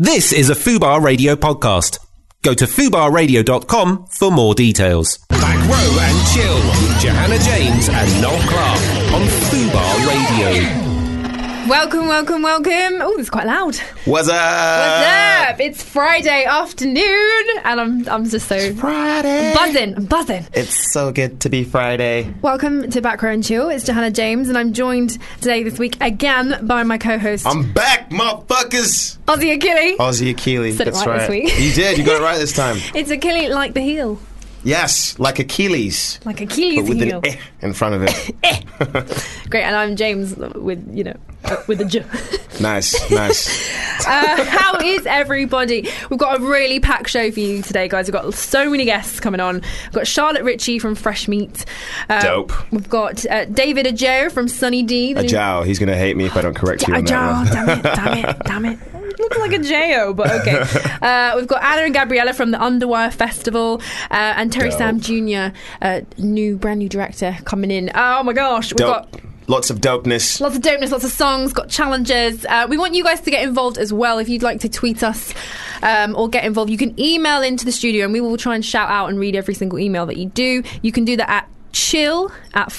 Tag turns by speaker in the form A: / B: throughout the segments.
A: This is a Fubar Radio podcast. Go to fubarradio.com for more details. Back row and chill with Johanna James and Noel Clark on Fubar Radio.
B: Welcome, welcome, welcome. Oh, it's quite loud.
A: What's up?
C: Uh,
B: What's up? It's Friday afternoon, and I'm I'm just so
D: Friday.
B: buzzing, I'm buzzing.
D: It's so good to be Friday.
B: Welcome to Back Row and Chill. It's Johanna James, and I'm joined today this week again by my co-host
C: I'm back, motherfuckers! Oh,
B: Ozzy Achille.
C: uh,
D: Aussie Achilles.
B: Said it
D: that's
B: right this
D: right.
B: week.
C: You did, you got it right this time.
B: It's Achille like the heel,
C: Yes, like Achilles,
B: like
C: but
B: Achilles
C: with
B: heel.
C: an eh in front of it.
B: Great, and I'm James with you know uh, with a J.
C: nice, nice.
B: Uh, how is everybody? We've got a really packed show for you today, guys. We've got so many guests coming on. We've got Charlotte Ritchie from Fresh Meat. Uh,
C: Dope.
B: We've got uh, David Ajo from Sunny D. the new-
C: Ajao, he's gonna hate me if I don't correct you on that
B: Ajo,
C: one.
B: damn it, damn it, damn it. It Looks like a Jo, but okay. Uh, we've got Anna and Gabriella from the Underwire Festival, uh, and Terry
C: Dope.
B: Sam Jr., uh, new brand new director coming in. Oh my gosh, we've got
C: Dope. Lots of dopeness.
B: Lots of dopeness, lots of songs, got challenges. Uh, we want you guys to get involved as well. If you'd like to tweet us um, or get involved, you can email into the studio and we will try and shout out and read every single email that you do. You can do that at chill at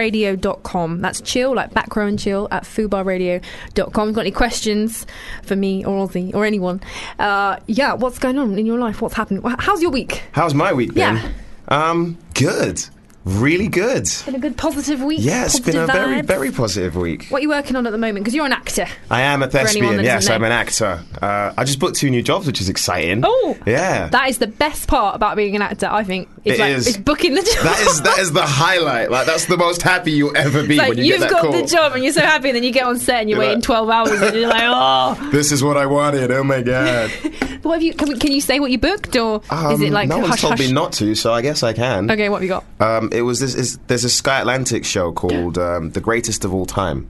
B: fubarradio.com. That's chill, like back row and chill at fubarradio.com. Got any questions for me or Aussie or anyone? Uh, yeah, what's going on in your life? What's happened? Wh- How's your week?
C: How's my week been?
B: Yeah.
C: Um, good. Really good.
B: Been a good positive week?
C: Yeah, it's been a
B: Positive
C: very,
B: vibes?
C: very positive week.
B: What are you working on at the moment? Because you're an actor.
C: I am a
B: anyone that
C: thespian, yes,
B: doesn't
C: I'm
B: know.
C: an actor. Uh, I just booked two new jobs, which is exciting.
B: Oh.
C: Yeah.
B: That is the best part about being an actor, I think. It's
C: It
B: like,
C: is.
B: It's booking the job.
C: that is that is the highlight. Like that's the most happy you'll ever be
B: It's like
C: when you
B: you've
C: get that
B: got
C: call.
B: the job and you're so happy, and then you get on set and you're
C: You're
B: waiting
C: like-
B: 12 hours, and you're like, oh.
C: This is what I wanted. Oh my god.
B: But what have you? Can, we, can you say what you booked, or is it
C: Um,
B: like
C: no one's
B: hush
C: told
B: hush?
C: me not to, so I guess I can.
B: Okay, what have you got?
C: Um, it was this. Is, there's a Sky Atlantic show called um, "The Greatest of All Time,"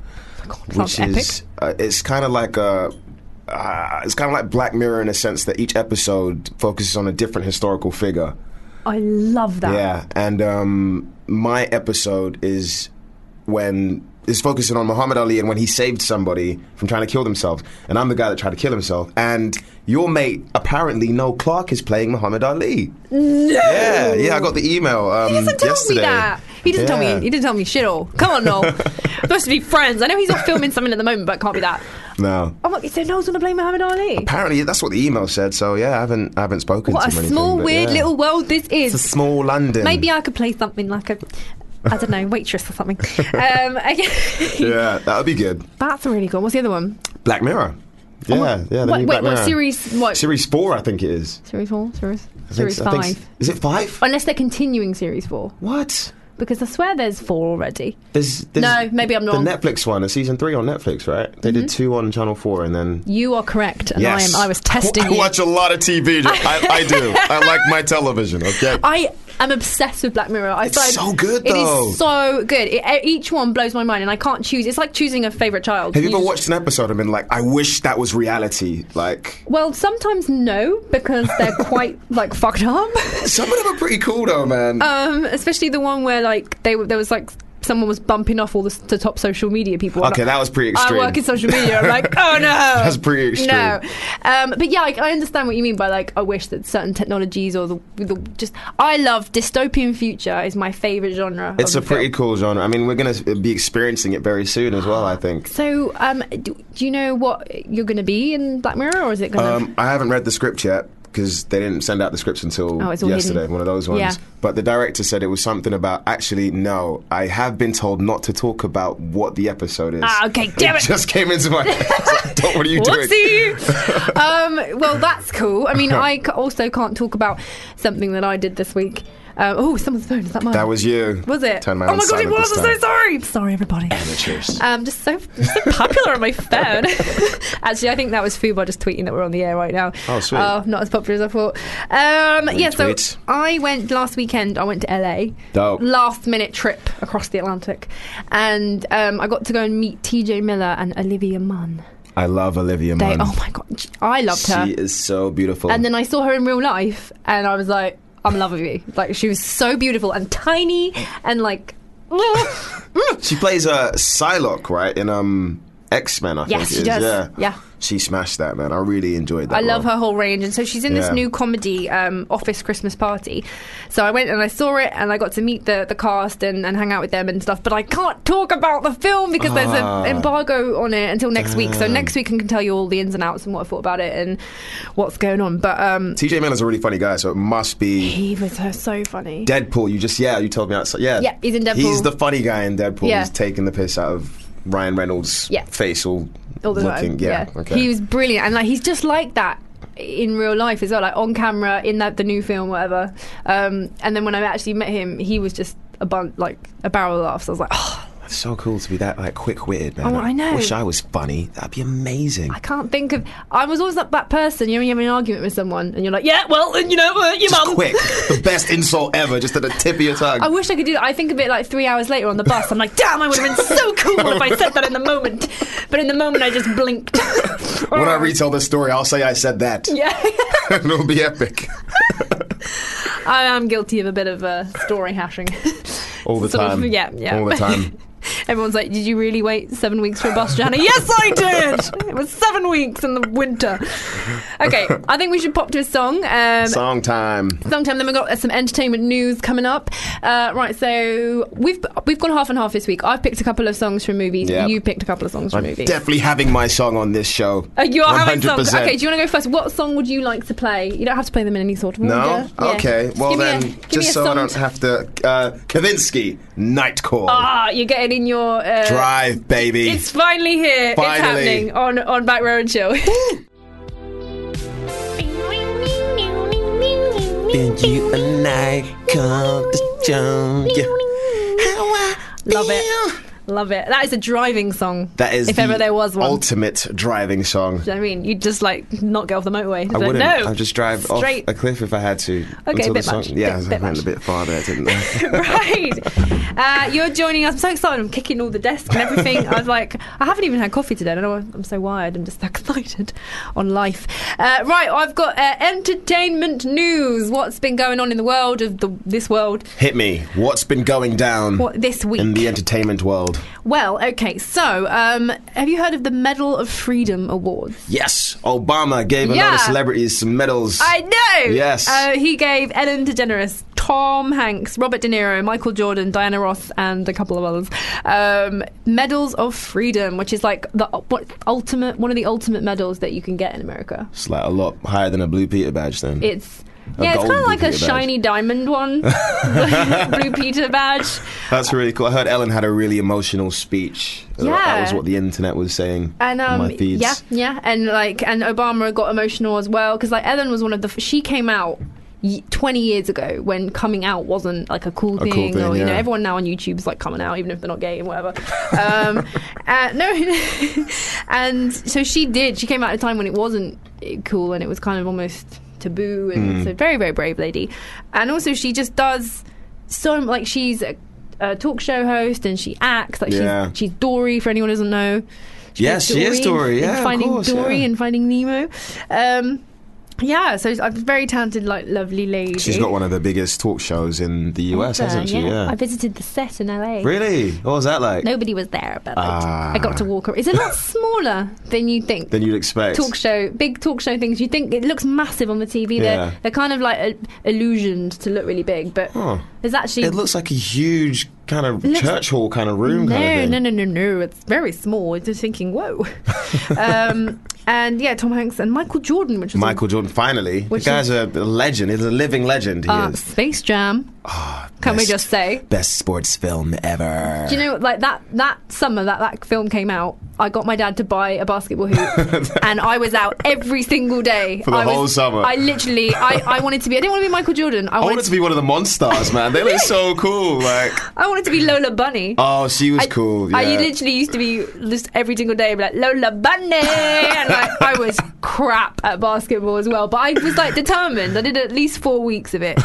C: which
B: sounds
C: is uh, it's kind of like a. Uh, it's kind of like Black Mirror in a sense that each episode focuses on a different historical figure.
B: I love that.
C: Yeah, and um, my episode is when is focusing on Muhammad Ali and when he saved somebody from trying to kill themselves, and I'm the guy that tried to kill himself, and your mate apparently Noel Clark is playing Muhammad Ali. No. Yeah, yeah, I got the email. Um,
B: He doesn't tell
C: yesterday.
B: me that. He doesn't tell
C: Yeah.
B: me. He didn't tell me shit all. Come on, Noel. supposed to be friends. I know he's off filming something at the moment, but it can't be that.
C: No.
B: Oh, my, so Noel's going to play Muhammad Ali.
C: Apparently, that's what the email said. So yeah, I haven't I haven't spoken
B: What
C: to
B: a
C: him. or
B: small,
C: anything, but
B: weird
C: yeah.
B: little world this is.
C: It's a small London.
B: Maybe I could play something like a, I don't know, waitress or something. um, okay.
C: Yeah, that would be good.
B: That's really good. What's the other one?
C: Black Mirror. Yeah, yeah. the
B: What,
C: new
B: Oh, wait,
C: Black
B: what
C: Mirror.
B: series? What
C: Series four, I think it is.
B: series four? Series
C: I think
B: series
C: so- I think
B: five?
C: s- is it five?
B: Unless they're continuing series four,
C: What?
B: because I swear there's four already.
C: There's, there's
B: No, maybe I'm wrong.
C: The Netflix one, the season three on Netflix, right? They did two on Channel Four, and then
B: You are correct, and
C: yes,
B: I am. I was testing
C: I
B: you.
C: watch a lot of TV. I, I do. I like my television. Okay.
B: I am obsessed with Black Mirror. I
C: It's
B: find-
C: so good,
B: It
C: though.
B: is so good. It, e, each one blows my mind, and I can't choose. It's like choosing a favorite child.
C: Have you ever
B: just-
C: watched an episode and been like, "I wish that was reality"? Like
B: Well, sometimes no, because they're quite like fucked up.
C: some of them are pretty cool, though, man.
B: Um, especially the one where like they there was like someone was bumping off all the, the top social media people.
C: Okay, that was pretty extreme.
B: I work in social media. I'm like, oh no, that's
C: pretty extreme.
B: No, um, but yeah, like, I understand what you mean by like I wish that certain technologies or the, the just I love dystopian future is my favorite genre.
C: it's a
B: of the
C: pretty
B: film.
C: cool genre. I mean, we're gonna s- be experiencing it very soon as well. I think.
B: So, um, do, do you know what you're going to be in Black Mirror, or is it going to?
C: Um, I haven't read the script yet because they didn't send out the scripts until
B: Oh, it's all
C: yesterday,
B: hidden.
C: one of those ones.
B: Yeah.
C: But the director said it was something about actually, no, I have been told not to talk about what the episode is.
B: ah, okay, damn it.
C: just came into my head. I was like, "Don't- what are you doing?
B: Whoopsie. um, well, that's cool. I mean, I c- also can't talk about something that I did this week. Uh, oh, someone's phone. Is that mine?
C: That was you.
B: Was it?
C: Turn my
B: oh
C: own
B: my god, it
C: silent
B: was.
C: this
B: I'm so
C: time.
B: sorry. Sorry, everybody.
C: Amateurs.
B: Um, just so, just so popular on my phone. Actually, I think that was Fubar just tweeting that we're on the air right now.
C: Oh, sweet.
B: Oh, not as popular as I thought. Um, yeah, so
C: Retweet.
B: I went last weekend. I went to LA.
C: Dope.
B: Last minute trip across the Atlantic, and um, I got to go and meet T.J. Miller and Olivia Munn.
C: I love Olivia
B: They,
C: Munn.
B: oh my god, j- I loved her.
C: Um, She is so beautiful.
B: And then I saw her in real life, and I was like, I'm in love with you. Like she was so beautiful and tiny, and like.
C: she plays uh, Psylocke, right? In um, X Men. I think
B: Yes,
C: it
B: she
C: is.
B: does.
C: Yeah.
B: Yeah.
C: she smashed that man. I really enjoyed that.
B: I love
C: role.
B: her whole range. And so she's in this
C: Yeah.
B: new comedy, um, Office Christmas Party. So I went and I saw it and I got to meet the, the cast and, and hang out with them and stuff. But I can't talk about the film because there's
C: Ah.
B: an embargo on it until next week. So next week I can tell you all the ins and outs and what I thought about it and what's going on. But um,
C: T.J. Miller's a really funny guy, so it must be
B: he was uh, so funny.
C: Deadpool. You just yeah, you told me outside. Yeah,
B: Yeah, he's in Deadpool.
C: He's the funny guy in Deadpool.
B: Yeah.
C: He's taking the piss out of Ryan Reynolds'
B: Yeah.
C: face all,
B: all the
C: looking.
B: time.
C: Yeah, okay.
B: he was brilliant, and like he's just like that in real life as well, like on camera in that the new film, whatever. Um, and then when I actually met him, he was just a bun like a barrel of laughs. I was like, oh,
C: It's so cool to be that like quick witted, man.
B: Oh, I know.
C: Wish I was funny. That'd be amazing.
B: I can't think of. I was always that, that person. You know, when you have an argument with someone, and you're like, yeah, well, and you know, uh, your
C: Just
B: mum.
C: quick. the best insult ever, just at the tip of your tongue.
B: I wish I could do that. I think of it like three hours later on the bus. I'm like, damn, I would have been so cool if I said that in the moment. But in the moment, I just blinked.
C: when I retell this story, I'll say I said that.
B: yeah.
C: It'll be epic.
B: I am guilty of a bit of uh, story hashing.
C: All the
B: Sort of,
C: time.
B: yeah, yeah.
C: All the time.
B: Everyone's like, "Did you really wait seven weeks for a bus, Johanna?" yes, I did. It was seven weeks in the winter. Okay, I think we should pop to a song. Um,
C: Song time.
B: Sometime then we've got uh, some entertainment news coming up. Uh, right, so we've we've gone half and half this week. I've picked a couple of songs from movies.
C: Yeah.
B: You picked a couple of songs from
C: I'm
B: movies.
C: definitely having my song on this show.
B: Uh, you are having songs.
C: 100%.
B: Okay, do you want to go first? What song would you like to play? You don't have to play them in any sort of
C: No?
B: order. Yeah.
C: Okay.
B: Just
C: Well,
B: give me a-
C: then,
B: give me
C: just
B: a
C: so I
B: song
C: don't
B: to-
C: have to. Uh, Kavinsky, Night Call.
B: Ah, you're getting in your uh,
C: Drive, baby.
B: It's finally here.
C: Finally.
B: It's happening on, on Back Row and Chill.
E: Then
C: you and I come to Jones.
B: Love it. Love it. That is a driving song.
C: That is
B: If
C: the
B: ever there was one.
C: ultimate driving song.
B: Do you know what I mean? You'd just like not get off the motorway. Just
C: I
B: like,
C: wouldn't.
B: No.
C: I'd just drive
B: Straight.
C: off a cliff if I had to. until the
B: bit
C: song.
B: much.
C: Yeah,
B: Bit-
C: I
B: bit
C: went
B: much.
C: a bit far there, didn't I?
B: right. Uh, you're joining us. I'm so excited. I'm kicking all the desk and everything. I was like, I haven't even had coffee today. I don't know. why I'm so wired. I'm just so excited on life. Uh, right. I've got uh, entertainment news. What's been going on in the world of the, this world?
C: Hit me. What's been going down
B: What this week?
C: in the entertainment world?
B: Well, okay. So, um, have you heard of the Medal of Freedom Awards?
C: Yes, Obama gave a lot
B: Yeah.
C: of celebrities some medals.
B: I know.
C: Yes.
B: Uh, he gave Ellen DeGeneres, Tom Hanks, Robert De Niro, Michael Jordan, Diana Ross, and a couple of others um, medals of freedom, which is like the u- what, ultimate one of the ultimate medals that you can get in America.
C: It's like a lot higher than a Blue Peter badge then.
B: It's
C: A
B: yeah, it's
C: gold
B: kind of like
C: Blue
B: a
C: Peter badge.
B: shiny diamond one, blue Peter badge.
C: That's really cool. I heard Ellen had a really emotional speech. Uh, That
B: Yeah.
C: was what the internet was saying
B: and
C: on
B: um,
C: my feeds.
B: yeah, yeah, and like, and Obama got emotional as well because like Ellen was one of the f- she came out. y- 20 years ago when coming out wasn't like a cool
C: cool
B: thing, or
C: thing,
B: you know
C: yeah.
B: everyone now on YouTube's like coming out even if they're not gay and whatever um, uh, no and so she did she came out at a time when it wasn't eh, cool and it was kind of almost taboo
C: Hmm.
B: and so very very brave lady and also she just does so like she's a, a talk show host and she acts like
C: Yeah.
B: she's, she's Dory for anyone who doesn't know she
C: Yes,
B: plays
C: she is Dory,
B: in- in
C: yeah, of
B: finding
C: course,
B: Dory
C: yeah.
B: and finding Nemo. Um, yeah, so I'm very talented, like lovely lady. uh,
C: She's got one of the biggest talk shows in the US, hasn't she? Yeah.
B: I visited the set in LA.
C: Really? What was that like?
B: Nobody was there, but like,
C: Ah.
B: I got to walk around. It's a lot smaller than you think.
C: Than you'd expect.
B: talk show, big talk show things. You think it looks massive on the TV. They're,
C: Yeah.
B: they're kind of like uh, illusioned to look really big, but
C: Huh.
B: there's actually
C: It looks like a huge kind of
B: looks-
C: church hall kind of room.
B: No,
C: kind of thing.
B: no, no, no, no. It's very small. It's just thinking, whoa. um, and yeah, Tom Hanks and Michael Jordan, which was on
C: Michael Jordan, finally.
B: Which
C: the guy's a legend. He's a living legend. He
B: uh,
C: is.
B: Space Jam.
C: Oh,
B: Can we
C: best-
B: just say?
C: Best sports film ever.
B: Do you know, like that that summer that that film came out, I got my dad to buy a basketball hoop, and I was out every single day
C: For the
B: I was-
C: whole summer.
B: I literally, I, I wanted to be. I didn't want to be Michael Jordan.
C: I
B: I wanted,
C: wanted to be one of the monsters, man. They look so cool. Like,
B: I wanted to be Lola Bunny.
C: oh, she was cool. Yeah.
B: I literally used to be just every single day be like Lola Bunny, and like I was crap at basketball as well. But I was like determined. I did at least four weeks of it.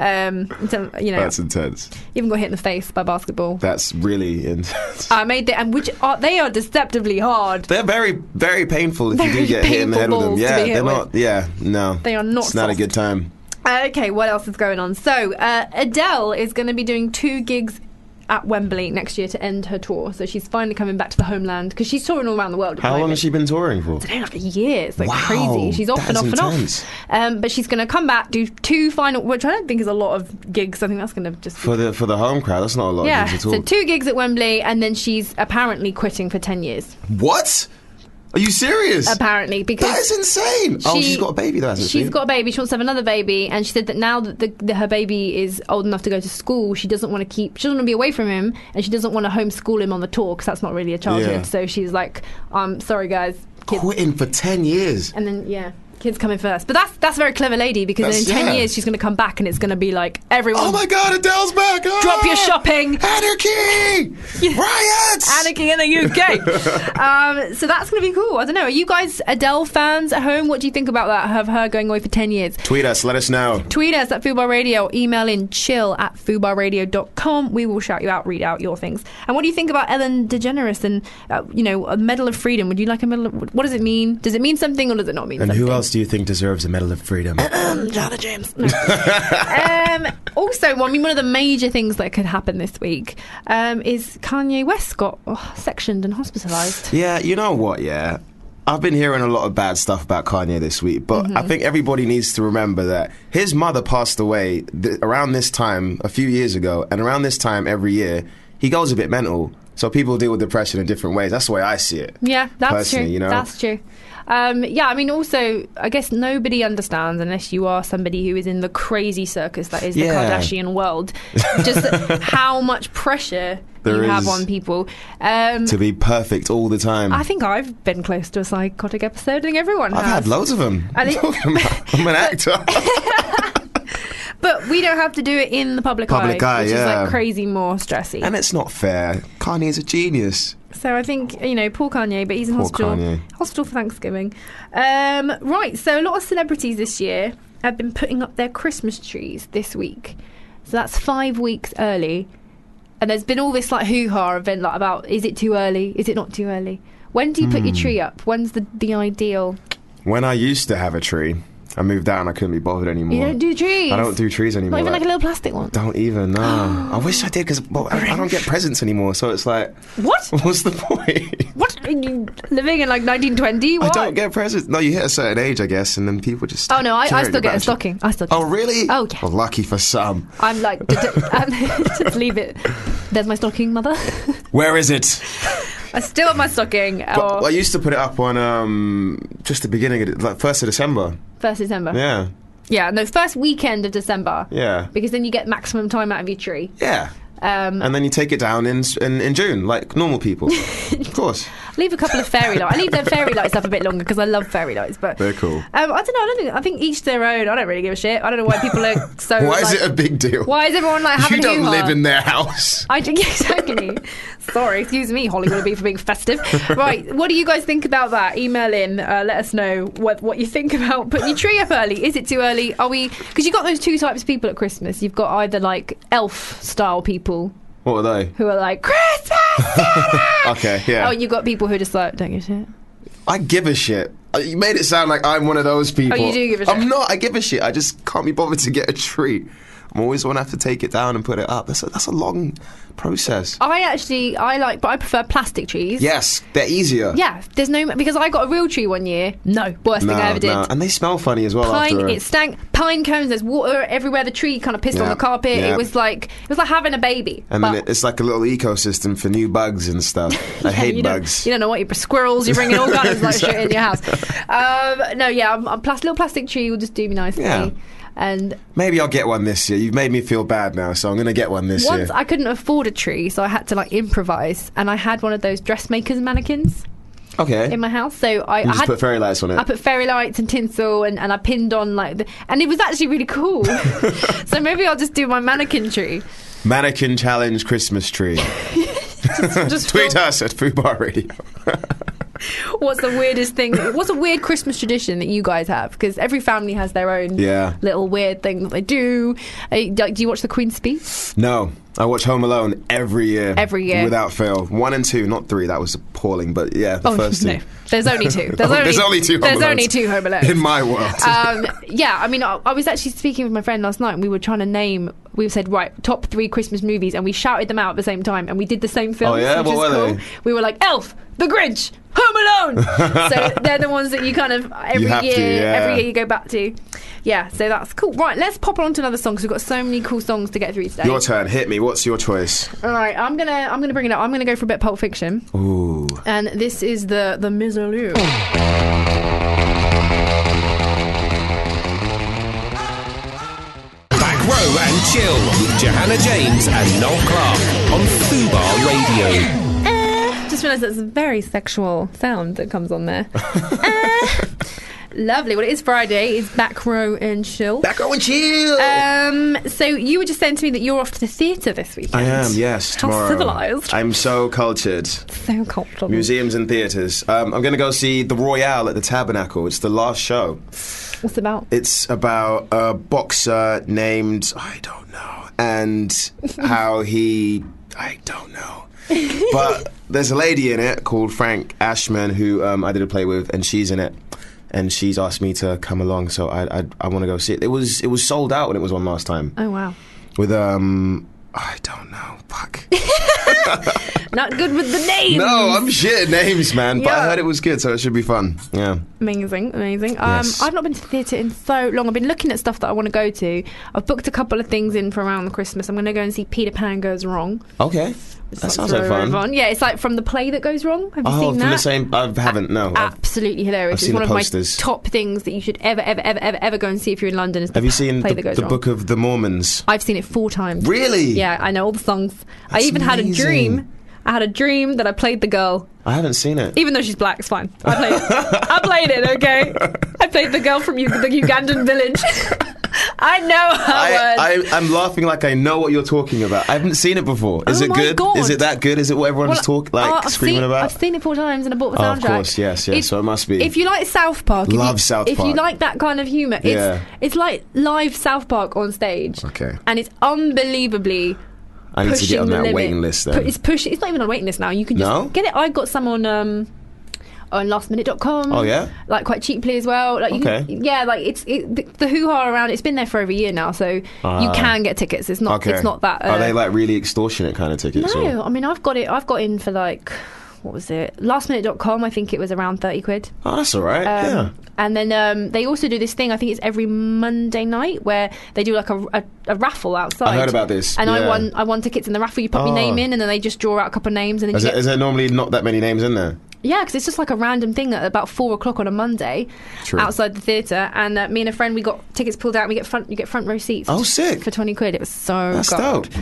B: Um, so, you know,
C: That's intense.
B: even got hit in the face by basketball.
C: That's really intense.
B: I made the and which are they are deceptively hard.
C: They're very, very painful if you
B: Very
C: do get hit in the head with
B: painful
C: them.
B: balls to
C: Yeah,
B: be hit
C: they're
B: with.
C: not. Yeah, no.
B: They are not
C: It's not a
B: soft.
C: good time.
B: Uh, okay, what else is going on? So uh, Adele is going to be doing two gigs at Wembley next year to end her tour. So she's finally coming back to the homeland because she's touring all around the world. at the
C: How long
B: moment.
C: has she been touring for?
B: I don't know, like a year. It's like
C: Wow,
B: crazy. She's off
C: that
B: and
C: is
B: off
C: intense.
B: and off. Um, but she's going to come back, do two final, which I don't think is a lot of gigs. I think that's going to just be
C: For the for the home crowd, that's not a lot
B: yeah.
C: of gigs at
B: So
C: all.
B: two gigs at Wembley, and then she's apparently quitting for ten years.
C: what? Are you serious?
B: Apparently, because
C: that is insane. oh,
B: she-
C: she's got a baby. That's
B: She's got a baby. She wants to have another baby, and she said that now that the, the, her baby is old enough to go to school, she doesn't want to keep. She doesn't want to be away from him, and she doesn't want to homeschool him on the tour because that's not really a childhood.
C: Yeah.
B: So she's like, "I'm sorry, guys, kids."
C: quitting for ten years.
B: And then yeah, kids coming first. But that's that's a very clever lady because
C: That's-
B: in ten
C: yeah.
B: years she's going to come back and it's going to be like everyone.
C: Oh my God, Adele's back! Ah!
B: Drop your shopping.
C: Anarchy! Riots!
B: Anarchy in the UK. um, so that's going to be cool. I don't know. Are you guys Adele fans at home? What do you think about that? Have her going away for 10 years?
C: Tweet us. Let us know.
B: Tweet us at Fubar Radio or email in chill at fubarradio.com. We will shout you out, read out your things. And what do you think about Ellen DeGeneres and, uh, you know, a Medal of Freedom? Would you like a medal? Of, what does it mean? Does it mean something or does it not mean
C: And
B: something?
C: who else do you think deserves a Medal of Freedom?
B: Uh-uh. Jana James. No. um, also, well, I mean, one of the major things that could happen this week um, is Kanye West got oh, sectioned and hospitalised.
C: yeah, you know what? Yeah, I've been hearing a lot of bad stuff about Kanye this week, but
B: Mm-hmm.
C: I think everybody needs to remember that his mother passed away th- around this time a few years ago, and around this time every year he goes a bit mental. So people deal with depression in different ways. That's the way I see it.
B: Yeah, that's true.
C: Personally, you know?
B: That's true. Um, yeah, I mean, also, I guess nobody understands unless you are somebody who is in the crazy circus that is
C: Yeah.
B: the Kardashian world, just how much pressure
C: There
B: you have
C: is.
B: on people. Um,
C: To be perfect all the time.
B: I think I've been close to a psychotic episode. I think everyone
C: I've
B: has.
C: had loads of them.
B: I think-
C: Talking about- I'm an actor.
B: But we don't have to do it in the public,
C: Public
B: eye,
C: eye,
B: which is
C: yeah.
B: like crazy more stressy.
C: and it's not fair. Kanye's a genius.
B: So I think you know poor Kanye, but he's in
C: Poor
B: hospital.
C: Kanye.
B: Hospital for Thanksgiving. Um, right. So a lot of celebrities this year have been putting up their Christmas trees this week. So that's five weeks early, and there's been all this like hoo ha event like about is it too early? Is it not too early? When do you put your
C: Hmm.
B: tree up? When's the the ideal?
C: When I used to have a tree, I moved out and I couldn't be bothered anymore.
B: You don't do trees.
C: I don't do trees anymore.
B: Not even
C: like-
B: like a little plastic one.
C: don't even no. I wish I did because I, I don't get presents anymore. So it's like,
B: What?
C: what's the point?
B: What? Are you living in like 1920?
C: I
B: What?
C: don't get presents. No, you hit a certain age, I guess, and then people just.
B: Oh no, I, I
C: caring
B: still get a
C: about you.
B: stocking. I still. Get
C: Oh really?
B: Oh, yeah.
C: Well, lucky for some.
B: I'm like, d- d- um, just leave it. There's my stocking, mother.
C: Where is it?
B: I still have my stocking.
C: But
B: Or
C: I used to put it up on um just the beginning of the- like first of December.
B: first December. Yeah.
C: Yeah,
B: no, first weekend of December.
C: yeah,
B: Because then you get maximum time out of your tree.
C: yeah.
B: Um,
C: And then you take it down in s- in, in June, like normal people. of course.
B: leave a couple of fairy lights. I leave the fairy lights up a bit longer because I love fairy lights. But
C: They're cool.
B: Um, I don't know. I don't think. I think each their own. I don't really give a shit. I don't know why people are so.
C: Why is
B: like-
C: it a big deal?
B: Why is everyone like having
C: you don't
B: hoo-ha?
C: live in their house.
B: I do, yeah, exactly. Sorry, excuse me, Hollywood, be for being festive. Right, what do you guys think about that? Email in, uh, let us know what what you think about putting your tree up early. Is it too early? Are we? Because you've got those two types of people at Christmas. You've got either like elf style people
C: What are they?
B: who are like Christmas,
C: Okay, yeah.
B: oh, and you've got people who are just like don't give a shit.
C: I give a shit. Uh, You made it sound like I'm one of those people.
B: Oh, you do give a
C: I'm
B: shit.
C: not. I give a shit. I just can't be bothered to get a treat. I'm always going to have to take it down and put it up. That's a, that's a long process.
B: I actually I like, but I prefer plastic trees.
C: Yes, they're easier.
B: Yeah, there's no because I got a real tree one year. No, worst
C: No,
B: thing I ever did.
C: no. And they smell funny as well
B: pine
C: after. a-
B: it stank pine cones there's water everywhere the tree kind of pissed on
C: Yeah,
B: the carpet
C: yeah.
B: it was like it was like having a baby
C: and
B: But
C: then it, it's like a little ecosystem for new bugs and stuff. I
B: yeah,
C: hate
B: you
C: bugs.
B: don't, you don't know what your squirrels you're bringing all kinds of like shit in your house um, no yeah a plas- little plastic tree will just do me nicely
C: Yeah.
B: and
C: Maybe I'll get one this year. You've made me feel bad now, so I'm going to get one this
B: once
C: year.
B: I couldn't afford a tree so I had to like improvise and I had one of those dressmakers mannequins
C: okay.
B: in my house so I, I
C: you just
B: had
C: put fairy lights on it.
B: I put fairy lights and tinsel and, and I pinned on like the, and it was actually really cool so maybe I'll just do my mannequin tree
C: Mannequin challenge Christmas tree.
B: just
C: Tweet
B: fill-
C: us at Food Bar Radio.
B: What's the weirdest thing? What's a weird Christmas tradition that you guys have? Because every family has their own
C: Yeah.
B: little weird thing that they do. Uh, like, do you watch the Queen's Speech?
C: No, I watch Home Alone every year.
B: Every year.
C: Without fail. One and two, not three. That was appalling, but yeah, the first
B: Oh, no,
C: two.
B: there's only two. There's,
C: Oh,
B: only,
C: two Home
B: There's
C: Alones
B: only two Home Uh, Alone.
C: In my world.
B: um, yeah, I mean, I, I was actually speaking with my friend last night, and we were trying to name we said right top three Christmas movies, and we shouted them out at the same time, and we did the same films,
C: Oh, yeah?
B: which
C: What
B: is
C: were
B: cool.
C: they?
B: We were like Elf, The Grinch, Home Alone. so they're the ones that you kind of every
C: have to,
B: year,
C: yeah.
B: every year you go back to. Yeah, so that's cool. Right, let's pop on to another song because we've got so many cool songs to get through today.
C: Your turn. Hit me. What's your choice?
B: All right, I'm gonna I'm gonna bring it up. I'm gonna go for a bit Pulp Fiction,
C: Ooh.
B: and this is the the Miserloo.
A: Back row and chill with Johanna James and Noel Clark on Fubar Radio.
C: Eh.
B: Just realised that's a very sexual sound that comes on there. Eh. lovely. Well, it is Friday. It's back row and chill.
C: Back on chill.
B: Um, so you were just saying to me that you're off to the theatre this weekend.
C: I am. Yes.
B: How
C: tomorrow.
B: civilised.
C: I'm so cultured.
B: So comfortable.
C: Museums and theatres. Um, I'm going to go see The Royale at the Tabernacle. It's the last show.
B: What's it about?
C: It's about a boxer named I don't know, and how he I don't know. But there's a lady in it called Frank Ashman who um, I did a play with, and she's in it, and she's asked me to come along, so I I, I want to go see it. It was it was sold out when it was on last time
B: Oh wow,
C: with um I don't know, fuck.
B: not good with the name.
C: no, I'm shit at names, man. But I
B: Yeah.
C: heard it was good, so it should be fun. Yeah.
B: Amazing, amazing.
C: Yes.
B: Um, I've not been to theatre in so long. I've been looking at stuff that I want to go to. I've booked a couple of things in for around Christmas. I'm going to go and see Peter Pan Goes Wrong.
C: Okay.
B: It's
C: That
B: like
C: sounds like
B: Roro
C: fun.
B: Vaughan. Yeah, it's like from the play that goes wrong. Have you
C: Oh,
B: seen
C: from
B: that? Uh,
C: the same. I haven't. No. I've-
B: Absolutely hilarious.
C: I've
B: it's
C: seen
B: one
C: the
B: of my
C: posters.
B: top things that you should ever, ever, ever, ever, ever go and see if you're in London. Is the
C: Have you seen
B: play
C: the,
B: that goes
C: the
B: wrong.
C: Book of the Mormons?
B: I've seen it four times.
C: Really?
B: Yeah, I know all the songs. I
C: That's
B: even had a
C: amazing.
B: dream. I had a dream that I played the girl,
C: I haven't seen it.
B: even though she's black. It's fine. I played. I played it. Okay. I played the girl from U- the Ugandan village. I know her words.
C: I, I, I'm laughing like I know what you're talking about. I haven't seen it before. Is
B: Oh
C: it
B: my
C: good?
B: God.
C: Is it that good? Is it what everyone's
B: Well,
C: talk like
B: uh, I've
C: screaming
B: seen,
C: about?
B: I've seen it four times, and I bought the
C: Oh, of
B: soundtrack.
C: course, yes, yes, so it must be.
B: If you like South Park, if
C: Love
B: you,
C: South
B: If you
C: Park.
B: like that kind of humor, it's
C: Yeah.
B: it's like live South Park on stage.
C: Okay.
B: and it's unbelievably.
C: I need to
B: pushing
C: get on
B: the
C: that
B: limit.
C: waiting list
B: Pu-
C: then.
B: It's push. It's not even on waiting list now. You can just
C: No?
B: get it. I got some on um on lastminute.com.
C: Oh, yeah?
B: like quite cheaply as well. Like you
C: Okay.
B: can, yeah, like it's it, the, the hoo ha around. It's been there for over a year now, so you
C: Ah.
B: can get tickets. It's not.
C: okay.
B: It's not that. Uh,
C: Are they like really extortionate kind of tickets? or-
B: no, I mean I've got it. I've got in for like what was it? Lastminute.com. I think it was around thirty quid.
C: Oh, that's all right.
B: Um,
C: yeah.
B: And then um, they also do this thing. I think it's every Monday night where they do like a, a, a raffle outside.
C: I heard about this,
B: And I
C: yeah.
B: won. I won tickets in the raffle. You put your
C: Oh.
B: name in, and then they just draw out a couple of names. And then
C: Is,
B: you
C: there,
B: get,
C: is there normally not that many names in there?
B: yeah, because it's just like a random thing at about four o'clock on a Monday,
C: True.
B: outside the theatre. And uh, me and a friend, we got tickets pulled out. And we get front. You get front row seats.
C: Oh, sick.
B: For twenty quid, it was so
C: That's
B: good.
C: dope.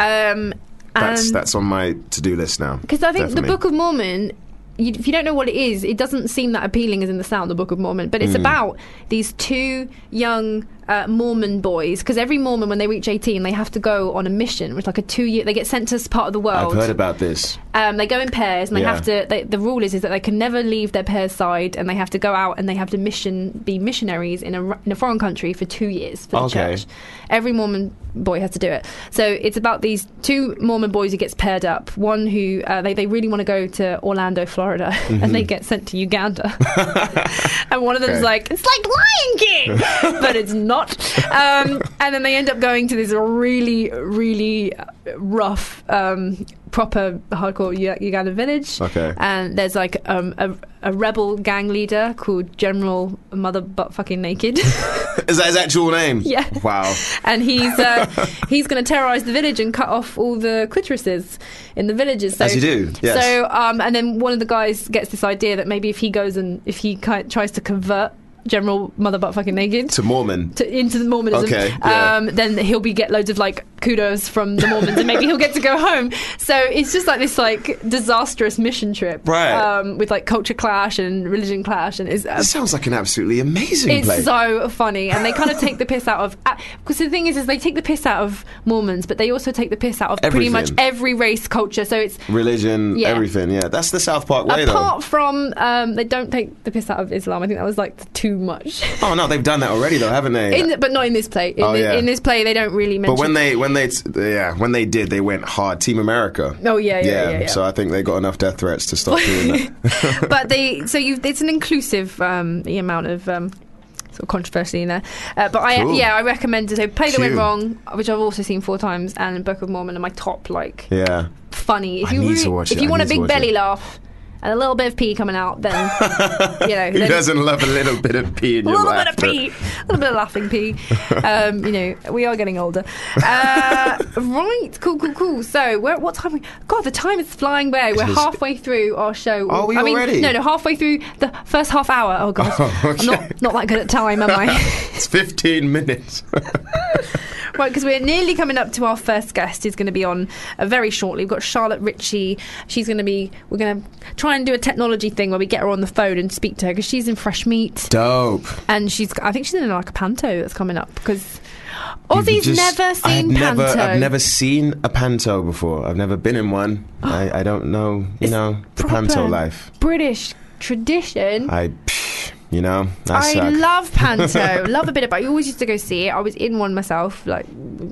B: Um,
C: That's
B: and-
C: that's on my to do list now.
B: because I think
C: Definitely.
B: the Book of Mormon, you, if you don't know what it is, it doesn't seem that appealing as in the sound, the Book of Mormon. But it's
C: Mm.
B: about these two young uh, Mormon boys. Because every Mormon, when they reach 18, they have to go on a mission, which like a two year, they get sent to this part of the
C: I've
B: world.
C: heard about this.
B: Um, they go in pairs and they
C: Yeah.
B: have to. They, the rule is is that they can never leave their pair's side, and they have to go out and they have to mission be missionaries in a r- in a foreign country for two years for the
C: Okay.
B: church. Every Mormon boy has to do it. So it's about these two Mormon boys who gets paired up. One who uh, they they really want to go to Orlando, Florida, and
C: Mm-hmm.
B: they get sent to Uganda. and one of them's
C: Okay.
B: like, it's like Lion King, but it's not. Um, and then they end up going to this really, really rough, um, proper hardcore U- Uganda village.
C: Okay.
B: And there's like um, a, a rebel gang leader called General Mother Butt Fucking Naked.
C: Is that his actual name?
B: Yeah.
C: Wow.
B: and he's uh, he's going to terrorize the village and cut off all the clitorises in the villages. So,
C: As you do, yes.
B: So, um, and then one of the guys gets this idea that maybe if he goes and if he ki- tries to convert General Mother Butt Fucking Naked.
C: To Mormon.
B: to, into the Mormonism,
C: Okay, yeah.
B: um, then he'll be get loads of like kudos from the Mormons, and maybe he'll get to go home. So it's just like this like disastrous mission trip,
C: Right.
B: Um, with like culture clash and religion clash, and it's uh,
C: This sounds like an absolutely amazing
B: it's
C: place.
B: so funny, and they kind of take the piss out of because the thing is, is they take the piss out of Mormons, but they also take the piss out of pretty much
C: Everything.
B: every race culture. So it's
C: religion,
B: Yeah.
C: everything. Yeah, that's the South Park way,
B: apart from um, they don't take the piss out of Islam. I think that was like too much.
C: though. Oh no, they've done that already, though, haven't they?
B: In, but not in this play. In,
C: Oh,
B: thi-
C: yeah.
B: in this play, they don't really mention.
C: but when they, when they, yeah, when they did, they went hard. Team America.
B: Oh, yeah, yeah, yeah, yeah.
C: So I think they got enough death threats to stop doing that.
B: but they so you it's an inclusive um, amount of um, sort of controversy in there. Uh, but I,
C: Cool.
B: yeah, I recommended so Play That Went
C: Cute.
B: Wrong, which I've also seen four times, and Book of Mormon are my top like
C: Yeah.
B: funny. If
C: I
B: you
C: need to
B: really-
C: watch
B: if
C: it,
B: you
C: I
B: want a
C: need to
B: big
C: watch
B: belly
C: it.
B: laugh and a little bit of pee coming out, then you know
C: Who
B: then
C: doesn't love a little bit of pee in
B: a
C: your
B: little
C: life?
B: bit of pee, a little bit of laughing pee. Um, you know, we are getting older. Uh, right, cool, cool, cool. So, where, what time? We, God, the time is flying by. We're
C: Just-
B: halfway through our show.
C: Are we
B: I mean,
C: already?
B: No, no, halfway through the first half hour. Oh God,
C: Oh, okay.
B: I'm not not that good at time, am I?
C: It's 15 minutes.
B: Right, because we're nearly coming up to our first guest. who's going to be on uh, very shortly. We've got Charlotte Ritchie. She's going to be. We're going to try and do a technology thing where we get her on the phone and speak to her because she's in fresh meat
C: Dope.
B: and she's. I think she's in like a panto that's coming up because
C: You've
B: Aussie's
C: just-
B: never
C: I had
B: seen
C: never,
B: panto.
C: I've never seen a panto before. I've never been in one. I, I don't know, you
B: It's
C: know, the
B: proper
C: panto life.
B: British tradition.
C: I, pff, you know, I,
B: I
C: Ah, suck.
B: love panto. love a bit about. You always used to go see it. I was in one myself, like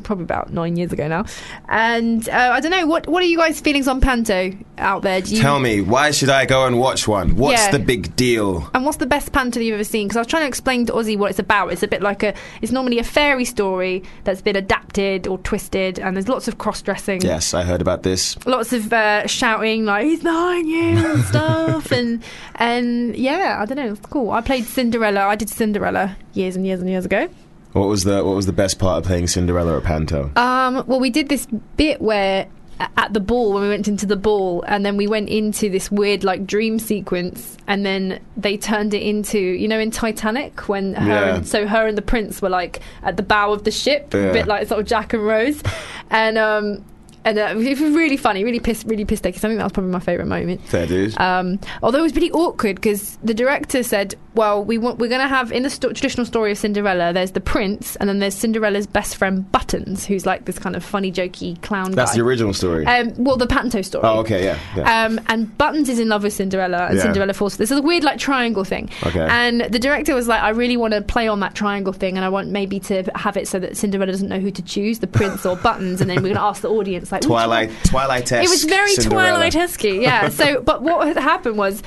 B: probably about nine years ago now. And uh, I don't know what what are you guys' feelings on panto out there? Do you,
C: Tell me, why should I go and watch one? What's
B: Yeah.
C: the big deal?
B: And what's the best panto that you've ever seen? Because I was trying to explain to Ozzy what it's about. It's a bit like a, it's normally a fairy story that's been adapted or twisted, and there's lots of cross dressing,
C: Yes, I heard about this.
B: lots of uh, shouting like he's behind you and stuff, and and yeah, I don't know, it's cool. I played Cinderella. I did Cinderella years and years and years ago.
C: What was the What was the best part of playing Cinderella at panto?
B: Um, well, we did this bit where a- at the ball when we went into the ball and then we went into this weird like dream sequence and then they turned it into you know in titanic when her
C: Yeah.
B: and, so her and the prince were like at the bow of the ship
C: Yeah.
B: a bit like sort of jack and rose and um and uh, it was really funny really pissed really pissed taking i think that was probably my favorite moment
C: Fair dude.
B: um, although it was pretty awkward because the director said, "Well, we want we're going to have in the sto- traditional story of Cinderella, there's the prince, and then there's Cinderella's best friend Buttons, who's like this kind of funny, jokey clown
C: That's
B: guy."
C: the original story.
B: um, well, the Panto story.
C: oh, okay, yeah. yeah.
B: Um, and Buttons is in love with Cinderella, and
C: Yeah.
B: Cinderella falls. This is a weird like triangle thing.
C: Okay.
B: And the director was like, I really want to play on that triangle thing, and I want maybe to have it so that Cinderella doesn't know who to choose, the prince or Buttons, and then we're going to ask the audience like, "Would you
C: Twilight, Twilight test.
B: it was very Twilight esque, yeah. So, but what had happened was.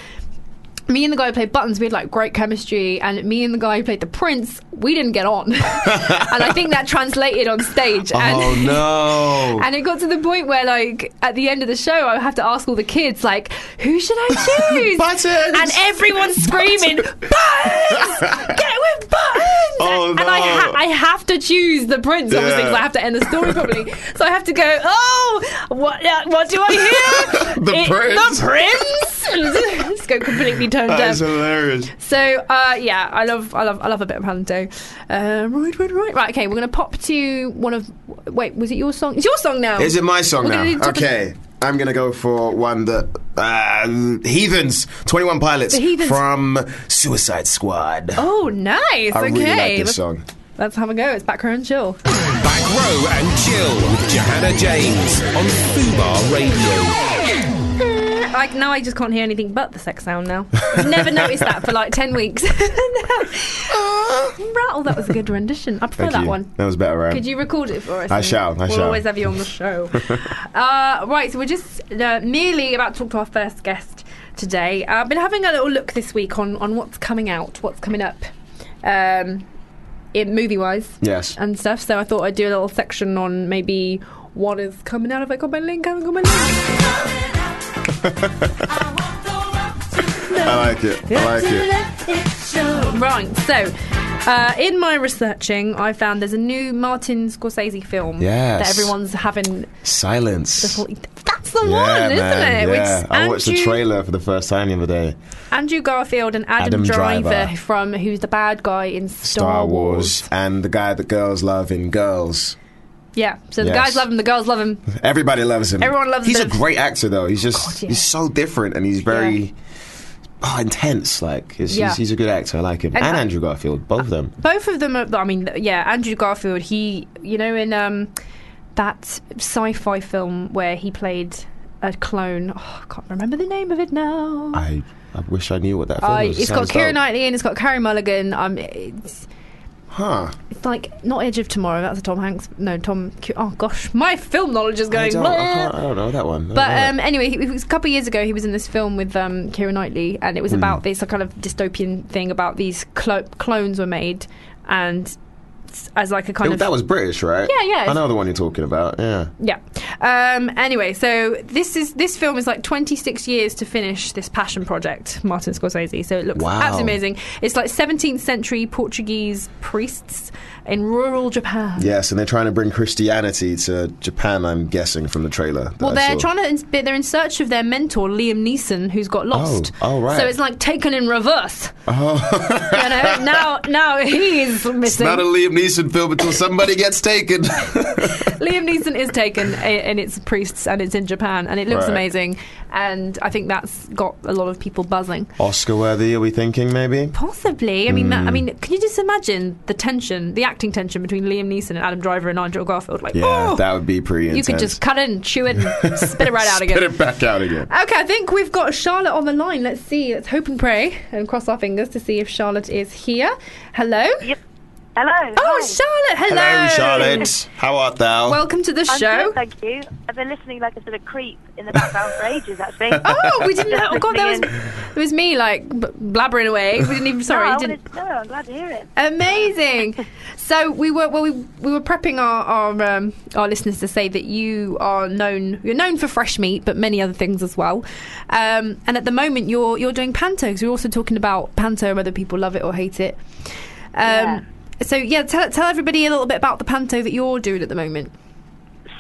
B: Me and the guy who played Buttons, we had like great chemistry, and me and the guy who played the Prince, we didn't get on, and I think that translated on stage.
C: Oh
B: and
C: no!
B: And it got to the point where, like, at the end of the show, I have to ask all the kids, like, who should I choose?
C: Buttons!
B: And everyone's screaming, Buttons! Get with Buttons!
C: Oh,
B: and I, ha-
C: no.
B: I have to choose the prince, obviously,
C: Yeah.
B: because I have to end the story properly. so I have to go, oh, what, uh, what do I hear?
C: The prince.
B: The prince! And just go completely turned
C: that
B: down.
C: is hilarious.
B: So uh, yeah, I love, I love, I love a bit of panto. Uh, right, right, right, right. Okay, we're gonna pop to one of. Wait, was it your song? It's your song now.
C: Is it my song
B: We're
C: now?
B: gonna do top of-
C: Okay, I'm gonna go for one that uh, Heathens, Twenty One Pilots,
B: The Heathens.
C: from Suicide Squad.
B: Oh, nice.
C: I
B: okay,
C: really like
B: let's,
C: this song.
B: let's have a go. It's back row and chill.
A: Back row and chill with Johanna James on Fubar Radio.
B: like now, I just can't hear anything but the sex sound. Now, I've never noticed that for like ten weeks. Rattle. That was a good rendition. I prefer
C: Thank
B: that
C: you.
B: one.
C: That was better, right?
B: Could you record it for us?
C: I shall, I
B: we'll
C: shall.
B: always have you on the show. uh, right, so we're just uh, merely about to talk to our first guest today. Uh, I've been having a little look this week on, on what's coming out, what's coming up, um, in movie wise
C: Yes.
B: and stuff. So I thought I'd do a little section on maybe what is coming out. Have I got my link? Haven't got my link.
C: I like it. I like it.
B: Right, so. Uh, in my researching, I found there's a new Martin Scorsese film
C: Yes.
B: that everyone's having
C: Silence.
B: Well, That's the one,
C: Yeah,
B: isn't
C: man.
B: it? Which
C: Yeah. I watched the
B: Andrew-
C: trailer for the first time the other day.
B: Andrew Garfield and Adam,
C: Adam
B: Driver,
C: Driver.
B: from who's the bad guy in Star,
C: Star Wars and the guy that girls love in Girls.
B: Yeah. So the
C: Yes.
B: guys love him, the girls love him.
C: Everybody loves him.
B: Everyone loves
C: He's
B: him. Oh,
C: a great actor, though. He's just
B: God, yeah.
C: he's so different, and he's very
B: Yeah.
C: oh, intense. Like he's,
B: Yeah.
C: he's, he's a good actor. I like him, and,
B: I-
C: Andrew Garfield, both of them.
B: Both of them are. I mean, yeah. Andrew Garfield. He, you know, in um, that sci-fi film where he played a clone. Oh, I can't remember the name of it now.
C: I I wish I knew what that film
B: Uh,
C: was.
B: it's got
C: sounds
B: Kira
C: dope.
B: Knightley and it's got Carrie Mulligan. Um, it's,
C: Huh.
B: It's like not Edge of Tomorrow. That's a Tom Hanks. No, Tom. Cu- Oh gosh, my film knowledge is
C: I
B: going.
C: don't, I,
B: blah.
C: can't- I don't know that one. I don't
B: uh, But
C: know
B: um, anyway, he- it was a couple of years ago, he was in this film with um, Keira Knightley, and it
C: Hmm.
B: was about this kind of dystopian thing about these clo- clones were made, and s- as like a
C: that.
B: kind
C: It-
B: of
C: that was British, right?
B: um, Yeah, yeah,
C: I
B: it's-
C: know the one you're talking about. Yeah.
B: yeah. Um, anyway, so this is this film is like 26 years to finish this passion project, Martin Scorsese. So it looks
C: Wow.
B: absolutely amazing. It's like 17th century Portuguese priests in rural Japan.
C: Yes, and they're trying to bring Christianity to Japan. I'm guessing from the trailer. that
B: Well,
C: I
B: they're
C: saw.
B: trying to. ins- They're in search of their mentor, Liam Neeson, who's got lost.
C: oh, right.
B: So it's like taken in reverse. Oh. you know, now, now he's missing.
C: Not a Liam Neeson film until somebody gets taken.
B: Liam Neeson is taken, a- and it's priests, and it's in Japan, and it looks
C: Right.
B: amazing. And I think that's got a lot of people buzzing.
C: Oscar worthy? Are we thinking maybe?
B: Possibly. I mean,
C: Hmm.
B: that, I mean, can you just imagine the tension, the acting tension between Liam Neeson and Adam Driver and Nigel Garfield? Like,
C: Yeah,
B: oh,
C: that would be pretty
B: you
C: intense.
B: could just cut it and chew it and spit it right out again.
C: Put it back out again.
B: Okay, I think we've got Charlotte on the line. Let's see. Let's hope and pray and cross our fingers to see if Charlotte is here. Hello.
E: Hello.
B: Oh,
E: hi.
B: Charlotte. Hello.
C: Hello, Charlotte. How art thou?
B: Welcome to the
E: I'm
B: show.
E: good, thank you. I've been listening like a sort of creep in the background for ages, actually.
B: Oh, we didn't. Oh God, there was
E: Listening
B: there was me like b- blabbering away. We didn't even. Sorry,
E: no, I
B: didn't.
E: wanted to know. I'm glad to hear it.
B: Amazing. So we were well, we we were prepping our our, um, our listeners to say that you are known you're known for fresh meat, but many other things as well. Um, and at the moment, you're you're doing panto because we're also talking about panto and whether people love it or hate it. Um,
E: Yeah.
B: So yeah, tell tell everybody a little bit about the panto that you're doing at the moment.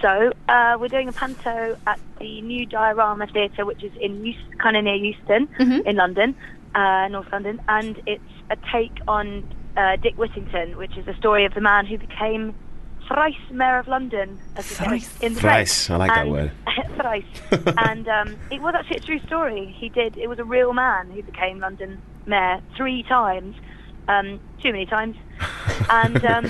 E: So uh, we're doing a panto at the new Diorama Theatre, which is in Eust- kind of near Euston in London, uh, North London, and it's a take on uh, Dick Whittington, which is the story of the man who became thrice mayor of London. As we say,
B: Thrice.
E: in the
C: Thrice, I like that
E: And-
C: word.
E: thrice, and um, it was actually a true story. He did. It was a real man who became London mayor three times, um, too many times, and. Um,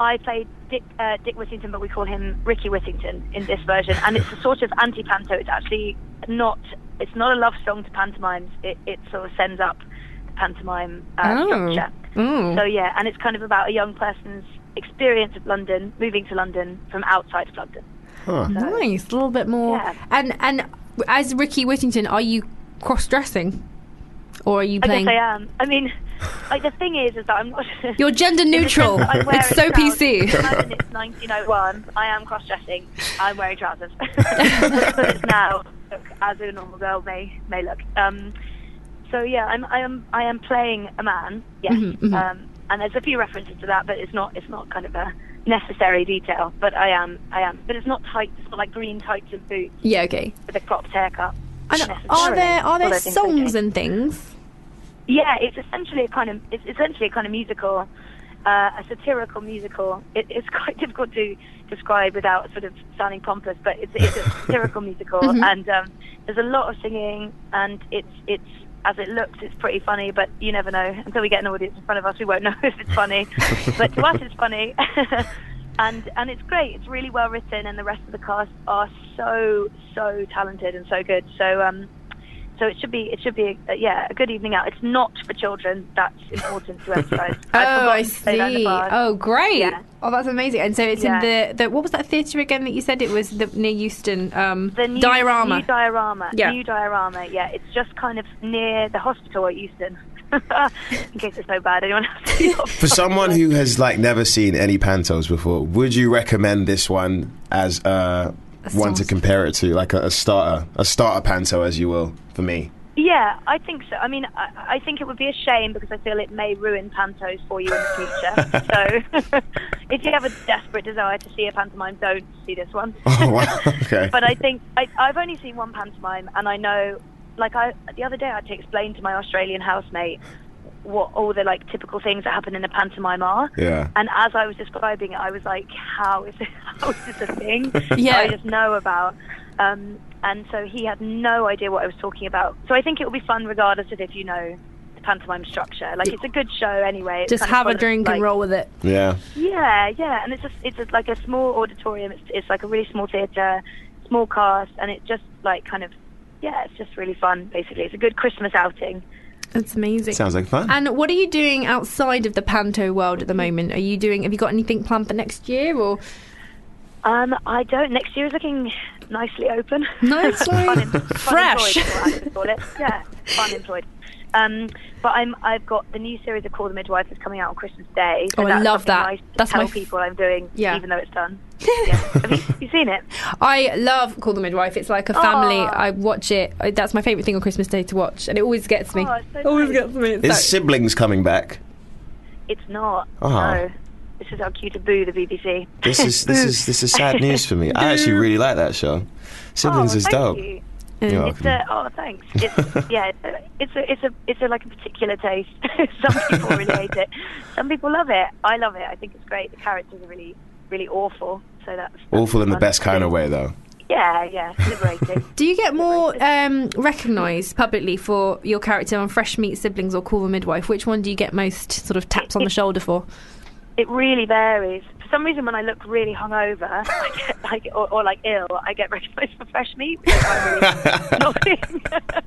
E: I played Dick, uh, Dick Whittington, but we call him Ricky Whittington in this version, and it's a sort of anti-panto. It's actually not. It's not a love song to pantomimes. It, it sort of sends up the pantomime uh,
B: Oh.
E: structure.
B: Mm.
E: So yeah, and it's kind of about a young person's experience of London, moving to London from outside of London.
C: Huh.
B: Nice, a little bit more.
E: Yeah.
B: And and as Ricky Whittington, are you cross dressing, or are you
E: I guess
B: playing?
E: I am. I mean, like the thing is, is that I'm not.
B: You're gender neutral.
E: I'm wearing
B: it's so
E: trousers.
B: PC.
E: Imagine it's 1901. I am cross-dressing. I'm wearing trousers. but it's now look, as a normal girl may may look. Um, so yeah, I'm I am I am playing a man. Yes.
B: Mm-hmm,
E: Um, and there's a few references to that, but it's not it's not kind of a necessary detail. But I am I am. But it's not tight. It's not like green tights and boots
B: Yeah, okay.
E: with a cropped haircut.
B: And are there are there songs
E: and?
B: and things?
E: Yeah, it's essentially a kind of it's essentially a kind of musical, uh, a satirical musical. It, it's quite difficult to describe without sort of sounding pompous, but it's, it's a satirical musical, and um, there's a lot of singing, and it's it's as it looks, it's pretty funny, but you never know until we get an audience in front of us, we won't know if it's funny, but to us, it's funny. And, and it's great. It's really well written, and the rest of the cast are so so talented and so good. So um, so it should be it should be a, yeah a good evening out. It's not for children. That's important to emphasise.
B: Oh, I
E: forgotten to say that in the
B: see.
E: past.
B: Oh, great.
E: Yeah.
B: Oh, that's amazing. And so it's
E: Yeah.
B: in the, the what was that theatre again that you said it was the, near Euston? Um,
E: the new,
B: diorama.
E: New diorama.
B: Yeah.
E: New diorama. Yeah. It's just kind of near the hospital at Euston. in case it's so bad, anyone else?
C: For someone who has like never seen any pantos before, would you recommend this one as uh, one to
B: starter.
C: compare it to, like a, a starter, a starter panto, as you will, for me?
E: Yeah, I think so. I mean, I, I think it would be a shame because I feel it may ruin pantos for you in the future. so, if you have a desperate desire to see a pantomime, don't see this one.
C: Oh wow, okay.
E: but I think I, I've only seen one pantomime, and I know, like I the other day I had to explain to my Australian housemate what all the like typical things that happen in a pantomime are.
C: Yeah.
E: And as I was describing it, I was like, "How is this? How is this a thing?
B: Yeah.
E: that I just know about." Um, and so he had no idea what I was talking about. So I think it will be fun, regardless of if you know the pantomime structure. Like it's a good show anyway. It's
B: Just
E: kind of
B: have a
E: full of,
B: drink and
E: like,
B: roll with it.
C: yeah.
E: yeah, yeah, and it's just it's just like a small auditorium. It's it's like a really small theatre, small cast, and it just like kind of yeah, it's just really fun. Basically, it's a good Christmas outing.
B: That's amazing.
C: Sounds like fun.
B: and what are you doing outside of the panto world at the moment? Are you doing? Have you got anything planned for next year? Or
E: Um, I don't. Next year is looking nicely open.
B: Nicely.
E: Fun em- fun
B: Fresh.
E: employed, is what I would call it. Yeah, fun employed. Um, but I'm, I've got the new series of Call the Midwife that's coming out on Christmas Day.
B: Oh, I
E: that's
B: love
E: something
B: that.
E: Nice to
B: That's
E: tell
B: my f-
E: people I'm doing,
B: Yeah.
E: even though it's done. Yeah. Have you, you seen it?
B: I love Call the Midwife. It's like a family.
E: Aw.
B: I watch it. I- That's my favorite thing on Christmas Day to watch, and it always gets me.
E: Aw, it's so
B: always
E: nice.
B: gets me. It's
C: Is
B: like-
C: siblings coming back?
E: It's not.
C: Oh.
E: No. This is our cue to boo the BBC.
C: This is this is this is sad news for me. I actually really like that show. Siblings
E: oh,
C: is
E: thank
C: dope.
E: You.
C: You're
E: It's
C: welcome.
E: a, oh, thanks. It's, yeah, it's a, it's a, it's a, it's a, like a particular taste. Some people really hate it. Some people love it. I love it. I think it's great. The characters are really, really awful. So that's, that's
C: Awful in the
E: fun.
C: best kind of way, though.
E: Yeah, yeah, liberating.
B: Do you get more um, recognised publicly for your character on Fresh Meat Siblings or Call the Midwife? Which one do you get most sort of taps on the shoulder for?
E: it really varies. For some reason, when I look really hungover, I get like or, or like ill, I get recognised for fresh meat. Which I, really annoying.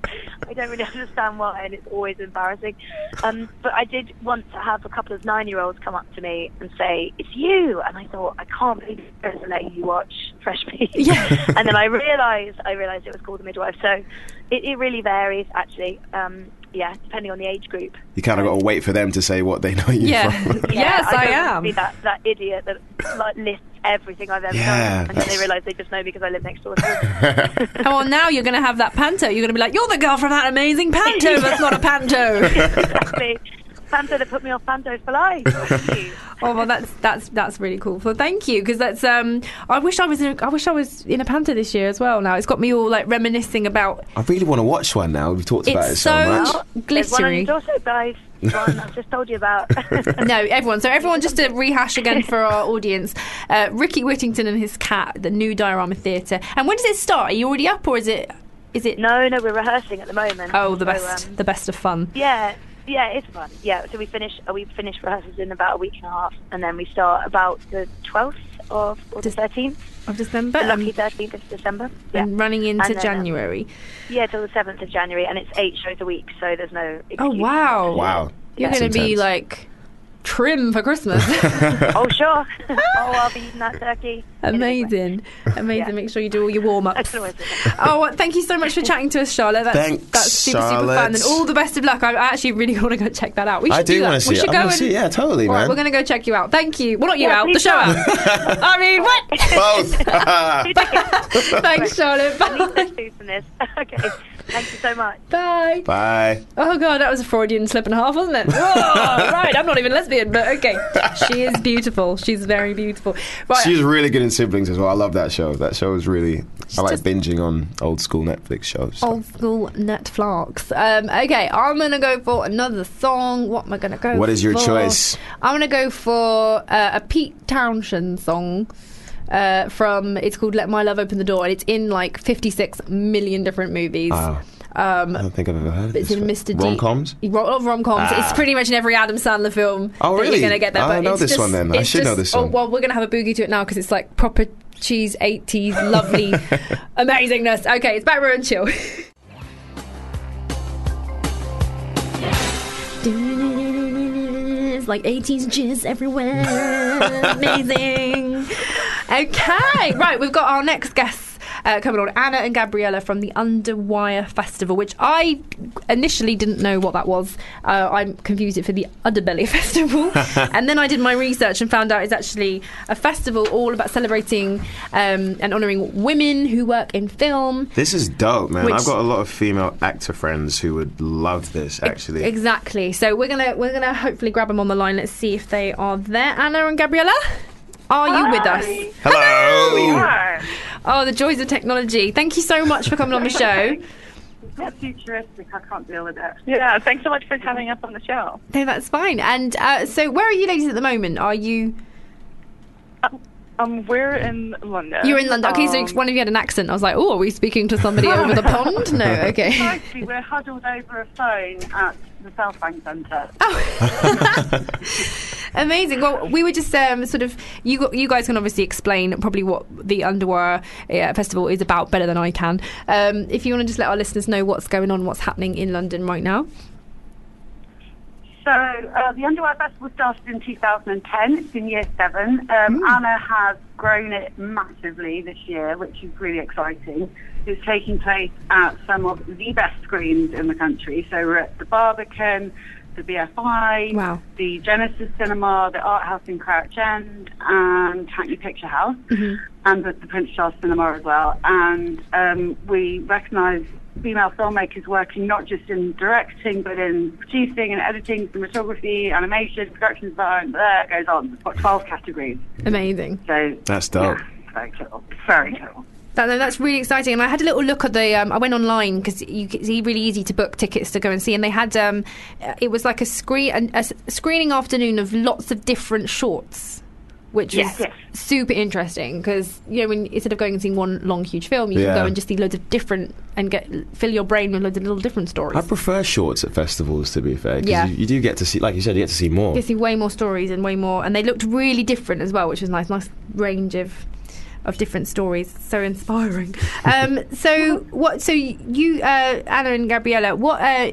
E: I don't really understand why, and it's always embarrassing. Um, but I did once have a couple of nine-year-olds come up to me and say, "It's you," and I thought, "I can't believe I'm going to let you watch fresh meat."
B: Yeah.
E: and then I realised, I realised it was called the midwife. So it, it really varies, actually. Um, yeah, depending on the age group.
C: You kind of got to wait for them to say what they know you from.
B: yes,
E: I,
B: I,
E: don't want to
B: am.
E: Be that, that idiot that like, lists everything I've ever
C: Yeah,
E: done, and then they
C: that's-
E: realise they just know because I live next door. to them.
B: Oh, well, now you're going to have that panto. You're going to be like, you're the girl from that amazing panto. That's not a panto.
E: exactly. Panto that put me off Panto for life. Thank you.
B: oh well, that's that's that's really cool. Well, thank you because that's. Um, I wish I was in. A, I wish I was in a panto this year as well. Now it's got me all like reminiscing about.
C: I really want to watch one now. We've talked about
B: It's
C: it so, much.
E: Well, There's
B: so-
E: one on
B: Glittery.
E: your doorstep, guys. One I've just told you about.
B: No, everyone. So everyone, just to rehash again for our audience, uh, Ricky Whittington and his cat, the new Diorama Theatre. And when does it start? Are you already up or is it? Is it?
E: no, no, we're rehearsing at the moment.
B: Oh, the
E: So,
B: best.
E: um,
B: the best of fun.
E: Yeah, yeah, it's fun. Yeah, so we finish uh, we finish rehearsals in about a week and a half, and then we start about the 12th of or the
B: Just-
E: 13th,
B: Of December.
E: the lucky
B: And,
E: 13th of December. Yeah.
B: and running into
E: And then, um,
B: January.
E: Yeah, till the seventh of January, and it's eight shows a week, so there's no.
B: Oh
E: excuse.
B: wow!
C: Wow.
B: You're
C: That's
B: going to be
C: intense.
B: like trim for Christmas.
E: Oh sure. oh, I'll be eating that turkey.
B: amazing, amazing.
E: Yeah.
B: Make sure you do all your warm ups.
E: That's always it.
B: Oh, well, thank you so much for chatting to us, Charlotte. That's,
C: Thanks,
B: that's super, super
C: Charlotte.
B: fun, and all the best of luck. I I actually really want to go check that out. We should
C: I do,
B: that.
C: want to see
B: we
C: it.
B: should
C: I
B: go
C: want
B: and
C: to see it. Yeah, totally,
B: All right,
C: man.
B: we're going to go check you out. Thank you. Well, not you
E: Yeah,
B: out, the
E: please
B: show
E: come.
B: out. I mean, what? Thanks, Charlotte. Bye.
E: Let's do some this. Okay. Thank you so much.
B: Bye.
C: Bye.
B: Oh, God, that was a Freudian slip and a half, wasn't it? Whoa, right, I'm not even lesbian, but okay. She is beautiful. She's very beautiful. Right.
C: She's really good in siblings as well. I love that show. That show is really. I like
B: just- Oh,
C: binging on old school Netflix shows.
B: Old school Netflix. Um, okay, I'm gonna go for another song. What am I gonna go?
C: What is your
B: for?
C: choice?
B: I'm gonna go for uh, a Pete Townshend song. Uh, from it's called "Let My Love Open the Door" and it's in like 56 million different movies.
C: Wow.
B: Um,
C: I don't think I've ever heard of
B: It's
C: this
B: in
C: one.
B: Mr. D.
C: Rom coms?
B: Rom rom coms.
C: Ah.
B: oh, It's pretty much in every Adam Sandler film.
C: Oh,
B: That
C: really?
B: you're gonna get that.
C: I
B: but
C: know
B: it's
C: this
B: just-
C: one then. I
B: it's
C: should know
B: just-
C: this
B: Oh
C: one.
B: well, we're gonna have a boogie to it now because it's like proper cheese 80s, lovely amazingness. Okay, it's back row and chill. It's like 80s jizz everywhere. Amazing. Okay, right, we've got our next guests uh, coming on Anna and Gabriella from the Underwire Festival, which I initially didn't know what that was. Uh, I confused it for the Underbelly Festival. and then I did my research and found out it's actually a festival all about celebrating um, and honouring women who work in film.
C: This is dope, man.
B: Which-
C: I've got a lot of female actor friends who would love this, actually.
B: Exactly. So we're gonna we're gonna hopefully grab them on the line. Let's see if they are there. Anna and Gabriella, are you with us?
C: Hello!
E: Hi.
B: Oh, the joys of technology. Thank you so much for coming on the show.
F: not futuristic. I can't deal with it.
G: Yeah, thanks so much for having us on the show.
B: No, that's fine. And uh, so, where are you ladies at the moment? Are you
G: Um, we're in London.
B: you're in London? Okay, so
G: Um,
B: one of you had an accent. I was like, oh, are we speaking to somebody over the pond? No, okay.
F: Actually, we're huddled over a phone at the South Bank Centre.
B: Oh. Amazing. Well, we were just um, sort of you. got- You guys can obviously explain probably what the Underwear uh, Festival is about better than I can. Um, if you want to just let our listeners know what's going on, what's happening in London right now.
F: So uh, the Underwear Festival started in 2010. It's in year seven. Um, Anna has grown it massively this year, which is really exciting. It's taking place at some of the best screens in the country. So we're at the Barbican, the BFI,
B: Wow.
F: the Genesis Cinema, the Art House in Crouch End, and Hackney Picture House, and the, the Prince Charles Cinema as well. And um, we recognise female filmmakers working not just in directing, but in producing and editing, cinematography, animation, production design. There it goes on. We've got 12 categories.
B: Amazing.
F: So
C: That's dope.
F: yeah, very cool. Very cool.
B: That, no, that's really exciting. And I had a little look at the. Um, I went online because it's e- really easy to book tickets to go and see. And they had. Um, uh, it was like a screen, an- a s- screening afternoon of lots of different shorts, which
F: Yes,
B: is
F: yes.
B: super interesting because you know when instead of going and seeing one long huge film, you
C: Yeah.
B: can go and just see loads of different and get fill your brain with loads of little different stories.
H: I prefer shorts at festivals, to be fair. 'cause
B: Yeah.
H: You, you do get to see, like you said, you get to see more.
B: You see way more stories and way more, and they looked really different as well, which was nice. Nice range of of different stories, so inspiring. Um, so what? So you, uh, Anna and Gabriella, what uh,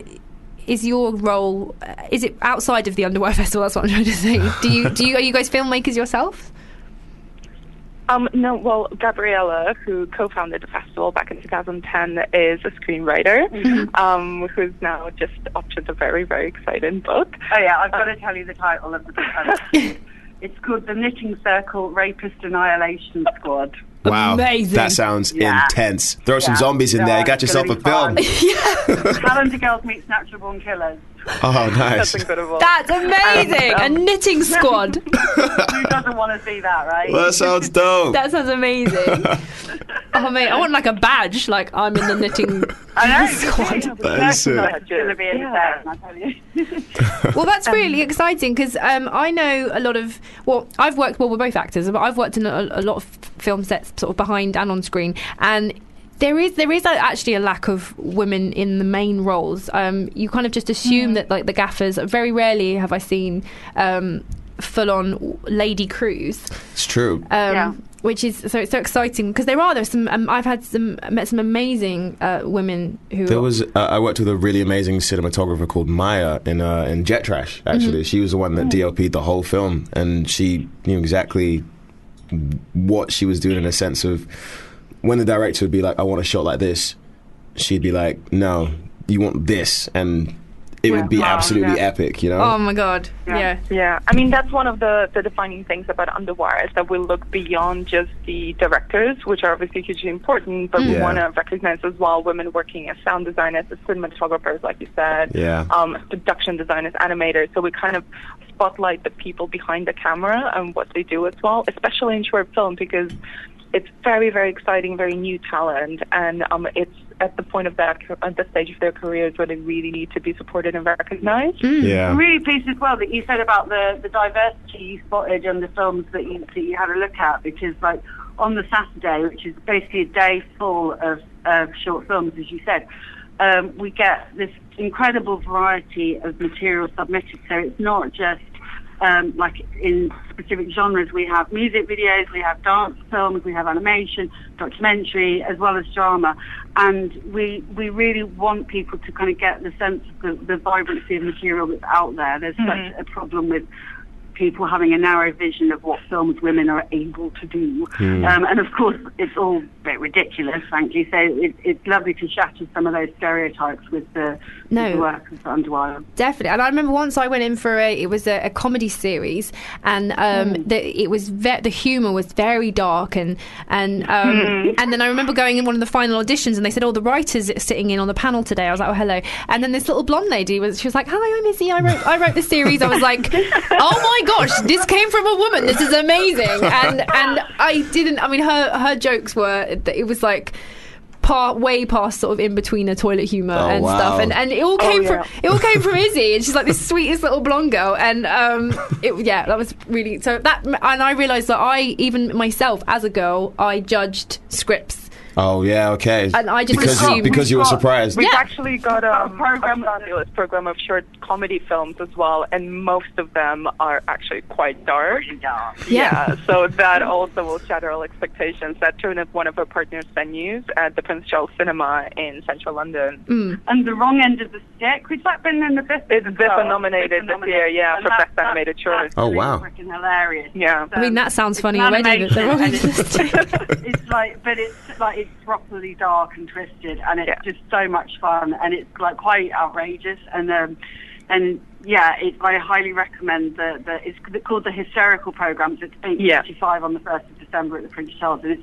B: is your role? Uh, is it outside of the Underwear Festival? That's what I'm trying to say. Do you do you are you guys filmmakers yourself?
G: Um, no, well, Gabriella, who co-founded the festival back in 2010, is a screenwriter
B: Mm-hmm.
G: um, who's now just optioned a very, very exciting book.
F: Oh yeah, I've got to tell you the title of the book. it's called The Knitting Circle Rapist Annihilation Squad.
C: Wow.
B: Amazing.
C: That sounds
F: Yeah.
C: intense. Throw some
F: Yeah.
C: zombies in
F: No,
C: there. Got
F: it's
C: yourself
F: gonna
C: a
F: be
C: film.
F: Calendar Girls Meets Natural Born Killers.
C: Oh, nice.
G: That's incredible.
B: That's amazing! A knitting squad.
F: Who doesn't want to see that, right?
C: Well, that sounds dope.
B: That sounds amazing. oh mate, I want like a badge. Like I'm in the knitting.
F: I know.
B: squad.
C: That is it.
F: It's going to be in
G: uh, Yeah.
F: I tell you.
B: Well, that's
F: Um,
B: really exciting because um, I know a lot of. Well, I've worked. Well, we're both actors, but I've worked in a, a lot of film sets, sort of behind and on screen, and. There is there is uh, actually a lack of women in the main roles. Um, you kind of just
F: Hmm.
B: assume that like the gaffers. Very rarely have I seen um, full on lady crews
H: It's true.
B: um,
F: Yeah.
B: which is so it's so exciting because there are there's some um, I've had some met some amazing uh, women who
H: There was uh, I worked with a really amazing cinematographer called Maya in uh, in Jet
B: Mm-hmm.
H: Trash. Actually, she was the one
B: Mm.
H: that DLP'd the whole film, and she knew exactly what she was doing in a sense of when the director would be like, "I want a shot like this," she'd be like, "No, you want this," and it would be
F: Wow,
H: absolutely
F: yeah.
H: epic, you know.
B: oh my god
F: Yeah.
B: yeah
G: Yeah, I mean that's one of the, the defining things about Underwire is that we look beyond just the directors, which are obviously hugely important, but we
H: Mm. Yeah.
G: want to recognize as well women working as sound designers, as cinematographers, like you said,
H: Yeah.
G: um, as production designers, animators. So we kind of spotlight the people behind the camera and what they do as well, especially in short film because it's very very exciting, very new talent, and um, it's at the point of that at the stage of their careers where they really need to be supported and recognized.
H: yeah.
F: I'm really pleased as well that you said about the, the diversity you spotted in the films that you, that you had a look at because like on the Saturday, which is basically a day full of, of short films, as you said, um, we get this incredible variety of material submitted. So it's not just um, like in specific genres, we have music videos, we have dance films, we have animation, documentary, as well as drama. And we we really want people to kind of get the sense of the, the vibrancy of material that's out there. There's such a problem with people having a narrow vision of what films women are able to do. Um, and of course, it's all a bit ridiculous, frankly. So it, it's lovely to shatter some of those stereotypes with the,
B: No.
F: with the work of Underwire.
B: Definitely, and I remember once I went in for a. It was a, a comedy series, and um, the, it was ve- the humor was very dark, and and um, and then I remember going in one of the final auditions, and they said, "Oh, the writers sitting in on the panel today." I was like, "Oh, hello," and then this little blonde lady was. She was like, "Hi, I'm Izzy. I wrote I wrote the series." I was like, "Oh my gosh, this came from a woman. This is amazing!" And and I didn't. I mean, her her jokes were. It was like. Part, way past sort of in between her toilet humor
H: Oh,
B: and
H: wow.
B: stuff and, and it all
F: Oh,
B: came
G: yeah.
B: from it all came from Izzy, and she's like this sweetest little blonde girl, and um, it, yeah, that was really so that. And I realised that I, even myself as a girl, I judged scripts
H: Oh yeah, okay.
B: And I just
H: because
B: assumed-
H: you, because you were
G: We've got-
H: surprised.
G: We've
B: Yeah.
G: actually got um, a
F: A
G: program,
F: program-
G: a fabulous program of short comedy films as well, and most of them are actually quite dark.
B: Yeah.
G: Yeah, so that also will shatter all expectations. That turned up one of our partners' venues at the Prince Charles Cinema in central London.
F: And the wrong end of the stick, which like been in the best.
G: It's BIFFA nominated this year, yeah, for Best Animated Short.
H: Oh, wow.
F: freaking hilarious.
G: Yeah.
B: I mean, that sounds funny already,
F: animation,
B: but they're all
F: and it's,
B: interesting.
F: it's like, but it's like it's properly dark and twisted, and it's
G: Yeah.
F: just so much fun, and it's like quite outrageous, and um, and yeah, it, I highly recommend the the it's called the hysterical programs. It's eight
G: Yeah.
F: fifty five on the first of December at the Prince Charles, and it's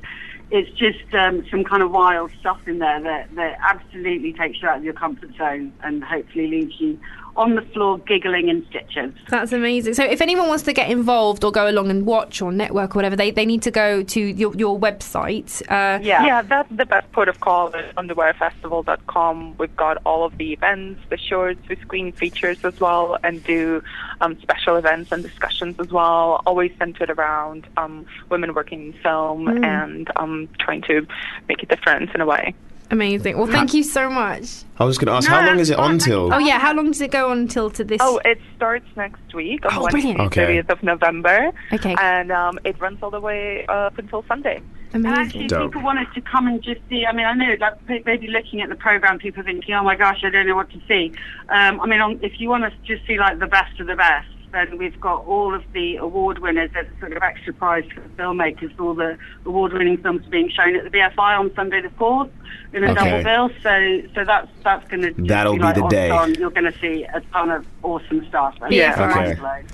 F: it's just um, some kind of wild stuff in there that that absolutely takes you out of your comfort zone and hopefully leaves you on the floor giggling in stitches.
B: That's amazing. So, if anyone wants to get involved or go along and watch or network or whatever, they, they need to go to your, your website. Uh,
F: Yeah.
G: Yeah, that's the best port of call is on thewirefestival.com. We've got all of the events, the shorts, we screen features as well, and do um, special events and discussions as well, always centered around um, women working in film and um, trying to make a difference in a way.
B: Amazing. Well, thank you so much.
H: I was going to ask, how long is it on till?
B: Oh, yeah. How long does it go on till to this?
G: Oh, it starts next week on
B: Oh,
G: Wednesday,
B: brilliant.
H: Okay.
G: 30th of November.
B: Okay.
G: And um, it runs all the way up until Sunday.
F: Uh, And
B: amazing.
F: actually,
H: Dope.
F: people wanted to come and just see. I mean, I know, like, p- maybe looking at the program, people thinking, "Oh my gosh, I don't know what to see." Um, I mean, on, if you want to just see like the best of the best, then we've got all of the award winners as a sort of extra prize for the filmmakers. All the award-winning films being shown at the BFI on Sunday the fourth in a
H: Okay.
F: double bill. So, so that's that's going to
H: That'll
F: be,
H: be
F: like,
H: the
F: on,
H: day.
F: On. You're going to see a ton of awesome stuff. And
G: Yeah.
F: it's a
H: Okay.
F: mind blown.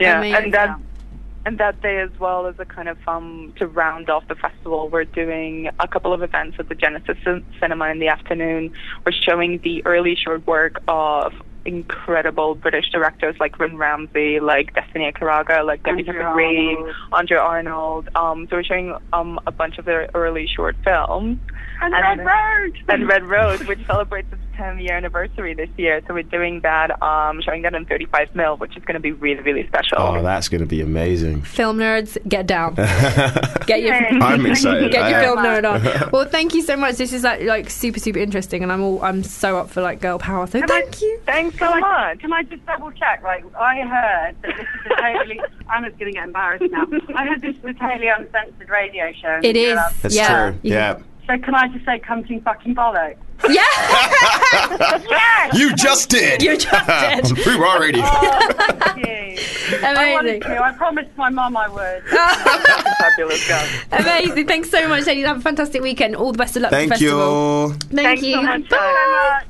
G: Yeah,
B: Amazing.
G: and that and that day as well is a kind of um to round off the festival. We're doing a couple of events at the Genesis Cin- Cinema in the afternoon. We're showing the early short work of incredible British directors like Rin Ramsey, like Destiny Akaraga, like Debbie
F: Andrew
G: Tucker Green,
F: Arnold.
G: Andre Arnold. Um, so we're showing um a bunch of their early short films
F: And,
G: And-
F: Red Road.
G: and Red Road, which celebrates its 10 year anniversary this year. So we're doing that, um, showing that in 35 mil, which is going to be really, really special.
H: Oh, that's going to be amazing.
B: Film nerds, get down. get your.
H: I'm excited.
B: Get your
H: I am.
B: film nerd on. Well, thank you so much. This is like, like super, super interesting, and I'm all I'm so up for like girl power. So thank you.
G: Thanks so
F: Can I-
G: much.
F: Can I just double check? Like, I heard that this is a totally. Anna's going to get embarrassed now. I heard this is a totally uncensored radio show.
B: It is.
H: That's
B: yeah.
H: true.
B: You-
H: Yeah.
F: So can I just say, come to fucking bollocks?
B: Yeah.
H: You just did.
B: You just
H: on
B: did. Oh.
H: Free Raw Radio.
F: Yay. I wanted
B: Amazing.
F: to. I promised my mum I would.
G: Fabulous girl.
B: Amazing. Thanks so much, ladies. Have a fantastic weekend. All the best of luck for the
H: Thank
B: festival.
H: you.
B: Thank
G: Thanks
B: you.
G: so much.
B: Bye.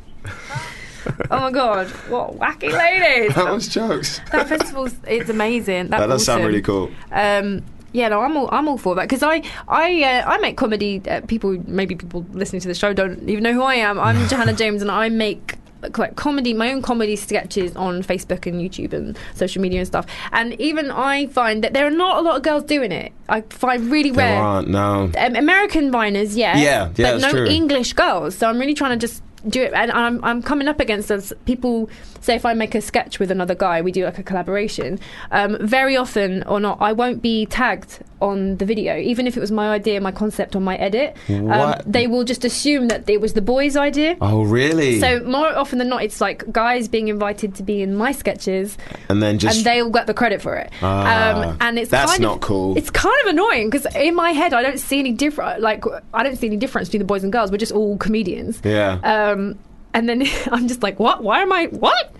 B: Oh my god. What wacky ladies.
H: That was jokes.
B: that festival's it's amazing. That,
H: That does sound
B: autumn.
H: really cool.
B: Um, yeah, no, I'm all I'm all for that because I I uh, I make comedy. Uh, people maybe people listening to the show don't even know who I am. I'm Johanna James, and I make like comedy my own comedy sketches on facebook and youtube and social media and stuff and even i find that there are not a lot of girls doing it i find really
H: There
B: rare
H: aren't, no.
B: um, American viners, yeah,
H: Yeah, yeah,
B: but
H: that's
B: no
H: true.
B: English girls. So I'm really trying to just do it, and I'm I'm coming up against those people. Say if I make a sketch with another guy, we do like a collaboration. Um, very often or not, I won't be tagged on the video, even if it was my idea, my concept, or my edit. Um,
H: What?
B: they will just assume that it was the boy's idea.
H: Oh, really?
B: So more often than not, it's like guys being invited to be in my sketches,
H: and then just
B: and they all get the credit for it. Um,
H: Ah,
B: and it's
H: that's
B: kind of,
H: not cool.
B: It's kind of annoying because in my head I don't see any different. Like I don't see any difference between the boys and girls. We're just all comedians.
H: Yeah.
B: Um, and then I'm just like, what? Why am I what?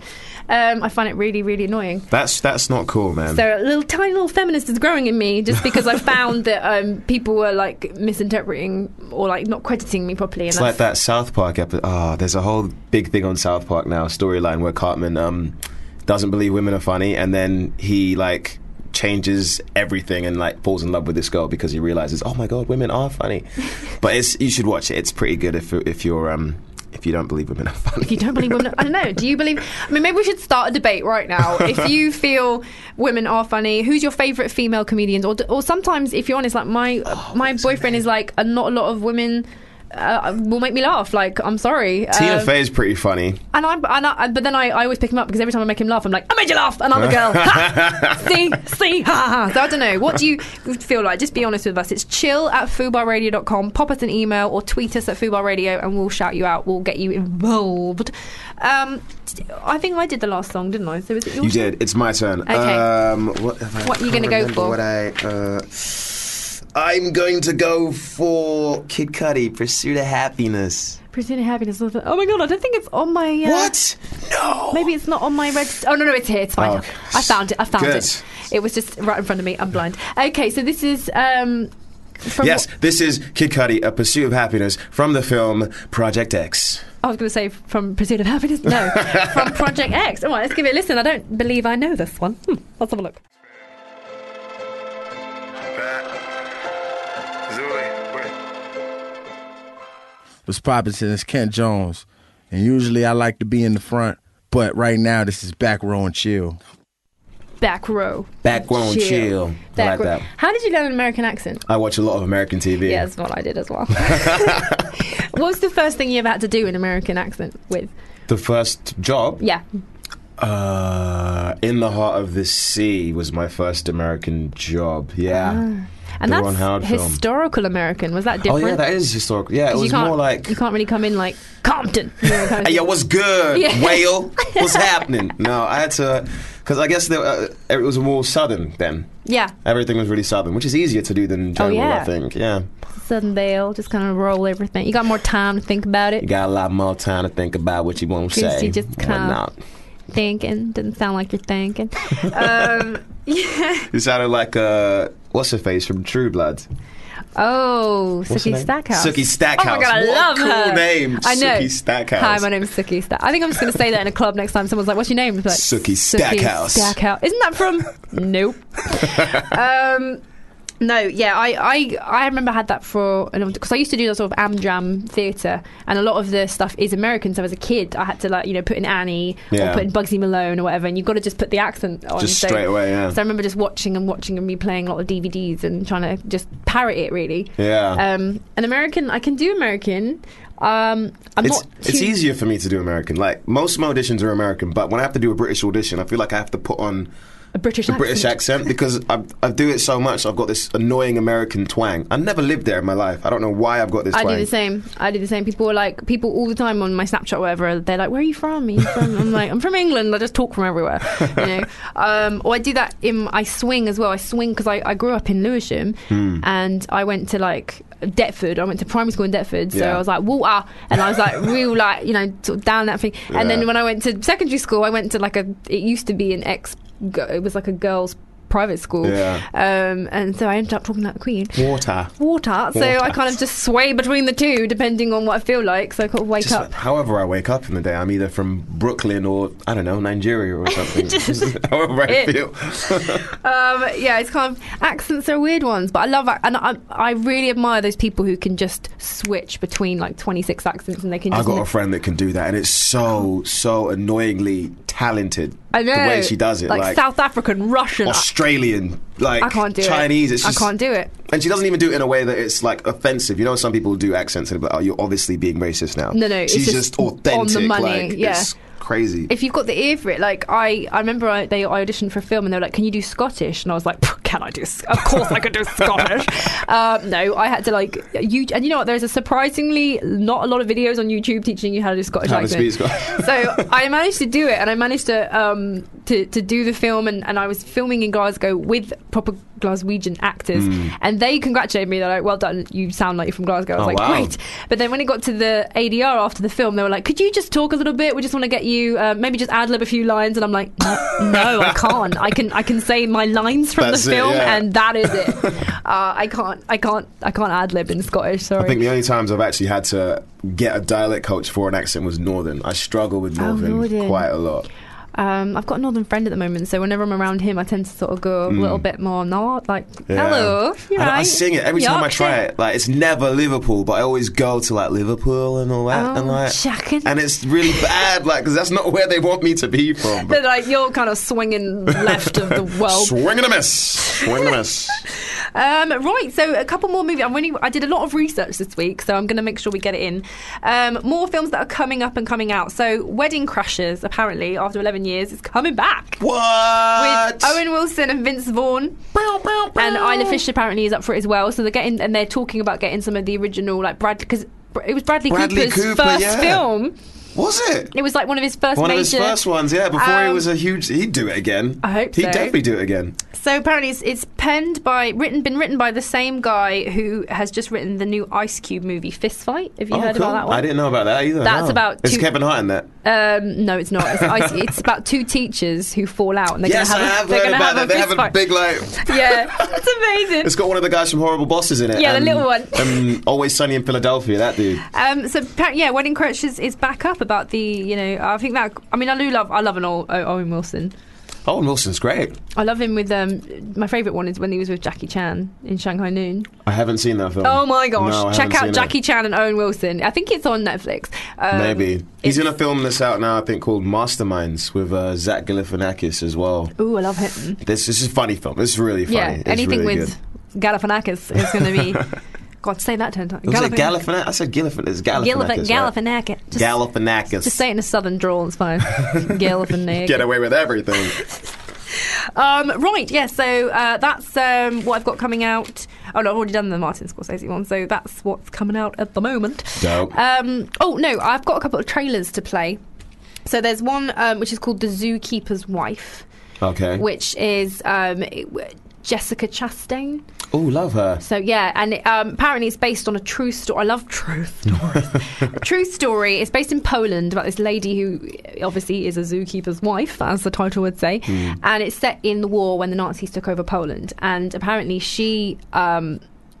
B: Um, I find it really, really annoying.
H: that's that's not cool, man.
B: So a little tiny little feminist is growing in me just because I found that um, people were like misinterpreting or like not crediting me properly. And
H: It's like that South Park episode. Ah, there's a whole big thing on South Park now storyline where Cartman um, doesn't believe women are funny, and then he like changes everything and like falls in love with this girl because he realizes, oh my god, women are funny. but it's you should watch it. It's pretty good if if you're um if you don't believe women are funny.
B: If you don't believe women, I don't know. Do you believe? I mean, maybe we should start a debate right now. If you feel women are funny, who's your favourite female comedians? Or, or sometimes, if you're honest, like my my boyfriend is like, a, not a lot of women uh, will make me laugh. Like, I'm sorry. Um,
H: TFA is pretty funny.
B: And I'm, and I, but then I, I always pick him up because every time I make him laugh, I'm like, I made you laugh, and I'm a girl. Ha! see, see, ha, ha, ha. So I don't know. What do you feel like? Just be honest with us. It's chill at foobarradio.com. Pop us an email or tweet us at foobarradio, and we'll shout you out. We'll get you involved. Um, I think I did the last song, didn't I? So Oh, is it your
C: You
B: turn?
C: did. It's my turn.
B: Okay.
C: Um, what, have I-
B: What are you
C: I can't
B: gonna go
C: remember
B: for?
C: What I, uh, I'm going to go for Kid Cudi, Pursuit of Happiness.
B: Pursuing happiness. Oh my god, I don't think it's on my. Uh,
C: What? No.
B: Maybe it's not on my red. Oh no, no, it's here. It's fine.
C: Okay.
B: I found it. I found
C: Oh, Good.
B: it. It was just right in front of me. I'm blind. Okay, so this is. Um, from
C: Yes, this is Kid Cudi, A Pursuit of Happiness from the film Project X.
B: I was going to say from Pursuit of Happiness. No, from Project X. All right, let's give it a listen. I don't believe I know this one. Hmm, let's have a look.
I: What's poppin' since it's Kent Jones. And usually I like to be in the front, but right now this is back row and chill.
B: Back row.
C: Back row and chill. I like
B: Back row.
C: that.
B: How did you learn an American accent?
C: I watch a lot of American TV.
B: yeah, that's what I did as well. what was the first thing you ever had to do in American accent with?
C: The first job,
B: Yeah.
C: uh, In the Heart of the Sea, was my first American job. Yeah.
B: And
C: The Ron Howard
B: that's
C: film.
B: historical American. Was that
C: Oh,
B: Ah. different?
C: yeah, that is historical. Yeah, it
B: 'Cause
C: was
B: you can't,
C: more like.
B: you can't really come in like Compton. you know, kind of
C: Hey, yo, what's good,
B: Yeah.
C: whale? What's happening? No, I had to, because I guess there, uh, it was more southern then.
B: yeah,
C: Everything was really southern, which is easier to do than general,
B: Oh, yeah.
C: I think. Yeah.
B: Southern Belle, just kind of roll everything. You got more time to think about
C: You
B: it.
C: got a lot more time to think about what you want to
B: 'Cause
C: say.
B: you just
C: and
B: can't.
C: whatnot.
B: Thinking doesn't sound like you're thinking. um, yeah.
C: You sounded like, uh, what's her face from True Blood?
B: Oh, Sookie Stackhouse.
C: Sookie Stackhouse.
B: Oh my god, I
C: What a
B: love
C: cool
B: her.
C: name,
B: I know.
C: Sookie Stackhouse.
B: Hi, my name's Sookie Stackhouse. I think I'm just going to say that in a club next time. Someone's like, "What's your name?" It's like,
C: Sookie Stackhouse.
B: Stackhouse. Isn't that from? nope. um, no, yeah, I, I, I remember I had that for because I used to do that sort of Amdram theatre, and a lot of the stuff is American. So as a kid, I had to like you know put in Annie or
C: Yeah.
B: put in Bugsy Malone or whatever, and you've got to just put the accent on
C: Just
B: so-
C: straight away, yeah.
B: So I remember just watching and watching and replaying a lot of DVDs and trying to just parrot it really.
C: Yeah.
B: Um, an American, I can do American. Um, I'm
C: It's,
B: not.
C: it's
B: too-
C: easier for me to do American. Like, most of my auditions are American, but when I have to do a British audition, I feel like I have to put on
B: A British
C: the British accent because I, I do it so much. I've got this annoying American twang. I never lived there in my life. I don't know why I've got this
B: I
C: twang.
B: do the same. I do the same. People are like people all the time on my Snapchat, or whatever. They're like, "Where are you from? Are you from?" I'm like, "I'm from England. I just talk from everywhere." You know. Um, or I do that in I swing as well. I swing because I, I grew up in Lewisham,
C: Hmm.
B: and I went to like Deptford. I went to primary school in Deptford, so
C: Yeah.
B: I was like water, and I was like real like you know sort of down that thing. And then
C: Yeah.
B: when I went to secondary school, I went to like a it used to be an ex. It was like a girls' private school,
C: Yeah.
B: um, and so I ended up talking like the Queen
C: Water.
B: water, so
C: Water.
B: I kind of just sway between the two depending on what I feel like. So I kind of wake
C: Just
B: up.
C: however I wake up in the day, I'm either from Brooklyn or I don't know Nigeria or something.
B: Just-
C: however I
B: it.
C: feel.
B: Um, yeah, it's kind of accents are weird ones, but I love ac- and I, I really admire those people who can just switch between like 26 accents and they can
C: I
B: just.
C: got a friend that can do that, and it's so so annoyingly talented.
B: I know
C: the way she does it,
B: like,
C: like,
B: South African, Russian. I,
C: Australian, like
B: I can't do
C: Chinese.
B: it.
C: It's just,
B: I can't do it.
C: And she doesn't even do it in a way that it's like offensive. You know, some people do accents and be like, "Oh, you're obviously being racist now."
B: No, no, it's
C: she's
B: just
C: just,
B: on the
C: authentic.
B: money,
C: like,
B: yeah.
C: it's crazy.
B: If you've got the ear for it, like I, I remember I, they I auditioned for a film and they were like, "Can you do Scottish?" And I was like, "Pff, "Can I do? Sc- Of course I can do Scottish." um, no, I had to like you, and you know what? There's a surprisingly not a lot of videos on YouTube teaching you how to do Scottish
C: How to
B: accent.
C: speak Scottish.
B: so I managed to do it, and I managed to um, to, to do the film, and, and I was filming in Glasgow with proper Glaswegian actors, and they congratulated me. They're like, "Well done, you sound like you're from Glasgow." I was
C: Hmm. Oh,
B: like,
C: wow.
B: "Great." But then when it got to the ADR after the film, they were like, "Could you just talk a little bit? We just want to get you uh, maybe just ad lib a few lines." And I'm like, "No, no, I can't. I can I can say my lines from
C: That's
B: the
C: it,
B: film,
C: yeah.
B: and that is it. uh, I can't I can't I can't ad lib in Scottish. Sorry."
C: I think the only times I've actually had to get a dialect coach for an accent was Northern. I struggle with
B: Oh,
C: Northern,
B: Northern.
C: quite a lot.
B: Um, I've got a northern friend at the moment, so whenever I'm around him, I tend to sort of go a little bit more not like
C: Mm. Yeah.
B: hello. you
C: I,
B: right?
C: I sing it every time I
B: Yorkshire."
C: try it. Like it's never Liverpool, but I always go to like Liverpool and all that,
B: Oh,
C: and like,
B: shocking.
C: and it's really bad, like because that's not where they want me to be from. But
B: But like you're kind of swinging left of the world.
C: swing and a miss, swing and a miss.
B: Um, right, so a couple more movies. I'm really, I did a lot of research this week, so I'm going to make sure we get it in. Um, more films that are coming up and coming out. So, Wedding Crashers, apparently, after 11 years, is coming back.
C: What?
B: With Owen Wilson and Vince Vaughn. And Isla Fisher apparently is up for it as well. So they're getting and they're talking about getting some of the original like Brad because it was Bradley,
C: Bradley
B: Cooper's
C: Cooper,
B: first
C: yeah.
B: film.
C: was it?
B: It was like one of his first
C: One of his
B: major.
C: first ones, yeah. Before he
B: Um,
C: was a huge, he'd do it again.
B: I hope
C: he'd
B: so.
C: definitely do it again.
B: So apparently it's, it's penned by written been written by the same guy who has just written the new Ice Cube movie Fist Fight. Have you
C: oh,
B: heard
C: cool.
B: about that one?
C: I didn't know about that either.
B: That's
C: no.
B: about
C: It's
B: two-
C: Kevin Hart in that.
B: Um, no, it's not. It's, ice, it's about two teachers who fall out and they're
C: yes,
B: gonna
C: I
B: have
C: have
B: a, they're
C: heard
B: gonna
C: about
B: have
C: that.
B: a
C: They
B: fist
C: have a
B: fight.
C: big like.
B: yeah, it's amazing.
C: It's got one of the guys from Horrible Bosses in it.
B: Yeah, the
C: and-
B: little one.
C: and Always Sunny in Philadelphia. That dude.
B: Um, so pa- yeah, Wedding Crashers is, is back up about the you know I think that I mean I do love I love an old O- Owen Wilson.
C: Owen Wilson's great.
B: I love him with um my favourite one is when he was with Jackie Chan in Shanghai Noon.
C: I haven't seen that film.
B: Oh my gosh!
C: No, I
B: Check
C: haven't seen
B: out
C: it.
B: Jackie Chan and Owen Wilson. I think it's on Netflix. Um,
C: Maybe he's
B: it's-
C: in a film that's out now. I think called Masterminds with uh, Zach Galifianakis as well.
B: Ooh, I love him.
C: This, this is a funny film. It's really funny.
B: yeah,
C: It's
B: anything
C: really
B: with Galifianakis is going to be. God, say that ten times.
C: Good. Was it Galifianakis? I said Galifianakis. It's Galifianakis. right?
B: Galifianakis. Just,
C: Galifianakis.
B: just say it in a southern drawl. It's fine. Galifianakis.
C: Get away with everything.
B: Um, right, yeah, so uh, that's um, what I've got coming out. Oh, no, I've already done the Martin Scorsese one, so that's what's coming out at the moment.
C: Dope.
B: Um, oh, no, I've got a couple of trailers to play. So there's one um, which is called The Zookeeper's Wife,
C: Okay.
B: which is um, it- w- Jessica Chastain.
C: Oh, love her.
B: So yeah, and it, um, apparently it's based on a true story. I love true stories. a true story. It's based in Poland about this lady who eh, obviously is a zookeeper's wife, as the title would say,
C: Hmm.
B: and it's set in the war when the Nazis took over Poland. And apparently she. Um,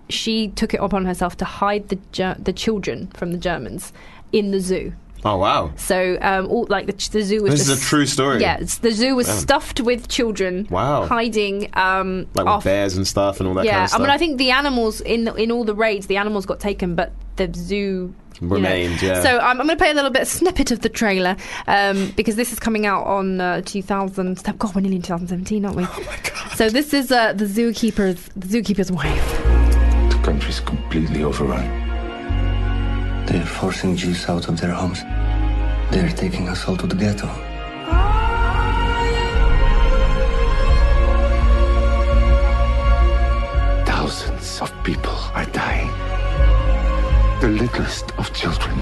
B: she took it upon herself to hide the ger- the children from the Germans in the zoo.
C: Oh wow.
B: So, um, all like the, the zoo was.
C: This is
B: just-
C: a true story.
B: Yeah, it's- the zoo was stuffed with children.
C: Wow.
B: hiding. Um,
C: Like with
B: off-
C: bears and stuff and all that
B: yeah,
C: kind of stuff.
B: I mean, I think the animals in the, in all the raids, the animals got taken, but the zoo you know.
C: Remained, yeah.
B: So um, I'm going to play a little bit snippet of the trailer um, because this is coming out on uh, 2000. God, we're nearly in 2017, aren't we? Oh my god! So this is uh, the zookeeper's the zookeeper's wife.
J: The country's completely overrun. They're forcing Jews out of their homes. They're taking us all to the ghetto. Thousands of people are dying. The littlest of children.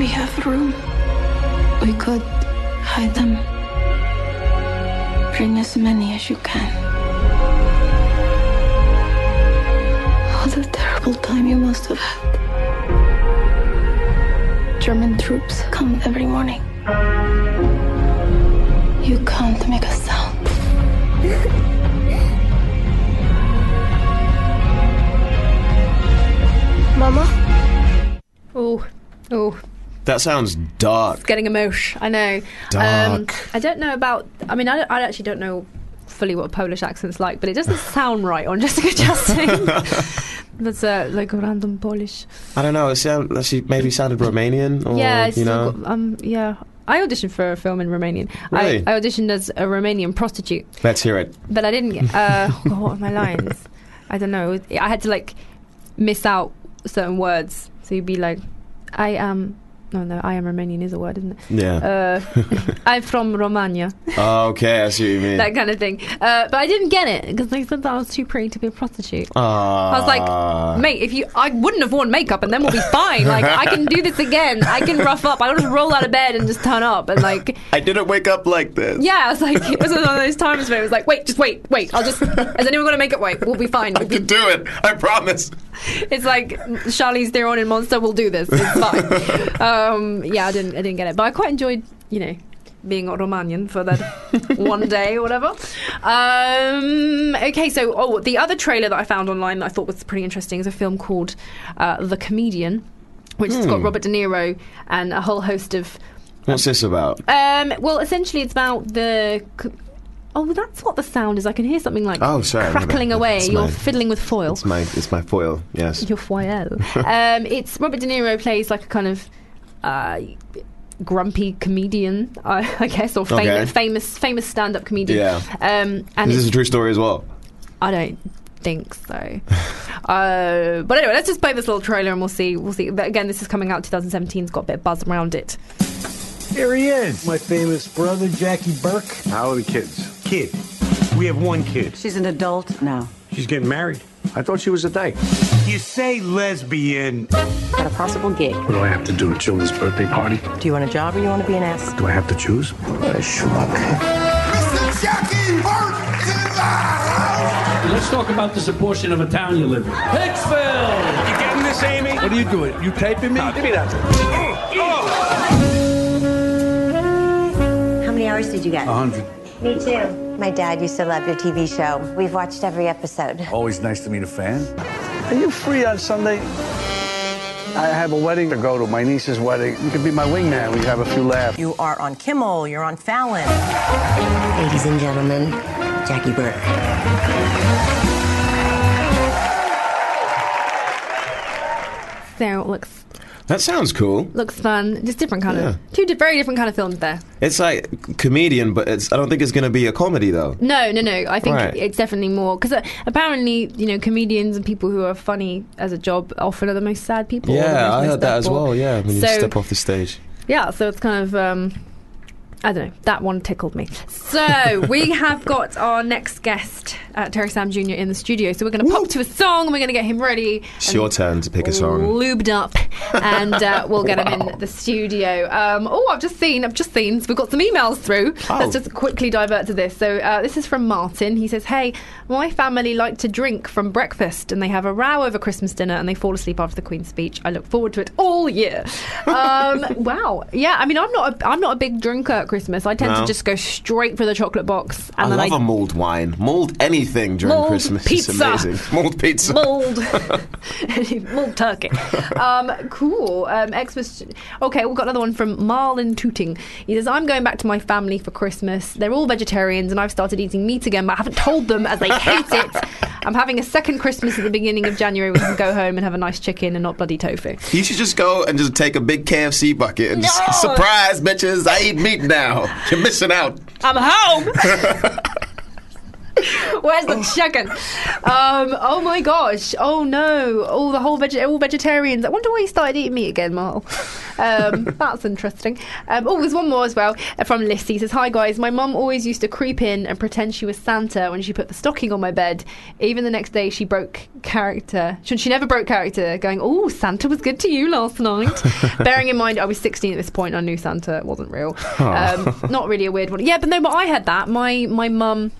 K: We have room. We could hide them. Bring as many as you can. What a terrible time you must have had. German troops come every morning. You can't make a sound. Mama?
B: Oh, oh,
C: that sounds dark.
B: getting a mosh. I know. Um,
C: Dark.
B: I don't know about. I mean, I, don't- I actually don't know fully what a Polish accent's like, but it doesn't sound right on Jessica Chastain. That's uh, like random Polish.
C: I don't know. It sound, she maybe sounded Romanian or
B: yeah, it's
C: you know.
B: got- um, yeah. I auditioned for a film in Romanian.
C: Really?
B: I, I auditioned as a Romanian prostitute,
C: Let's hear it.
B: but I didn't get. Uh, oh God, what are my lines? I don't know. I had to like miss out certain words, so you'd be like, "I am." No, no, I am Romanian is a word, isn't it?
C: Yeah. Oh,
B: Uh, I'm from Romania,
C: okay, I see what you mean.
B: that kind of thing. Uh, but I didn't get it because they said that I was too pretty to be a prostitute. I was
C: Ah.
B: like, mate, if you, I wouldn't have worn makeup, and then we'll be fine. Like, I can do this again. I can rough up. I'll just roll out of bed and just turn up. And like,
C: I didn't wake up like this.
B: yeah, I was like, it was one of those times where it was like, wait, just wait, wait. I'll just. Has anyone got a makeup? Wait, we'll be fine.
C: I can do it. I promise.
B: It's like Charlize Theron and Monster. We'll do this. It's fine. um, yeah, I didn't, I didn't get it, but I quite enjoyed, you know. Being a Romanian for that one day or whatever. Um, okay, so oh, the other trailer that I found online that I thought was pretty interesting is a film called uh, The Comedian, which has
C: Hmm.
B: got Robert De Niro and a whole host of
C: What's this about?
B: um, well, essentially, it's about the. c- Oh, that's what the sound is. I can hear something like
C: Oh, sorry, I remember.
B: crackling away.
C: It's
B: You're
C: mine.
B: fiddling with foil.
C: It's my it's my foil. Yes.
B: Your foil. um, it's Robert De Niro plays like a kind of uh, grumpy comedian, I, I guess, or fam-
C: Okay.
B: famous famous stand up comedian.
C: Yeah.
B: Um, and
C: Is
B: it's-
C: this a true story as well?
B: I don't think so. uh, but anyway, let's just play this little trailer and we'll see. We'll see. But again, this is coming out 2017. It's got a bit of buzz around it.
L: Here he is, my famous brother, Jackie Burke. How are the kids? Kid. We have one kid.
M: She's an adult now.
L: She's getting married. I thought she was a dyke. You say lesbian.
M: Got a possible gig.
L: What do I have to do? Joey's birthday party?
M: Do you want a job or you want to be an ass?
L: Do I have to choose? What a schmuck.
N: Mr. Jackie Burke is in the house!
O: Let's talk about this portion of a town you live in. Hicksville!
L: You getting this, Amy? What are you doing? You taping me? give me that.
P: How many hours did you get?
L: 100.
P: Me too. My dad used to love your TV show. We've watched every episode.
L: Always nice to meet a fan. Are you free on Sunday? I have a wedding to go to, my niece's wedding. You could be my wingman. We have a few laughs.
M: You are on Kimmel, you're on Fallon.
P: Ladies and gentlemen, Jackie Burke.
B: So it looks
C: That sounds cool.
B: looks fun. Just different kind
C: Yeah.
B: of two di- very different kind of films there.
C: It's like comedian, but it's, I don't think it's going to be a comedy though.
B: No, no, no. I think
C: Right.
B: it's definitely more because uh, apparently you know comedians and people who are funny as a job often are the most sad people. or the
C: yeah,
B: most
C: I heard that as
B: miserable.
C: well. Yeah, when you
B: So-
C: step off the stage.
B: Yeah, so it's kind of um, I don't know. That one tickled me. So we have got our next guest, uh, Terry Sam Jr. in the studio. So we're going to pop to a song. and We're going to get him ready.
C: It's your turn to pick a song.
B: Lubed up, and uh, we'll get him in the studio. Um, oh, I've just seen, I've just seen. So we've got some emails through.
C: Oh.
B: Let's just quickly divert to this. So uh, this is from Martin. He says, "Hey, my family like to drink from breakfast, and they have a row over Christmas dinner, and they fall asleep after the Queen's speech. I look forward to it all year." Um, wow. Yeah. I mean, I'm not, a, I'm not a big drinker at Christmas. I tend to
C: No.
B: just go straight for the chocolate box,
C: I
B: and
C: love
B: then
C: a
B: I
C: mulled wine. Mulled anything during
B: Mulled
C: Christmas. It's
B: pizza.
C: amazing. Mulled pizza.
B: Mold, mold turkey. Um, cool. Um, Xmas. Okay, we've got another one from Marlon Tooting. He says, "I'm going back to my family for Christmas. They're all vegetarians, and I've started eating meat again, but I haven't told them as they hate it. I'm having a second Christmas at the beginning of January. We can go home and have a nice chicken and not bloody tofu."
C: You should just go and just take a big KFC bucket and
B: No!
C: just, surprise, bitches! I eat meat now. You're missing out.
B: I'm home. Where's the chicken? Um, oh my gosh! Oh no! All the whole veg- all vegetarians. I wonder why you started eating meat again, Marl. Um, that's interesting. Um, oh, there's one more as well uh, from Lissy. Says hi guys. My mum always used to creep in and pretend she was Santa when she put the stocking on my bed. Even the next day, she broke character. She, she never broke character, going, "Oh, Santa was good to you last night." Bearing in mind, I was 16 at this point. I knew Santa wasn't real. Um, not really a weird one. Yeah, but no. But I had that. My my mum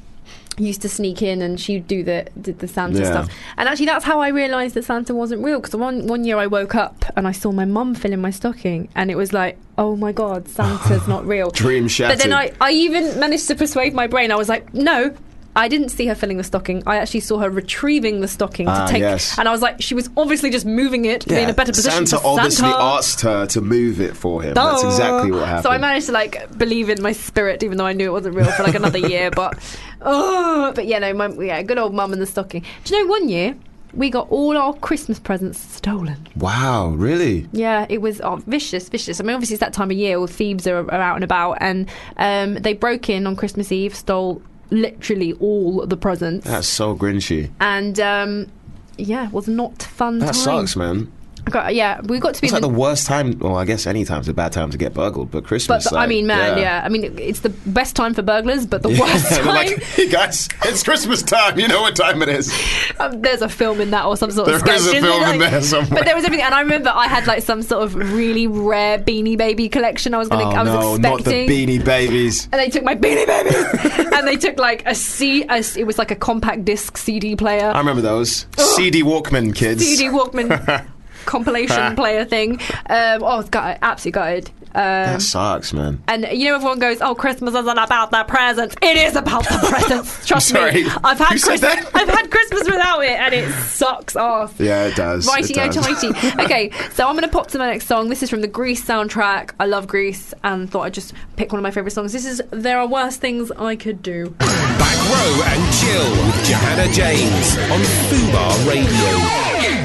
B: used to sneak in and she'd do the did the Santa
C: Yeah.
B: stuff. And actually, that's how I realised that Santa wasn't real. Because one one year I woke up and I saw my mum filling my stocking, and it was like, oh my god, Santa's not real.
C: Dream
B: But then
C: shattered.
B: I I even managed to persuade my brain. I was like, no. I didn't see her filling the stocking. I actually saw her retrieving the stocking
C: Ah,
B: to take,
C: yes.
B: and I was like, she was obviously just moving it to be in a better position.
C: Santa
B: for
C: obviously
B: Santa.
C: asked her to move it for him. That's
B: Duh.
C: exactly what happened.
B: Oh, So I managed to like believe in my spirit, even though I knew it wasn't real for like another year. But oh, but yeah, no, my, yeah, good old mum in the stocking. Do you know one year we got all our Christmas presents stolen?
C: wow, really?
B: Yeah, it was oh, vicious, vicious. I mean, obviously it's that time of year where thieves are, are out and about, and um, they broke in on Christmas Eve, stole literally all the presents,
C: That's so grinchy.
B: and um, yeah, it was not fun.
C: That
B: time.
C: sucks, man.
B: I got- yeah, we got to be
C: It's like
B: in
C: the
B: the-
C: worst time. Well, I guess any time's a bad time to get burgled, but
B: But
C: Christmas.
B: the- I
C: like,
B: mean, man, yeah. I mean, it- it's the best time for burglars, but the worst
C: They're
B: time.
C: like, hey guys, it's Christmas time. You know what time it is.
B: um, there's a film in that or some sort of
C: There
B: sketch.
C: is a
B: isn't
C: film in
B: Like-
C: there somewhere.
B: But there was everything, and I remember I had like some sort of really rare Beanie Baby collection. I was gonna, I was
C: Oh, no, not the
B: expecting.
C: Beanie Babies.
B: and they took my Beanie Babies, and they took like a C. A, it was like a compact disc CD player,
C: I remember those
B: Oh.
C: CD Walkman kids.
B: CD Walkman compilation player thing. Um, oh, it's got absolutely gutted. Um,
C: That sucks, man.
B: and you know, everyone goes, "Oh, Christmas isn't about the presents. It is about the presents." Trust
C: Sorry.
B: me, I've had
C: Who said
B: Christmas.
C: that?
B: I've had Christmas without it, and it sucks off.
C: Yeah, it does. It
B: Righty
C: does.
B: tighty. Okay, so I'm going to pop to my next song. This is from the Grease soundtrack. I love Grease, and thought I'd just pick one of my favorite songs. This is "There Are Worse Things I Could Do."
A: Back row and chill with Johanna James on Fubar Radio.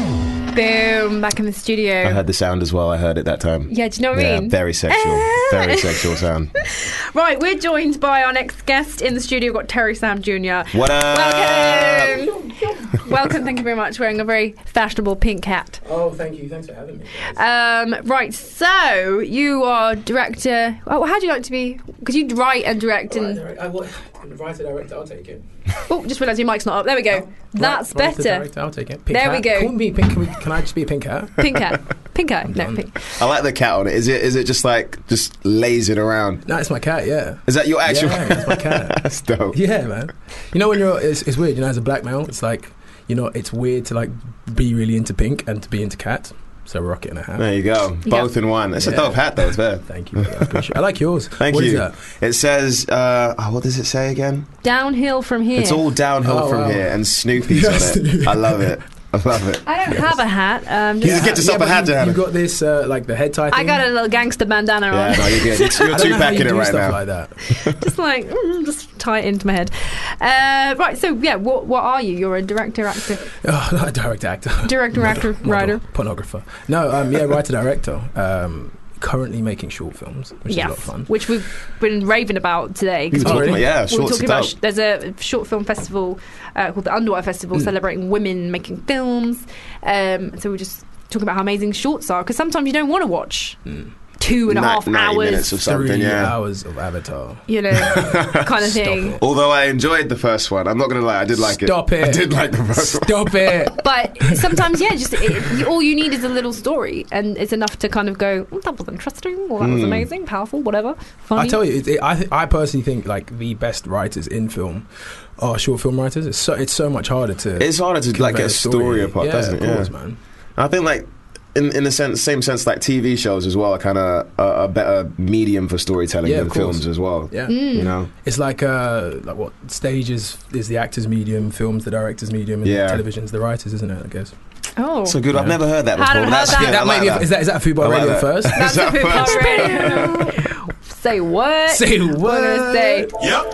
B: Boom! Back in
C: I
B: the studio.
C: heard the sound as well. I heard it that time.
B: Yeah, do you know what I
C: Yeah,
B: mean?
C: very sexual.
B: Ah.
C: very sexual sound.
B: Right, we're joined by our next guest in the studio. We've got Terry Sam Jr.
C: What up?
B: Welcome.
Q: Uh,
B: Welcome, thank you very much. Wearing a very fashionable pink hat.
Q: Oh, thank you. Thanks for having me.
B: Um, right, so you are director. Oh, how do you like to be? Because you write and direct
Q: All right,
B: and.
Q: all right. I will, writer, director, I'll take it.
B: Oh, just realised your mic's not up. There we go. That's
Q: Writer,
B: better.
Q: director, I'll take it. Pink
B: There we
Q: hat.
B: go.
Q: Call me pink. Can, we, can I just be a pink hat?
B: Pink eye. Pink eye. No, pink.
C: I like the cat on it. Is it is it just like just lazing around?
Q: No, it's my cat. Yeah.
C: Is that your actual?
Q: Yeah, it's my cat.
C: That's dope.
Q: Yeah, man. You know when you're, it's, it's weird. You know, as a black male, it's like you know, it's weird to like be really into pink and to be into cat. So rocket and a hat.
C: There you go.
Q: You
C: Both
Q: go.
C: in one. It's a
Q: Yeah.
C: dope hat though. It's there.
Q: Thank you. I appreciate. I like yours.
C: Thank
Q: What
C: you.
Q: is that?
C: It says. Uh, oh, what does it say again?
B: Downhill from here.
C: It's all downhill
Q: Oh,
C: from
Q: wow.
C: here, and Snoopy's
Q: Yes.
C: on it. I love it. I love it.
B: I don't have a hat. Um, just
C: just get yourself
Q: but
C: a hat,
Q: you,
C: Johanna.
Q: You got this uh, like the head tie. Thing.
B: I got a little gangster bandana
C: Yeah,
B: on.
C: no, you're good. You're,
Q: I
C: you're
Q: don't
C: too
Q: know how
C: back
Q: you
C: in it
Q: do
C: right
Q: stuff
C: now.
Q: Like that.
B: just like mm, just tie it into my head. Uh, right, so yeah, what what are you? You're a director, actor,
Q: Oh, not a direct actor.
B: director, actor, writer.
Q: Pornographer. No, um, yeah, writer director. Um, currently making short films, which is
B: yes,
Q: a lot of fun.
B: which we've been raving about today. 'cause
C: You were
B: we-
C: talking about- yeah,
B: we were
C: shorts
B: talking
C: are
B: about
C: dope.
B: sh- there's a short film festival uh, called the Underwater Festival celebrating women making films. Um, so we we're just talking about how amazing shorts are because sometimes you don't want to watch two and a
C: Ni-
B: half
C: 90 minutes
B: hours,
C: or something,
Q: Three
C: yeah.
Q: hours of Avatar.
B: you know, kind of thing.
C: Although I enjoyed the first one, I'm not gonna lie, I did like
Q: Stop it.
C: I did like the first one.
Q: Stop it.
B: But sometimes, yeah, just it, you- all you need is a little story, and it's enough to kind of go, "Oh, that was interesting, or that was
C: Mm.
B: amazing, powerful, whatever, funny.
Q: I tell you, it, it, I, th- I personally think like the best writers in film are short film writers. It's so it's so much harder to.
C: It's harder to like
Q: convey
C: get a story apart,
Q: yeah,
C: doesn't it?
Q: Of course,
C: yeah.
Q: man.
C: I think like in in the sense, same sense, like TV shows as well are kind of a, a better medium for storytelling
Q: Yeah,
C: than
Q: of course.
C: films as well.
Q: Yeah.
C: You know,
Q: It's like uh, like what stage is, is the actor's medium, films the director's medium, and
C: Yeah.
Q: television's the writers, isn't it? I guess.
B: Oh,
C: so good. I've
Q: Yeah.
C: never heard that
B: I
C: before.
B: don't
C: That's
B: have that.
C: good.
Q: that
C: I
Q: might
C: like
Q: be
C: that.
Q: is that is that food
C: I
Q: by
C: like
Q: radio
C: that.
Q: first?
B: that's
C: that
B: a bit
C: first?
B: boring. Say what?
Q: Say
B: What did I
Q: what?
B: say? Um,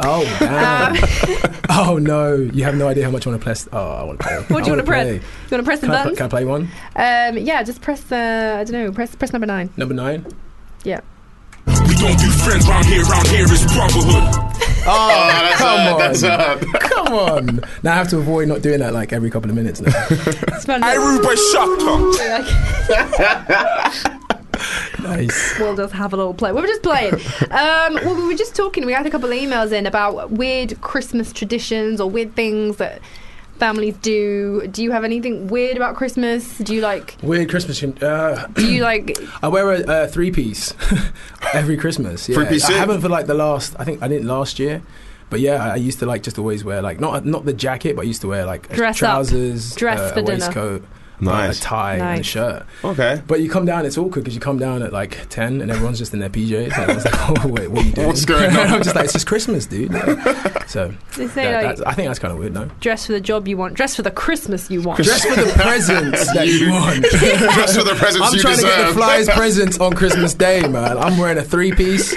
Q: Oh man! oh no! You have no idea how much I want to press. Oh, I want to play.
B: What do you
Q: I
B: want to press?
Q: play.
B: You want to press the
Q: Can I, pl-
B: buttons?
Q: can I play one?
B: Um, yeah, just press the. I don't know. Press press number nine.
Q: Number nine.
B: Yeah.
N: We don't do friends round here, round here is brotherhood.
C: Oh, that's
Q: Come
C: up.
Q: on.
C: That's up.
Q: Come on! Now I have to avoid not doing that like every couple of minutes. Now.
B: Smell
N: I
B: it.
N: Ruba Shaka.
Q: nice.
B: We'll just have a little play. We were just playing. Um, well, we were just talking. We had a couple of emails in about weird Christmas traditions or weird things that families do. Do you have anything weird about Christmas? Do you like?
Q: Weird Christmas. tune. Uh,
B: Do you like?
Q: I wear a, a three piece every Christmas. Yeah.
C: Three-piece
Q: I
C: suit?
Q: haven't for like the last. I think I didn't last year, but yeah, I, I used to like just always wear like not not the jacket, but I used to wear like
B: Dress up.
Q: trousers,
B: Dress
Q: uh,
B: for
Q: a
B: dinner.
Q: waistcoat,
C: Nice.
Q: a tie, and a
B: Nice.
Q: shirt.
C: Okay.
Q: But you come down, it's awkward because you come down at like ten, and everyone's just in their PJs. And everyone's like, "Oh wait, what are you doing?"
C: What's going on?
Q: I'm just like, "It's just Christmas, dude." Like, so
B: They say,
Q: yeah,
B: like-
Q: that's- I think that's kind of weird, no?
B: Dress for the job you want. Dress for the Christmas you want.
Q: Dress for the presents that you want.
C: Dress for the presents
Q: I'm
C: you
Q: trying to get the
C: deserve.
Q: flyest presents on Christmas Day, man. I'm wearing a three piece.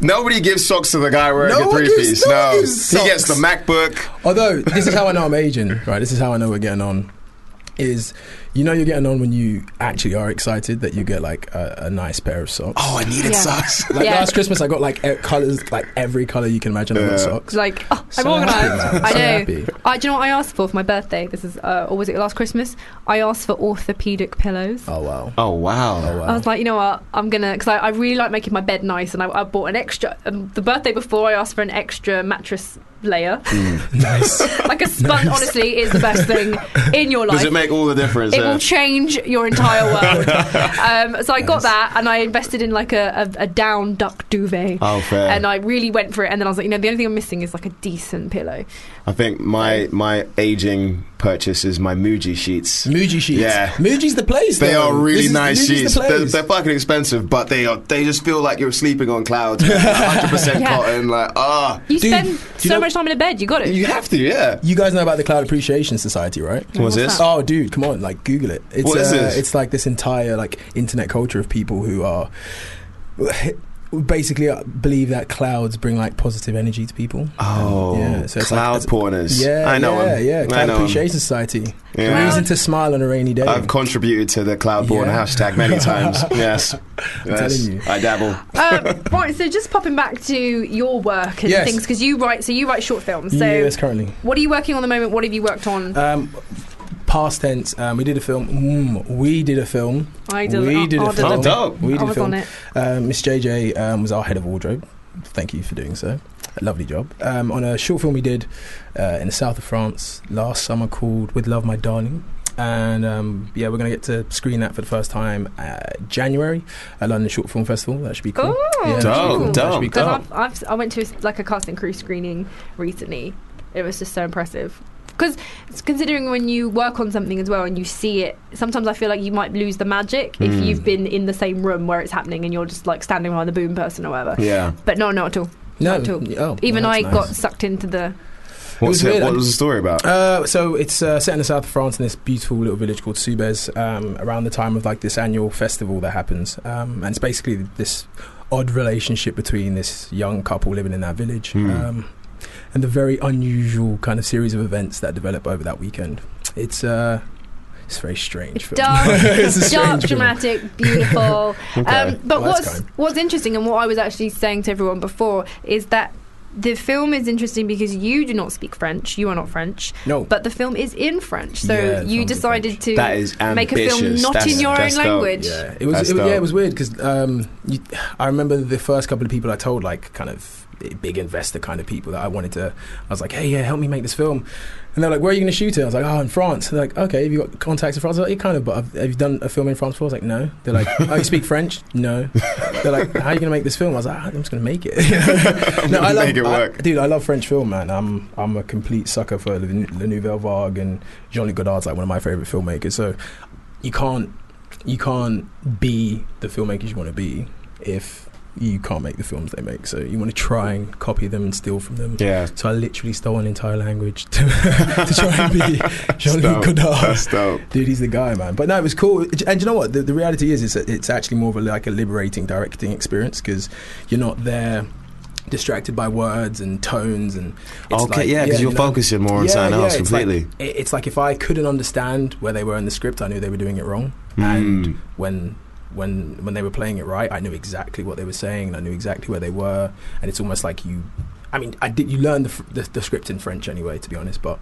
C: Nobody gives socks to the guy wearing
Q: No
C: a
Q: one
C: three
Q: gives-
C: piece.
Q: no
C: No,
Q: one
C: he
Q: gives
C: gets the
Q: socks.
C: MacBook.
Q: Although this is how I know I'm aging, right? This is how I know we're getting on. Is you know you're getting on when you actually are excited that you get like a, a nice pair of socks.
C: Oh, I needed
B: Yeah.
C: socks.
Q: Like
B: Yeah.
Q: last Christmas, I got like e-, colors, like every color you can imagine. I got
B: It's
Q: socks.
B: like oh, I'm
Q: So
B: organised.
Q: happy, man.
B: I
Q: So
B: know.
Q: happy.
B: I, do you know what I asked for for my birthday? This is, uh, or was it last Christmas? I asked for orthopedic pillows.
Q: Oh wow.
C: Oh wow.
Q: Oh wow.
B: I was like, you know what? I'm gonna because I, I really like making my bed nice, and I, I bought an extra. Um, the birthday before, I asked for an extra mattress layer,
Q: Mm. nice.
B: like a sponge. Honestly, is the best thing in your life.
C: Does it make all the difference? uh,
B: It
C: yeah?
B: will change your entire world. um, so I got that, and I invested in like a, a, a down duck duvet.
C: Oh, fair.
B: And I really went for it. And then I was like, you know, the only thing I'm missing is like a decent pillow.
C: I think my my aging purchase is my Muji sheets.
Q: Muji sheets.
C: Yeah.
Q: Muji's the place.
C: They
Q: though.
C: are
Q: This
C: really
Q: is-
C: nice
Q: Muji's the
C: sheets. They're,
Q: place.
C: they're fucking expensive, but they are. They just feel like you're sleeping on clouds. man. 100%
B: Yeah.
C: cotton. Like ah,
B: You
Q: Dude,
B: spend
Q: do you
B: so
Q: know-
B: much time in a bed. You got it.
C: you have to. Yeah.
Q: You guys know about the Cloud Appreciation Society, right?
C: What's
B: what's
C: this?
B: that?
Q: Oh, dude, come on! Like, Google it. It's,
C: What is
Q: uh,
C: this?
Q: It's like this entire like internet culture of people who are. basically uh, believe that clouds bring like positive energy to people.
C: Oh,
Q: yeah, so it's like-
C: cloud
Q: it's-
C: porners.
Q: Yeah,
C: I know
Q: yeah,
C: 'em.
Q: yeah.
C: I
Q: Cloud
C: know 'em.
Q: Appreciation Society.
C: Yeah.
Q: Reason to smile on a rainy day.
C: I've contributed to the cloud porn
Q: Yeah.
C: hashtag many times. yes, yes.
Q: telling you.
C: I dabble.
B: um, right, so just popping back to your work and
Q: Yes.
B: things because you write. So you write short films. So
Q: yes, currently.
B: what are you working on at the moment? What have you worked on?
Q: Um, past tense. Um, we did a film. Mm, we did a film.
B: I did-
Q: We
B: I-
Q: did
B: I
Q: a
B: did
Q: film.
B: it. Oh, dope.
Q: We did
B: I
Q: a
B: was
Q: film.
B: on it.
Q: Um, Miss JJ um, was our head of wardrobe. Thank you for doing so. A lovely job. Um, on a short film we did uh, in the south of France last summer called "With Love, My Darling." And um, yeah, we're going to get to screen that for the first time uh, January at London Short Film Festival. That should be cool. Yeah, that should be
C: Dope,
Q: cool. That should be
B: Because
Q: cool.
B: I've, I've, I went to like a casting crew screening recently. It was just so impressive. Because considering when you work on something as well and you see it, sometimes I feel like you might lose the magic if
Q: Hmm.
C: Mm.
B: you've been in the same room where it's happening and you're just like standing behind the boom person or whatever.
C: Yeah.
B: But no, not at all.
Q: No,
B: not at all.
Q: oh,
B: Even
Q: that's
B: I
Q: nice.
B: got sucked into the.
C: What's
Q: was
C: it,
Q: weird.
C: what was the story about?
Q: Uh, so it's uh, set in the south of France in this beautiful little village called Soubez um, around the time of like this annual festival that happens. Um, and it's basically this odd relationship between this young couple living in that village
C: Hmm.
Q: um, and the very unusual kind of series of events that develop over that weekend. It's uh, it's a very strange. film.
B: Dark,
Q: It's a
B: dark,
Q: strange film.
B: dramatic, beautiful.
Q: Okay.
B: um, but
Q: Well, that's
B: what's
Q: kind.
B: what's interesting, and what I was actually saying to everyone before, is that the film is interesting because you do not speak French. You are not French.
Q: No.
B: But the film is in French, so
Q: Yeah, the film's
B: you
Q: in
B: decided to
C: That is
B: make a film
C: ambitious.
B: not
C: That's-
B: in your own
C: that's dope.
B: language.
Q: Yeah, it was.
C: That's
Q: It, was- yeah,
C: dope.
Q: it was weird because um, you- I remember the first couple of people I told, like kind of big investor kind of people that I wanted to. I was like, hey, yeah, help me make this film, and they're like, where are you going to shoot it? I was like, oh, in France. They're like, okay, have you got contacts in France? I was like, yeah, kind of, but have, have you done a film in France before? I was like, no. They're like, oh, you speak French? No. They're like, how are you going to make this film? I was like, "Ah, I'm just going to make it.
C: gonna make it
Q: I-
C: work.
Q: dude. I love French film, man. I'm I'm a complete sucker for Le, Le Nouvelle Vague and Jean-Luc Godard's like one of my favorite filmmakers. So you can't you can't be the filmmakers you want to be if you can't make the films they make. So you want to try and copy them and steal from them.
C: Yeah.
Q: So I literally stole an entire language to, to try and be Jean-Luc Godard.
C: That's dope.
Q: Dude, he's the guy, man. But no, it was cool. And do you know what? The, the reality is, is that it's actually more of a, like a liberating directing experience because you're not there distracted by words and tones and it's
C: Okay,
Q: like-
C: yeah, 'cause you're
Q: you know.
C: focusing more on something else
Q: it's like-
C: completely.
Q: it- it's like if I couldn't understand where they were in the script, I knew they were doing it wrong.
C: Hmm.
Q: And when when when they were playing it right, I knew exactly what they were saying, and I knew exactly where they were. And it's almost like you, I mean, I did you learn the, fr- the, the script in French anyway, to be honest, but.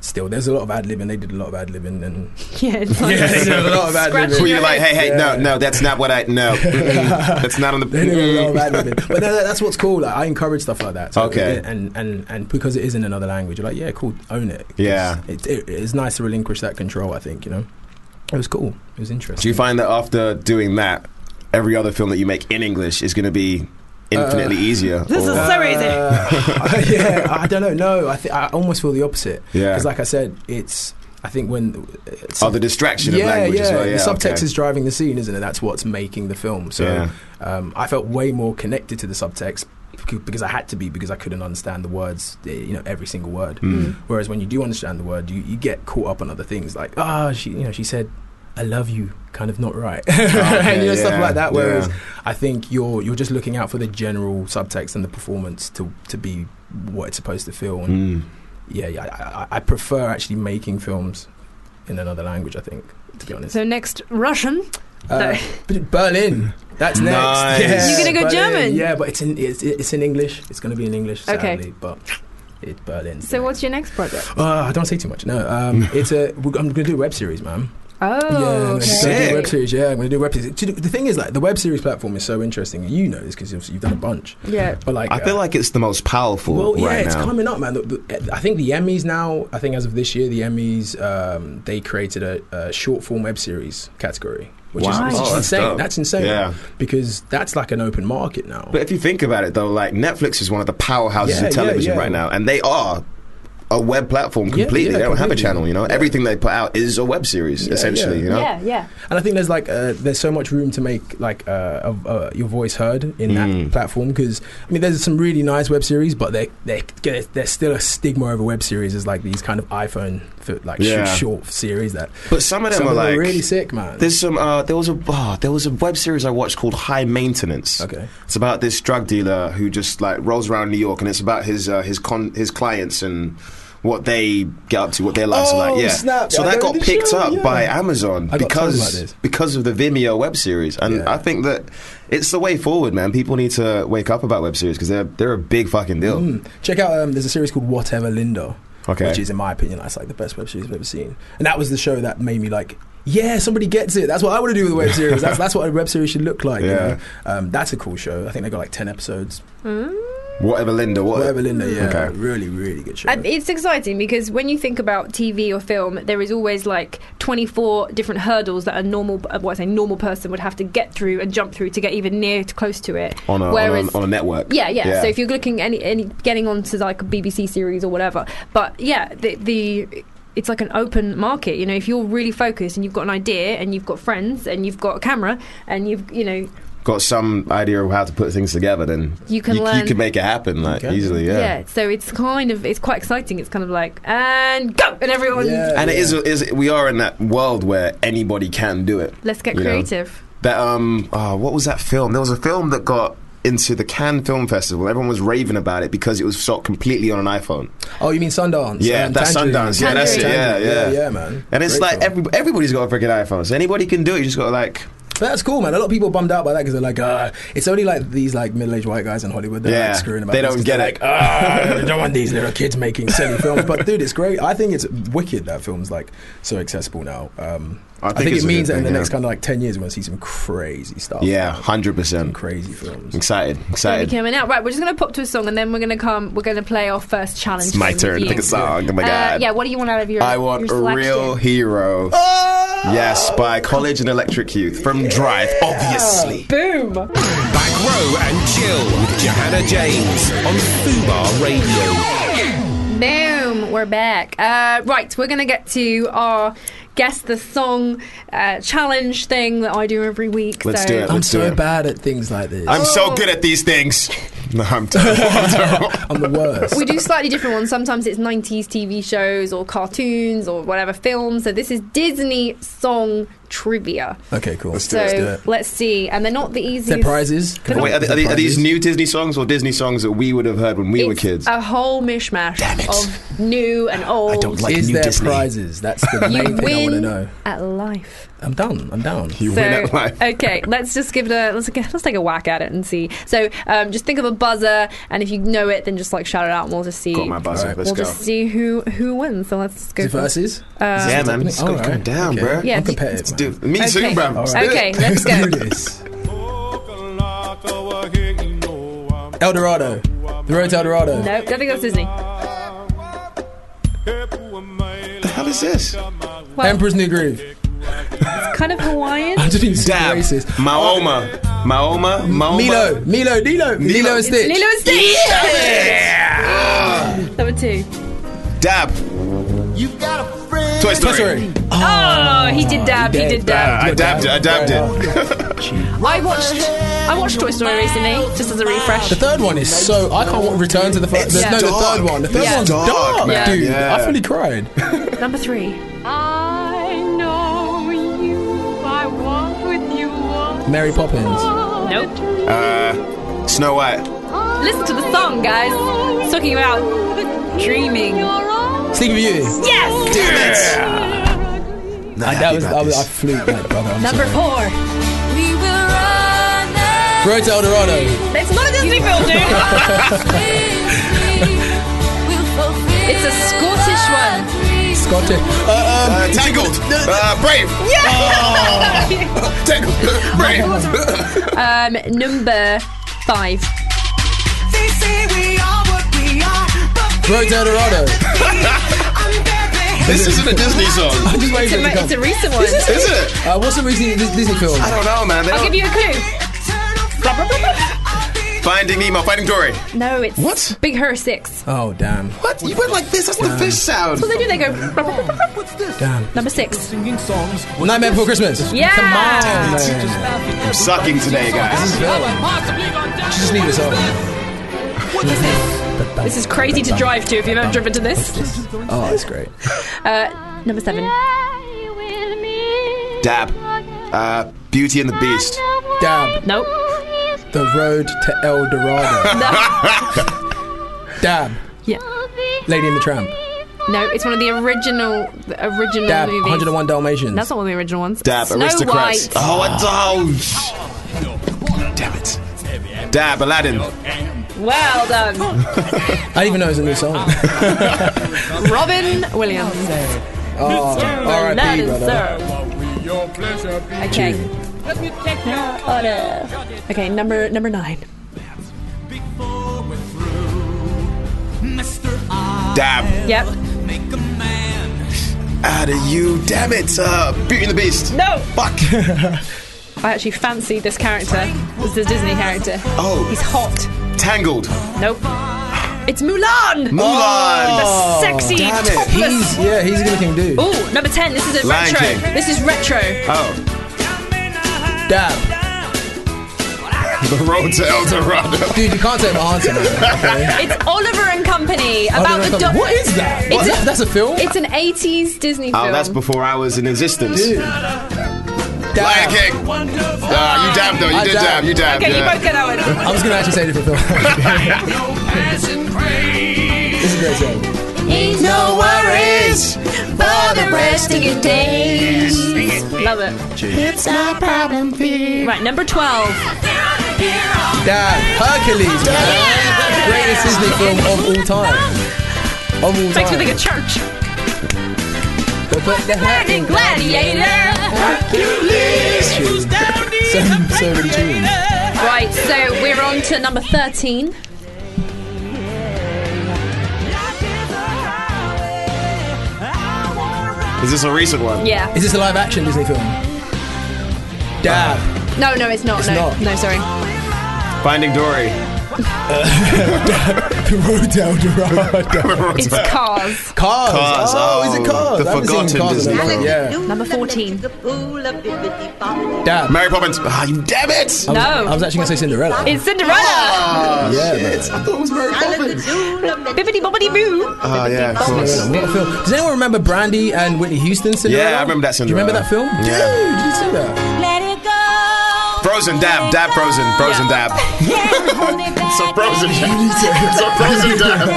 Q: Still, there's a lot of ad libbing. They did a lot of ad libbing, and
B: Yeah, it's like
Q: Yeah, they did a lot of ad
B: scratching
Q: libbing.
C: Were
B: your
C: you like,
B: head.
C: hey, hey, no, no, that's not what I. No, Mm-mm. that's not on the.
Q: They didn't know
C: Mm-mm.
Q: about it. But no, no, that's what's cool. Like, I encourage stuff like that.
C: Okay.
Q: And, and and because it is in another language, you're like, yeah, cool, own it. 'Cause
C: Yeah.
Q: It, it, it's nice to relinquish that control. I think you know. It was cool. It was interesting.
C: Do you find that after doing that, every other film that you make in English is going to be infinitely easier?
B: This is
C: or-
B: so easy.
Q: Uh, yeah, I don't know. No, I think I almost feel the opposite.
C: Yeah.
Q: Because like I said, it's. I think when uh, it's
C: Oh, the distraction of
Q: yeah,
C: language
Q: yeah,
C: as well. Yeah,
Q: the subtext
C: okay.
Q: is driving the scene, isn't it? That's what's making the film. So
C: Yeah.
Q: um, I felt way more connected to the subtext c- because I had to be because I couldn't understand the words, eh, you know, every single word.
C: Mm.
Q: Whereas when you do understand the word, you, you get caught up on other things like ah, she, you know, she said. I love you, kind of not right, and you know
C: Oh, yeah,
Q: stuff like that. Whereas
C: yeah.
Q: I think you're you're just looking out for the general subtext and the performance to to be what it's supposed to feel. And
C: Mm.
Q: yeah, yeah, I- I, I prefer actually making films in another language. I think, to be honest.
B: So next, Russian.
Q: Uh,
B: Sorry.
Q: but Berlin. That's next.
C: Nice.
Q: Yeah,
B: You gonna go
Q: Berlin.
B: German?
Q: Yeah, but it's in it's, it's in English. It's going to be in English,
B: Okay.
Q: sadly. But it's Berlin.
B: So what's your next project?
Q: Uh, I don't say too much. No, um, it's a. I'm going to do a web series, man. Yeah, I'm
B: Oh, okay.
Q: gonna do a web series. Yeah, I'm going to do a web series. Do you know- The thing is, like, the web series platform is so interesting. You know this because you've done a bunch.
B: Yeah.
Q: But like,
C: I feel like it's the most powerful
Q: well, yeah,
C: right
Q: it's
C: now.
Q: coming up, man. The- the- I think the Emmys now. I think as of this year, the Emmys um, they created a, a short form web series category, which
C: Wow.
Q: is, which is
C: Oh, that's
Q: insane.
C: dope.
Q: That's insane.
C: Yeah.
Q: because that's like an open market now.
C: But if you think about it, though, like Netflix is one of the powerhouses
Q: Yeah,
C: of
Q: yeah,
C: television
Q: yeah.
C: right now, and they are a web platform
Q: Yeah,
C: completely.
Q: yeah,
C: they don't have a
Q: completely.
C: channel, you know. Everything they put out is a web series,
Q: Yeah,
C: essentially.
Q: yeah.
C: You know,
B: Yeah, yeah.
Q: And I think there's like uh, there's so much room to make like uh, a, a, your voice heard in
C: Mm.
Q: that platform because I mean there's some really nice web series, but they they get there's still a stigma over web series as like these kind of iPhone fi- like sh-
C: Yeah.
Q: short series that.
C: But some of them
Q: some
C: are
Q: of them
C: like
Q: really sick, man.
C: There's some. Uh, there was a oh, there was a web series I watched called High Maintenance. Okay, it's about this drug dealer who just like rolls around New York, and it's about his uh, his con- his clients and what they get up to, what their lives are
Q: Oh,
C: like. Yeah,
Q: snap.
C: so
Q: I
C: that
Q: know
C: got
Q: the
C: picked
Q: show,
C: up
Q: yeah.
C: by Amazon
Q: I got told about
C: because
Q: this.
C: because of the Vimeo web series, and I think that it's the way forward, man. People need to wake up about web series because they're they're a big fucking deal.
Q: Mm. Check out um, there's a series called Whatever Lindo,
C: Okay.
Q: which is in my opinion that's like the best web series I've ever seen, and that was the show that made me like. Yeah, somebody gets it. That's what I want to do with a web series. That's, that's what a web series should look like. you
C: Yeah.
Q: know? um, that's a cool show. I think they got like ten episodes.
C: Whatever Linda, what,
Q: Whatever Linda, yeah,
C: Okay.
Q: really, really good show.
B: Uh, It's exciting because when you think about TV or film, there is always like 24 different hurdles that a normal, uh, what I say, normal person would have to get through and jump through to get even near to close to it.
C: On a,
B: Whereas,
C: on a on a network.
B: yeah, yeah, So if you're looking any, any getting onto like a BBC series or whatever, but yeah, the the it's like an open market. You know, if you're really focused and you've got an idea and you've got friends and you've got a camera and you've you know
C: got some idea of how to put things together, then
B: You can
C: you,
B: learn-
C: can make it happen like easily. Yeah.
B: So it's kind of it's quite exciting. It's kind of like and go and everyone.
C: And it is, is we are in that world where anybody can do it.
B: Let's get
C: you know?
B: creative.
C: That um, oh, what was that film? There was a film that got into the Cannes Film Festival. Everyone was raving about it because it was shot completely on an iPhone.
Q: Oh, you mean Sundance?
C: Yeah,
Q: Um,
C: that's
Q: Tangerine.
C: Sundance. Yeah, that's it. Yeah,
Q: Tangerine.
C: yeah,
Q: yeah, yeah, man.
C: And it's
Q: Great
C: like every, everybody's got a freaking iPhone, so anybody can do it. You just got to like,
Q: But that's cool, man. A lot of people are bummed out by that because they're like, uh, it's only like these like middle-aged white guys in Hollywood that are
C: yeah,
Q: like, screwing about.
C: they
Q: this
C: don't
Q: 'cause
C: get
Q: they're
C: it.
Q: Like, "Ah, I don't want these little kids making silly films. But dude, it's great. I think it's wicked that film's like so accessible now. Um,
C: I
Q: I
C: think
Q: think,
C: it's
Q: it
C: a good
Q: means that in
C: thing,
Q: the
C: yeah.
Q: next kind of like ten years, we're gonna see some crazy stuff.
C: yeah, hundred percent.
Q: Crazy films.
C: Excited,
B: Gonna be
C: excited.
B: coming out. Right, we're just gonna pop to a song and then we're gonna come. We're gonna play our first challenge.
C: It's my
B: game
C: turn
B: with
C: to
B: you.
C: pick a song. Oh my
B: Uh,
C: god.
B: yeah, what do you want out of your?
C: I want
B: your
C: a real
B: selection?
C: hero.
A: Ah!
C: Yes, by College and Electric Youth from Drive, obviously.
B: Boom.
A: Back row Ah. and chill with Johanna James on Fubar Radio.
B: Boom. We're back. Uh, right, we're gonna get to our guess the song uh, challenge thing that I do every week.
C: Let's
B: so.
C: do it.
Q: I'm
C: Let's do
Q: so
C: it.
Q: bad at things like this.
C: I'm so good at these things. No, I'm terrible. I'm terrible.
Q: I'm the worst.
B: we do slightly different ones. Sometimes it's 90s TV shows or cartoons or whatever films. So this is Disney song trivia.
Q: Okay, cool.
C: Let's do it.
B: so
C: Let's do it.
B: let's see. And they're not the easiest.
Q: Is there prizes?
B: They're
C: Wait,
B: not-
C: are, they- are they- are these new Disney songs or Disney songs that we would have heard when we were
B: it's
C: kids?
B: A whole mishmash of new and old.
Q: Is there prizes? That's the
B: You
Q: main thing I want to
B: win
Q: know.
B: at life.
Q: I'm down. I'm down.
C: You
B: So, okay, let's just give it a let's g- let's take a whack at it and see. So um, just think of a buzzer, and if you know it, then just like shout it out, and we'll just see.
C: Got my buzzer.
Q: Alright,
C: Let's
B: we'll
C: go.
B: just see who who wins. So let's go
Q: Is it
B: for
Q: versus?
B: Uh,
C: yeah, man. It's going
Q: Alright.
C: to go down,
Q: Okay.
C: bro.
B: Yeah,
Q: I'm
B: do-
Q: competitive. man.
C: Dude, me
B: Okay.
C: too, bro.
Q: Alright.
B: Okay, let's go.
Q: do this. El Dorado. The Road to El Dorado.
B: No, I think that's Disney.
C: What the hell is this?
B: Well,
Q: Emperor's New Groove.
B: it's kind of Hawaiian.
Q: I'm just being so
C: Dab.
Q: racist.
C: Maoma.
A: Oh.
C: Maoma. Maoma.
Q: Milo. Milo. Nilo. Nilo and Stitch.
B: Lilo and Stitch. Number two.
C: Dab.
N: You got a friend.
C: Toy Story.
Q: Toy Story.
B: Oh, he did dab. He did dab.
C: I dabbed it. I dabbed it.
B: I watched I watched Toy Story recently, just as a refresh.
Q: The third one is so I can't wa- return to the first.
C: It's
Q: no,
C: dark.
Q: the third one. The third
C: It's
Q: one's
C: dark,
Q: dark,
C: man.
Q: dude.
C: Yeah.
Q: I fully cried.
B: Number three.
R: I know you. I walk with you.
Q: Mary Poppins.
B: Nope.
C: Uh, Snow White.
B: Listen to the song, guys. It's talking about dreaming.
Q: Sleeping Beauty.
B: Yes.
Q: I, that was, I, was, I flew like, brother. I'm
B: Number
Q: sorry.
B: four.
R: We will run.
Q: Road to El Dorado.
B: It's not a Disney film, dude.
R: We'll fulfill
B: it's a Scottish one.
Q: Scottish. Uh, um,
C: Uh, Tangled. Uh, Brave. Tangled. Brave.
B: Um, number five.
N: They say we are what we are, but
Q: Road to El Dorado.
C: this isn't a Disney
Q: I'm
C: song.
Q: just
B: It's
Q: waiting for it
B: a,
Q: to
B: re-
Q: come.
B: it's a recent one.
C: Is it?
Q: Uh, what's the recent Dis- Disney film?
C: I don't know, man. They
B: I'll
C: don't-
B: give you a clue.
C: Finding Nemo, Finding Dory.
B: No, it's
C: What?
B: Big Hero 6.
Q: Oh, damn.
C: What? You went like this? That's the
Q: Damn.
C: fish sound.
B: That's what they do. They go. What's this?
Q: Damn.
B: Number six.
Q: Nightmare Before Christmas.
B: Yeah.
C: I'm sucking today, guys.
Q: Just leave this off.
S: This is crazy to drive to if you've never driven to this.
Q: Oh, that's great.
B: Uh, number seven.
C: Dab. Uh, Beauty and the Beast.
Q: Dab.
B: Nope.
Q: The Road to El Dorado. Dab.
B: Yeah.
Q: Lady and the Tramp.
B: No, it's one of the original the original
Q: Dab.
B: movies.
Q: 101 Dalmatians.
B: That's not one of the original ones.
C: Dab,
B: Snow
C: Aristocrats.
B: White.
C: Oh, I don't. Damn it. Dab, Aladdin.
S: Well done,
Q: I didn't even know it was a new song.
S: Robin Williams.
Q: Oh,
S: That
Q: R.I.P.
S: is
Q: brother.
B: Okay.
Q: Tune.
B: Okay, number number nine.
C: Dab.
B: Yep.
C: Out of you. Damn it. Uh, Beauty and the Beast.
S: No,
C: Fuck.
S: I actually fancied this character. This is a Disney character.
C: Oh.
S: he's hot.
C: Tangled.
S: Nope. It's Mulan.
C: Mulan.
S: The
C: Oh,
S: sexy
C: Damn it.
S: topless.
Q: He's, yeah, he's a good looking dude.
S: Ooh, number ten. This is a
C: Lion
S: retro.
C: King.
S: This is retro.
C: Oh.
Q: Dab.
C: The Road to El Dorado.
Q: Dude, you can't take my answer. man, okay?
S: It's Oliver and Company about
Q: Oliver
S: the.
Q: and Company. What is that?
S: It's
Q: What?
S: a-
Q: That's a film?
B: It's an 80s Disney film.
C: Oh, that's before I was in existence.
Q: Dude.
C: Lion
Q: Dab.
C: King. Ah, you dabbed though. You
Q: I
C: did
Q: dabbed.
C: dab. You dabbed.
S: Okay, you
C: yeah.
S: both get that one.
Q: I was gonna actually say a different film. this is a great song.
C: No worries.
B: for the rest of your days.
S: Love it.
C: It's not problem for
S: Right, number twelve.
Q: Dad, Hercules, man. Greatest Disney film of all time. Of all time.
S: Makes me think of church.
Q: They put the hat in
S: Gladiator.
Q: So, so many tunes.
B: Right, so we're on to number 13.
C: Is this a recent one?
B: Yeah.
Q: Is this a live action Disney film? Dab.
B: No, no, it's not.
Q: It's
B: no,
Q: not.
B: no, sorry.
C: Finding Dory. Uh,
Q: The Road to El Dorado.
B: It's Cars.
Q: Cars.
C: Cars,
Q: Oh, is it
C: oh,
Q: Cars?
C: the
Q: I haven't seen
C: forgotten
Q: Cars in a while.
C: Disney film.
Q: Yeah.
B: Number 14.
Q: Dab.
C: Mary Poppins. Ah, you damn it.
S: No.
Q: I was actually gonna say Cinderella.
S: It's
B: Oh.
S: Cinderella.
C: Ah,
Q: Yeah,
C: shit. I thought it was Mary Poppins.
S: Bibbidi bobbidi boo.
C: Ah, yeah, of course.
Q: What a film. Does anyone remember Brandy and Whitney Houston Cinderella?
C: Yeah, I remember that
Q: Do you remember
C: Cinderella.
Q: that film?
C: Yeah.
Q: Dude, did you see that?
C: Frozen dab, dab frozen, frozen dab. so frozen. so frozen dab.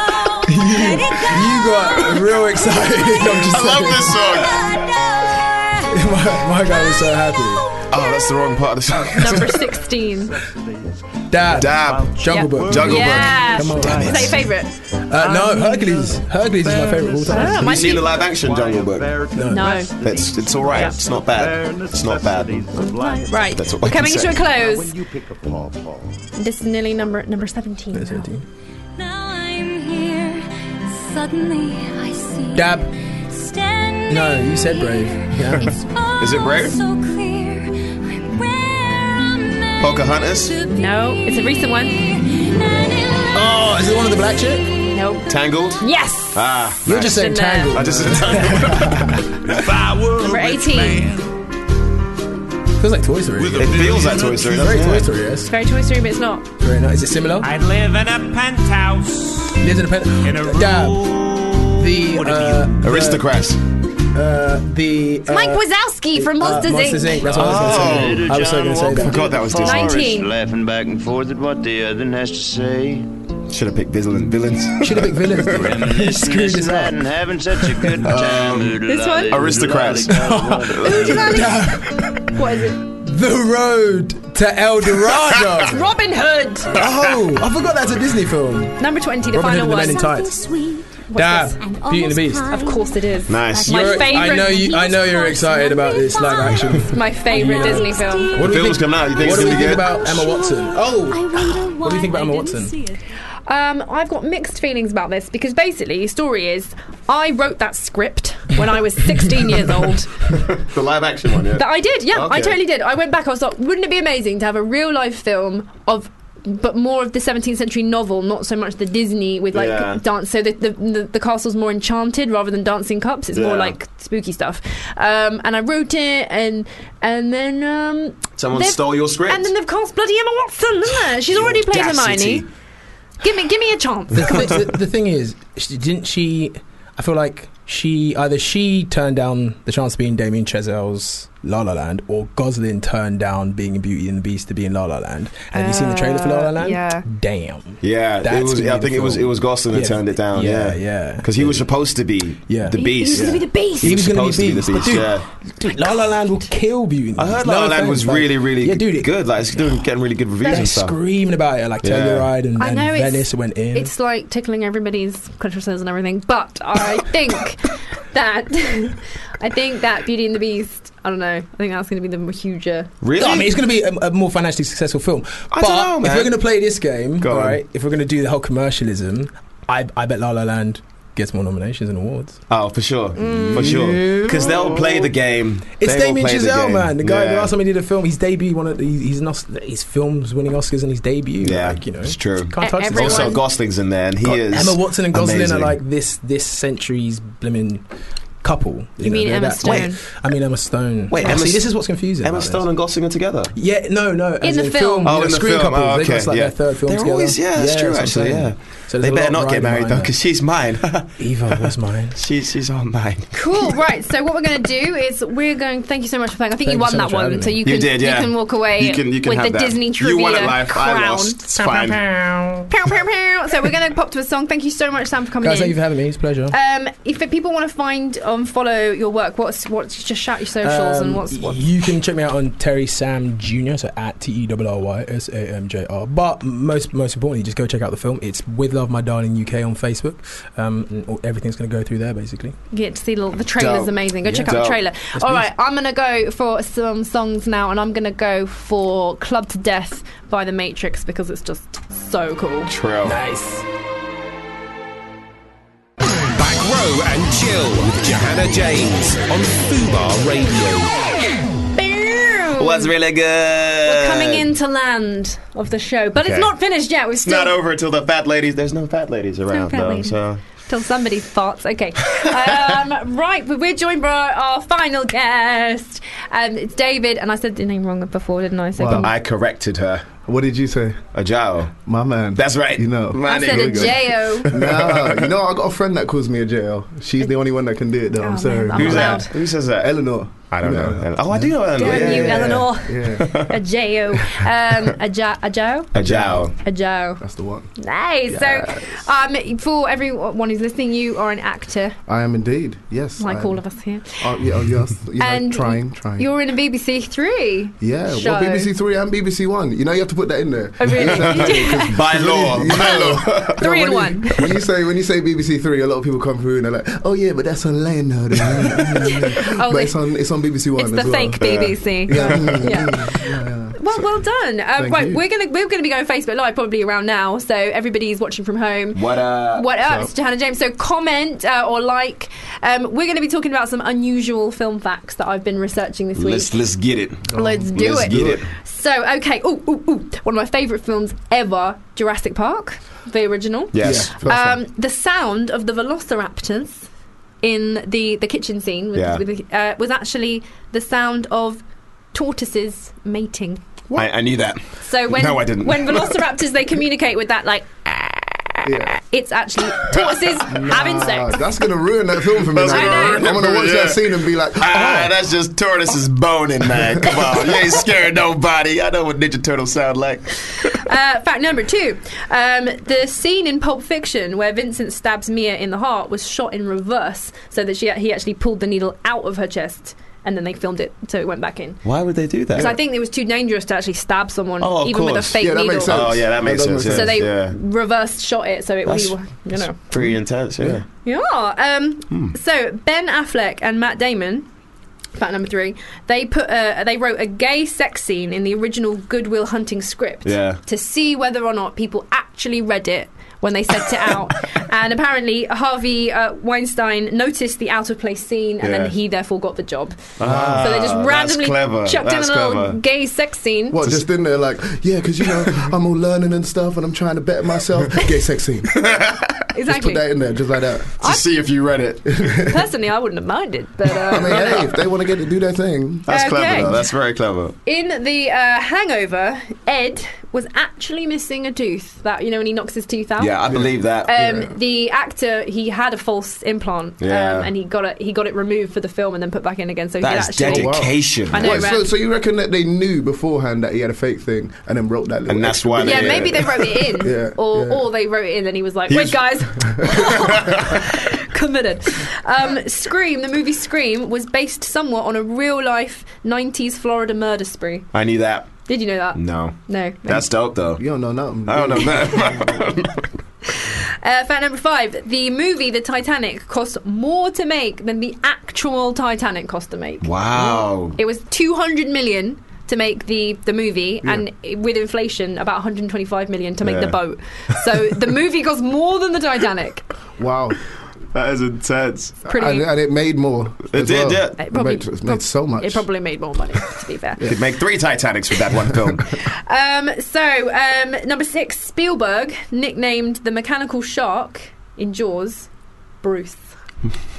Q: You got real excited. I'm just
C: I love
Q: saying.
C: this song.
Q: my, my guy was so happy.
C: Oh, that's the wrong part of the song.
B: Number 16.
Q: Dab.
C: dab.
Q: Jungle Book.
C: Jungle
B: Yeah.
Q: Come on,
B: Is that your favourite?
Q: Book. Uh, no, Hercules. Hercules is my favorite of all
B: Oh,
Q: time.
C: Book. You seen the live action Jungle Book?
B: No.
C: It's it's all right. It's not bad. It's not bad.
B: Right.
C: That's what
B: We're
C: I can
B: coming to
C: say.
B: a close. This is nearly number number 17. now.
R: Now I'm here. Suddenly I see.
Q: Dab.
R: Standing
Q: No, you said brave. Yeah.
R: It's all
C: Is it brave?
R: So clear. I'm where I'm meant
C: Pocahontas,
R: to be.
B: No, it's a recent one.
R: And it
Q: Oh, is it one of the black chick?
B: Nope.
C: Tangled.
B: Yes!
C: Ah,
Q: You're just saying
B: It's in there.
Q: Tangled.
C: I just Tangled.
B: Number 18.
Q: Feels like Toy Story. It's
C: it feels like Toy Story.
Q: very
C: doesn't
Q: Toy
C: it?
Q: Story, yes.
B: Very Toy Story, but it's not.
Q: Very nice. Is it similar?
O: I'd live in a penthouse.
Q: Lives in a pen.
O: In a
Q: Dab.
O: room.
Q: The uh,
C: Aristocrats.
Q: uh, the uh,
B: Mike Wazowski from Monsters,
Q: uh, Monsters Inc. That's what I
T: Oh,
Q: was going to say. I was so going to say that.
C: God, Oh. that was Disney.
B: 19.
J: Laughing back and forth at what the other has to say.
C: Should have picked villain, villains.
Q: Should have picked villains. Screwed this up.
J: And having such a good time.
B: This one?
C: Aristocrats.
B: What is it?
Q: The Road to El Dorado.
S: Robin Hood.
Q: oh, I forgot that's a Disney film.
B: Number 20, the
Q: Robin Hood and
B: final
Q: the Men in
B: one.
Q: Tights. Dab. Beauty and the Beast.
B: Of course it is.
C: Nice.
B: My
Q: You're-
B: favourite.
Q: I know you. I know you're excited about this live action.
B: My favourite Disney film.
Q: What do
C: The
Q: we
C: film's
Q: think,
C: coming out. You think
Q: what
C: it's
Q: do we
C: gonna
Q: think
C: be
Q: about
C: good?
Q: Emma Watson? Oh, what do you think about Emma Watson?
B: Um, I've got mixed feelings about this because basically the story is I wrote that script when I was 16 years old.
C: the live action one. Yeah.
B: That I did, yeah, I
C: Okay.
B: totally did. I went back. I was like, wouldn't it be amazing to have a real life film of but more of the 17th century novel, not so much the Disney with like
C: Yeah.
B: dance. So the, the, the, the castle's more enchanted rather than dancing cups. It's more
C: Yeah.
B: like spooky stuff. Um, and I wrote it, and and then um,
C: Someone
B: they've-
C: stole your script.
B: And then they've cast bloody Emma Watson, isn't there? She's already played
C: audacity.
B: Hermione. Give me, give me a chance.
Q: the, the- the thing is, she, didn't she? I feel like she either she turned down the chance of being Damien Chazelle's La La Land, or Gosling turned down being in Beauty and the Beast to be in La La Land. And have you seen the trailer for La La
B: Uh,
Q: Land?
B: yeah.
Q: Damn.
C: Yeah, it
Q: That's
C: was,
Q: gonna
C: I
Q: be the
C: think it was it
Q: film.
C: was Gosling that
Q: Yeah,
C: turned it down.
Q: yeah,
C: Yeah,
Q: yeah.
C: because he was supposed to be
Q: Yeah.
C: the
Q: He-
C: beast.
B: he was gonna be the beast.
C: He was,
Q: gonna be
C: supposed to be
Q: Beast,
C: the
Q: but
C: beast.
Q: dude-
C: yeah.
Q: Dude, La La Land will kill Beauty. and the
C: I heard
Q: Beast.
C: La La
Q: No
C: Land
Q: offense,
C: was
Q: like-
C: really, really
Q: yeah, dude. It,
C: good. Like it's doing, getting really good reviews
Q: they're
C: and stuff.
Q: screaming about it, like
C: Yeah.
Q: Telluride and,
B: I
Q: and
B: know it's-
Q: Venice went in.
B: It's like tickling everybody's consciousness and everything. But I think that I think that Beauty and the Beast. I don't know. I think that's going to be the huger.
C: Really?
Q: No, I mean, it's going to be a, a more financially successful film.
C: I
Q: but
C: don't know,
Q: if
C: man.
Q: we're going to play this game,
C: Go on.
Q: right? If we're going to do the whole commercialism, I, I bet La La Land gets more nominations and awards.
C: Oh, for sure,
B: Mm.
C: for sure. Because they'll play the game.
Q: It's
C: They will
Q: Damien
C: play the
Q: Chazelle,
C: game.
Q: man. The guy
C: yeah.
Q: who last time he did a film, his debut, one of the, he's not his films winning Oscars in his debut.
C: Yeah,
Q: like, you know,
C: it's true.
Q: Can't
B: E-,
Q: touch this.
C: Also, Gosling's in there, and he
Q: God,
C: is
Q: Emma Watson and Gosling
C: amazing.
Q: are like this this century's blimmin' couple.
B: You mean
Q: they're
B: Emma
Q: that- wait,
B: Stone?
Q: I mean Emma Stone.
C: Wait,
Q: Oh,
C: Emma
Q: see,
C: S-
Q: this is what's confusing.
C: Emma
Q: about this.
C: Stone and Gosling are together.
Q: Yeah, no, no. as
B: the film.
Q: you
C: Oh,
Q: know,
C: in the
Q: screen
C: film.
Q: couple.
C: Oh,
Q: They got
C: okay,
Q: like
C: yeah.
Q: their third film
C: They're
Q: together.
C: always- yeah, that's true,
Q: what I'm
C: actually,
Q: saying.
C: yeah.
Q: So
C: they better not get married though, because she's mine.
Q: Eva was mine.
C: she, she's on mine.
B: Cool. Right. So what we're going to do is we're going. Thank you so much for playing. I think
Q: Thank
B: you
Q: you
B: won
Q: so
B: that
Q: much for
B: one,
Q: having
B: so
Q: me.
B: you can
C: you did, yeah.
B: can walk away
C: You can, you can
B: with
C: have
B: the
C: that.
B: Disney trivia
C: You won it life.
B: crown.
C: I lost. It's fine.
B: Pew, pew, pew. So we're going to pop to a song. Thank you so much, Sam, for coming
Q: Guys,
B: in.
Q: thank you for having me. It's a pleasure.
B: um, if people want to find um, follow your work, what's what's just shout your socials and
Q: Um,
B: what's what
Q: You can check me out on Terry Sam Jr. So at T E R R Y S A M J R. But most most importantly, just go check out the film. It's With Love My Darling UK on Facebook. Um, and all- everything's going to go through there basically.
B: get to see the, the trailer's
C: Dope.
B: amazing. Go
Q: Yeah.
B: check out the
C: Dope.
B: trailer.
Q: That's
B: All
Q: me.
B: right, I'm gonna go for some songs now, and I'm gonna go for "Club to Death" by The Matrix because it's just so cool.
C: True.
Q: Nice.
A: Back row and chill with Johanna James on Fubar Radio.
B: Boom!
C: Was really good.
B: We're coming into land of the show, but it's
C: Okay.
B: not finished yet. We've
C: It's not
B: still
C: over till the fat ladies. There's no fat ladies around
B: fat
C: though.
B: ladies.
C: So
B: till somebody farts. Okay, um, right. But we're joined by our final guest. Um, it's David, and I said the name wrong before, didn't I? So
H: Wow.
B: can-
C: I corrected her.
H: What did you say?
C: Ajao.
H: My man.
C: That's right.
H: You know.
C: My
B: I said a
C: nigga.
B: J-O.
H: no, you know, I got a friend that calls me a JL. She's the only one that can do it, though.
B: Oh, man,
H: I'm sorry.
B: I'm
C: Who's
B: allowed.
C: that? Who says that?
H: Eleanor.
C: I don't
H: You
C: know. Oh, I do know Eleanor.
B: Damn
C: yeah,
B: you,
C: yeah, yeah.
H: Yeah,
B: Eleanor. A J-O. Um, a ja- a Joe?
C: Ajao.
B: A Joe.
H: that's the one.
B: Nice. So, um, for everyone who's listening, you are an actor,
H: I am indeed. Yes.
B: like
H: I am.
B: all of us here.
H: Oh, yeah, oh, yes. Yeah,
B: And
H: trying, trying.
B: You're in a BBC Three.
H: yeah,
B: show.
H: well, BBC Three and BBC One. You know, you have to put that in there.
B: Oh, really?
C: By law. By law.
B: Three in
H: when
B: one.
H: You, when you say when you say BBC Three, a lot of people come through and they're like, "Oh yeah, but that's on land now."
B: Oh,
H: oh, but
B: they-
H: it's on it's on BBC One as
B: It's the
H: well. uh,
B: fake BBC.
H: Yeah.
B: Yeah.
H: Yeah.
B: Well, well done. Um,
H: Thank
B: right,
H: you.
B: we're gonna we're gonna be going Facebook Live probably around now, so everybody's watching from home.
C: What uh, up?
B: What up,
H: So-
B: it's Johanna James? So comment uh, or like. Um, we're going to be talking about some unusual film facts that I've been researching this week.
C: Let's let's get it.
B: Let's do
C: let's
B: it.
C: get it.
B: So, okay. Ooh, ooh, ooh. One of my favourite films ever Jurassic Park, the original.
C: Yes.
H: Yeah. First
B: Um, the sound of the velociraptors in the, the kitchen scene with,
C: Yeah.
B: with the, uh, was actually the sound of tortoises mating.
C: I, I knew that.
B: So when
C: No, I didn't.
B: when velociraptors they communicate with that like
H: Yeah.
B: it's actually tortoises having
H: Ah,
B: sex.
H: that's gonna ruin that film for me.
C: That's
H: now.
C: gonna ruin
H: I'm
C: it
H: gonna
C: for
H: watch
C: you,
H: that
C: yeah.
H: scene and be like,
C: Ah,
H: "Oh,
C: that's just tortoises boning, man. Come on, you ain't scared nobody. I know what Ninja Turtles sound like.
B: Uh, fact number two: um, the scene in Pulp Fiction where Vincent stabs Mia in the heart was shot in reverse, so that she he actually pulled the needle out of her chest, and then they filmed it so it went back in.
C: Why would they do that?
B: Because I think it was too dangerous to actually stab someone,
C: Oh, of
B: even with a
C: course.
B: fake
H: Yeah, that
B: needle.
H: makes sense.
C: Oh yeah, that makes
H: That
C: sense.
H: does make
C: yes,
B: So they
C: yeah.
B: reverse shot it, so it
C: That's- Hmm.
B: we were, you know.
C: pretty intense. Yeah.
B: Yeah. Um, So Ben Affleck and Matt Damon, fact number three, they put a, they wrote a gay sex scene in the original Goodwill Hunting script
C: Yeah.
B: to see whether or not people actually read it when they sent it out. And apparently, Harvey uh, Weinstein noticed the out of place scene, and
C: Yeah.
B: then he therefore got the job.
C: Ah,
B: so they just
C: that's
B: randomly
C: clever.
B: chucked
C: That's
B: in a little
C: clever.
B: gay sex scene.
T: What, just in there like, yeah, because, you know, I'm all learning and stuff and I'm trying to better myself. Gay sex scene. Just
B: Exactly.
T: put that in there, just like that. To see if you read it.
B: Personally, I wouldn't have minded, but uh,
T: I mean, hey, if they want to get to do their thing.
C: That's
B: Okay.
C: clever, though. That's very clever.
B: In the uh, Hangover, Ed was actually missing a tooth. That you know when he knocks his tooth out.
C: Yeah, I believe that.
B: Um, The actor he had a false implant,
C: Yeah.
B: um, and he got it. He got it removed for the film and then put back in again. So he
C: That
B: could
C: is
B: actually.
C: dedication.
B: I know,
T: Wait,
B: right?
T: so, so you reckon that they knew beforehand that he had a fake thing and then wrote that little
C: And that's
T: extra
C: why
T: bit?
B: yeah, maybe they wrote it in,
T: Yeah,
B: or
T: yeah.
B: or they wrote it in, and he was like,
T: He
B: "Wait,
T: was-
B: guys, committed." Um, Scream, the movie Scream, was based somewhat on a real life '90s Florida murder spree.
C: I knew that.
B: Did you know that?
T: Mm.
C: No.
B: No.
C: That's dope, though.
T: You don't know nothing.
C: I don't know nothing.
B: Uh, fact number five: the movie The Titanic cost more to make than the actual Titanic cost to make.
C: wow.
B: It was 200 million to make the the movie,
C: Yeah.
B: and i- with inflation, about 125 million to make
C: Yeah.
B: the boat. So the movie cost more than the Titanic.
T: Wow.
C: That is intense.
B: Pretty-
T: And, and it made more.
C: It
T: as
C: did,
T: well.
C: yeah.
B: It probably-
T: made, it made so much.
B: It probably made more money, to be fair.
C: Could make three Titanics with that one film.
B: Um, so um, number six: Spielberg nicknamed the mechanical shark in Jaws, Bruce.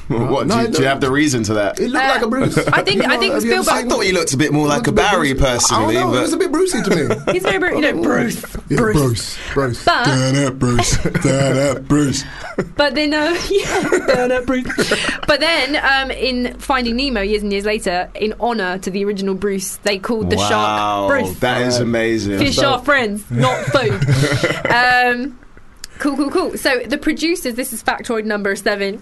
B: Uh,
C: what,
T: No,
C: do, you-
T: it
C: do you have the reason to that?
T: It looked like a Bruce.
B: I think- I think
T: have you ever
B: Spielberg-
T: seen-
C: I thought he looked a bit more
T: It
C: like
T: looked
C: a Barry,
T: bit Bruce- I
C: personally.
T: don't know, it
C: but
T: was a bit Brucey to me.
B: He's very Bru- you know Bruce.
T: Yeah, Bruce. Bruce. Bruce. Da-da, Bruce. Da-da, Bruce.
B: But then, uh, yeah, but then, um, in Finding Nemo, years and years later, in honor to the original Bruce, they called the
C: wow,
B: shark Bruce.
C: That is amazing.
B: Fish are friends, not food. um, cool, cool, cool. So the producers, this is factoid number seven.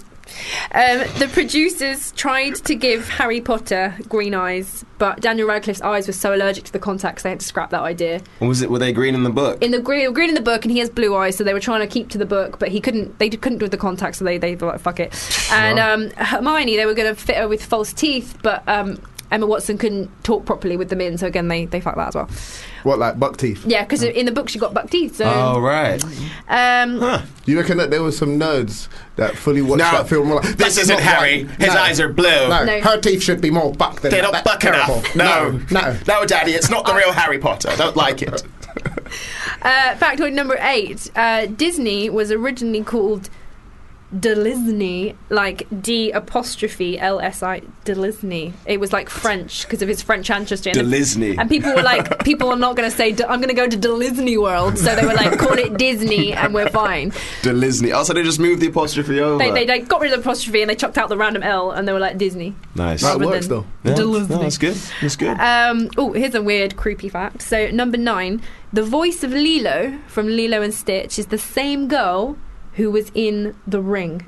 B: Um, the producers tried to give Harry Potter green eyes, but Daniel Radcliffe's eyes were so allergic to the contacts they had to scrap that idea
C: Was it? Were they green in the book?
B: in the green, green in the book, and he has blue eyes, so they were trying to keep to the book, but he couldn't. They couldn't do the contact, so they they were like fuck it. And um, Hermione, they were going to fit her with false teeth, but um, Emma Watson couldn't talk properly with them in, so again they they fucked that as well.
T: What, like buck teeth?
B: Yeah, because in the book she got buck teeth. So
C: Oh right.
B: um,
T: You reckon that there were some nerds that fully watched
C: No.
T: that film? and were Like,
C: This
T: "That's
C: isn't
T: not
C: Harry.
T: right."
C: His
T: No.
C: eyes are blue.
T: No.
B: No.
T: her teeth should be more buck than
C: They're
T: that.
C: not buck enough. No.
T: no,
C: No, Daddy, it's not the real Harry Potter. I don't like it.
B: uh, factoid number eight: uh, Disney was originally called. Delisney, like D apostrophe L S I Delisney. It was like French because of his French ancestry. And the-
C: Delisney.
B: And people were like, people are not going to say, D- I'm going to go to Disney World. So they were like, call it Disney and we're fine.
C: Delisney. Also, Oh, they just moved the apostrophe over.
B: They, they, they got rid of the apostrophe and they chucked out the random L and they were like, Disney.
C: nice.
T: That
B: Rather
T: works
B: than-
T: though.
C: Yeah.
B: Delisney.
C: No, that's good. That's good.
B: Um, oh, here's a weird, creepy fact. So, number nine, the voice of Lilo from Lilo and Stitch is the same girl who was in The Ring.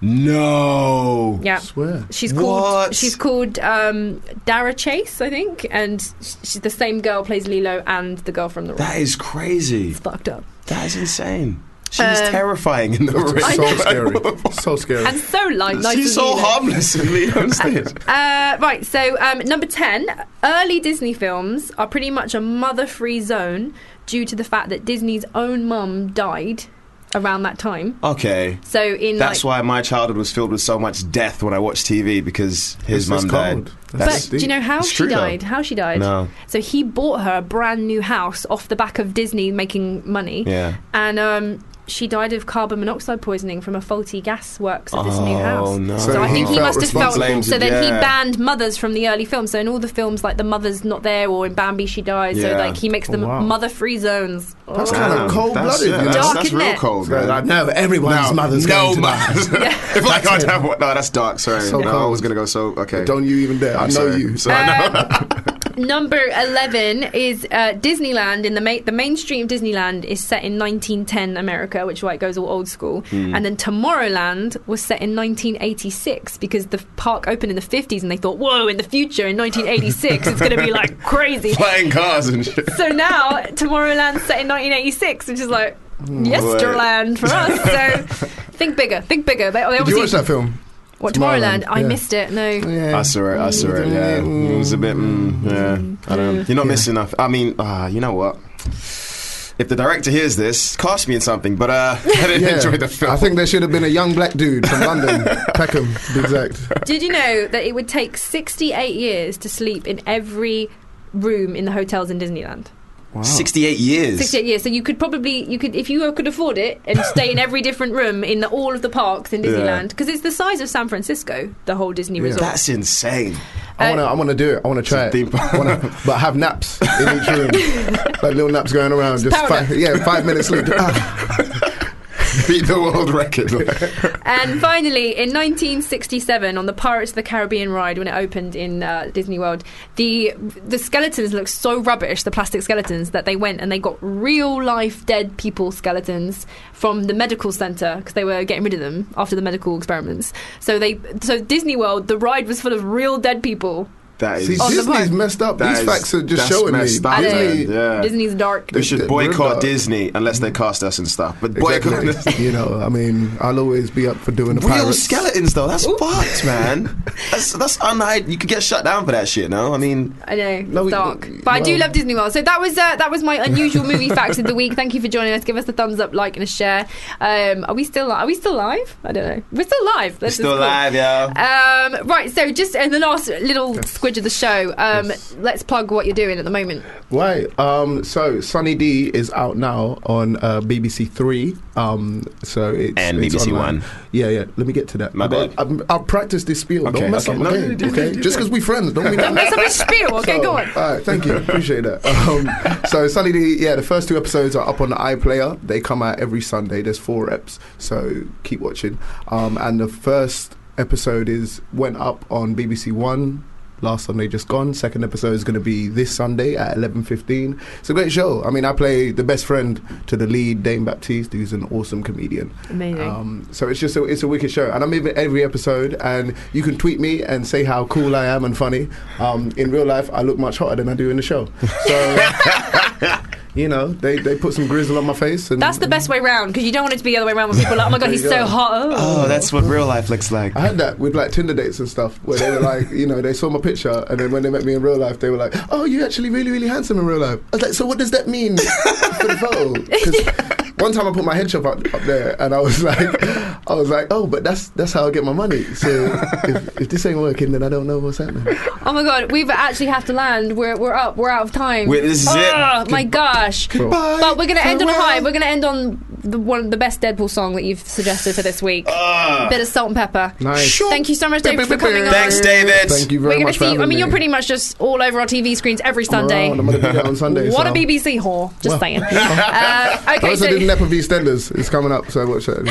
C: no.
B: Yeah.
T: Swear.
B: She's called
C: What?
B: she's called um, Dara Chase, I think, and sh- she's the same girl plays Lilo and the girl from The Ring.
C: That is crazy.
B: fucked up.
C: That is insane. She was
B: Um,
C: terrifying in the
T: It's
C: ring.
T: so scary. So scary.
B: And so like nice
C: She's
B: as
C: so
B: Lilo.
C: harmless in Leo and Stitch.
B: Uh, right, so um, number 10 early Disney films are pretty much a mother free zone due to the fact that Disney's own mum died around that time.
C: Okay.
B: So, in
C: That's
B: like,
C: why my childhood was filled with so much death when I watched TV because
T: It's just
C: his mum died.
T: cold.
B: But do you know how
C: it's
B: she
C: true, though.
B: died? How she died?
C: No.
B: So, he bought her a brand new house off the back of Disney making money.
C: Yeah.
B: And um, she died of carbon monoxide poisoning from a faulty gas works at this new
C: Oh,
B: house.
C: no.
B: So, I
T: So
B: think
T: he
B: he
T: felt
B: must have felt.
C: responsible.
B: So then he
C: Yeah.
B: banned mothers from the early films. So in all the films, like the mother's not there, or in Bambi she dies. So
C: Yeah.
B: like he makes them
T: Oh, wow.
B: mother-free zones.
T: That's
B: Oh.
T: kind of
C: Damn,
T: cold
C: that's-
T: blooded.
C: yeah,
T: you know?
C: that's,
B: Dark,
C: that's
B: isn't
C: real
B: it?
C: cold.
T: So,
C: man.
T: like, no, everyone's
C: No,
T: mother's
C: no
T: going to die.
C: mothers. if I can't have one, no, that's dark. Sorry,
T: So
C: no, I
T: cold.
C: was gonna go so okay.
T: Don't you even dare. i
C: I'm
T: know
C: sorry.
T: you.
C: Sorry,
B: Uh,
C: no.
B: Um, Number eleven is uh, Disneyland. In the ma- the mainstream of Disneyland is set in 1910 America, which is why it goes all old school.
T: Hmm.
B: And then Tomorrowland was set in 1986 because the park opened in the 50s, and they thought, whoa, in the future in 1986 it's going to be like crazy.
C: Flying cars and shit.
B: So now Tomorrowland's set in 1986, which is like
T: Hmm.
B: yesterland for us. So think bigger, think bigger. They,
T: Did you
B: they
T: watch
B: obviously
T: that film?
B: what Tomorrowland.
T: Tomorrowland,
B: I
T: yeah.
B: missed it. No,
T: Yeah.
C: I saw it. I saw it. Yeah, it was a bit. Mm, yeah, I don't. You're not missing enough. I mean, ah, you know what? If if the director hears this, cast me in something. But uh, I didn't
T: Yeah.
C: enjoy the film.
T: I think there should have been a young black dude from London, Peckham, to be exact.
B: Did you know that it would take 68 years to sleep in every room in the hotels in Disneyland?
C: 68 years.
B: 68 years. So you could probably you could if you could afford it and stay in every different room in the, all of the parks in
C: Yeah.
B: Disneyland because it's the size of San Francisco, the whole Disney resort. Uh,
C: That's insane.
T: I wanna, I wanna do it. I wanna try it. I wanna, but have naps in each room, like little naps going around. just
B: power
T: five, yeah, five minutes sleep.
C: Beat the world record.
B: And finally, in 1967, on the Pirates of the Caribbean ride when it opened in uh, Disney World, the the skeletons looked so rubbish, the plastic skeletons, that they went and they got real life dead people skeletons from the medical center because they were getting rid of them after the medical experiments. So they so Disney World, the ride was full of real dead people.
C: That
T: See,
C: is.
B: On the
T: Disney's
B: bike.
T: messed up.
C: that
T: These
C: is-
T: facts are just
C: that's
T: showing me.
C: messed up,
T: Disney,
C: man. Yeah.
B: Disney's dark.
C: They should
T: They're
C: boycott
T: dark.
C: Disney unless they cast us and stuff. But boycott
T: exactly. you know, I mean, I'll always be up for doing the
C: real
T: pirates.
C: skeletons though. That's fucked, man. That's that's unhide. You could get shut down for that shit. No, I mean.
B: I know, it's dark. But I do
C: well-
B: love Disney World. So that was uh, that was my unusual movie facts of the week. Thank you for joining us. Give us a thumbs up, like, and a share. Um, are we still are we still live? I don't know. We're still live. That's
C: Still
B: just cool.
C: alive, yo.
B: Um, right, so just in the last little squidge of the show, um, let's plug what you're doing at the moment.
T: Right. Um, so Sunny D is out now on uh, BBC Three. Um, so it's
C: And
T: it's
C: BBC
T: online.
C: One.
T: Yeah, yeah. Let me get to that.
C: My
T: But I'm- I'll practice this spiel.
C: Okay,
T: don't mess
C: okay.
T: up my
C: No,
T: game.
C: no, no,
T: okay.
C: no, no,
T: Just because we friends, don't mean
B: Don't mess up his spiel. Okay,
T: So,
B: go on.
T: All right, thank you. Appreciate that. Um, so, Sunny D, yeah, the first two episodes are up on the iPlayer. They come out every Sunday. There's four eps, so keep watching. Um, and the first episode is went up on BBC One last Sunday just gone. Second episode is going to be this Sunday at 11.15. It's a great show. I mean, I play the best friend to the lead, Dame Baptiste, who's an awesome comedian.
B: Amazing.
T: Um, so it's just a, it's a wicked show, and I'm in every episode. And you can tweet me and say how cool I am and funny. Um, in real life, I look much hotter than I do in the show. So you know, they, they put some grizzle on my face, and
B: That's the best way round because you don't want it to be the other way round when people are like, oh my god,
T: There
B: he's
T: you
B: so
T: go.
B: hot. Oh.
C: that's what real life looks like.
T: I had that with like Tinder dates and stuff where they were like, you know, they saw my picture and then when they met me in real life, they were like, oh, you're actually really, really handsome in real life. I was like, so what does that mean for the photo? 'Cause one time I put my headshot up, up there and I was like, I was like, oh, but that's that's how I get my money. So if, if this ain't working, then I don't know what's happening.
B: Oh my god, we've actually have to land. We're, we're up. We're out of time.
T: Wait, this is it.
B: oh, my gosh.
T: Goodbye.
B: But we're going to end on a
T: Farewell.
B: high. We're going to end on the one the best Deadpool song that you've suggested for this week. Bit of salt and pepper.
T: Uh, Nice. Sure.
B: Thank you so much, David, for coming on.
C: Ah. Thanks, David.
T: Thank you very
B: we're gonna
T: much for
B: see you. I
T: having
B: mean, you're
T: me.
B: pretty much just all over our TV screens every
T: I'm
B: Sunday.
T: around. I'm going to be there on Sunday.
B: what
T: so.
B: a BBC whore. Just
T: Well.
B: saying. uh,
T: I
B: okay,
T: also
B: so.
T: did an episode of EastEnders. It's coming up, so watch that.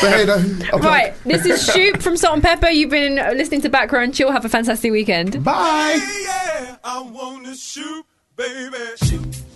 T: but hey, no, I'll plug.
B: Right, this is Shoop from Salt and Pepper. You've been uh, listening to Back Row and Chill. Have a fantastic weekend.
T: Bye.
N: Yeah, I wanna shoot, baby. Shoot,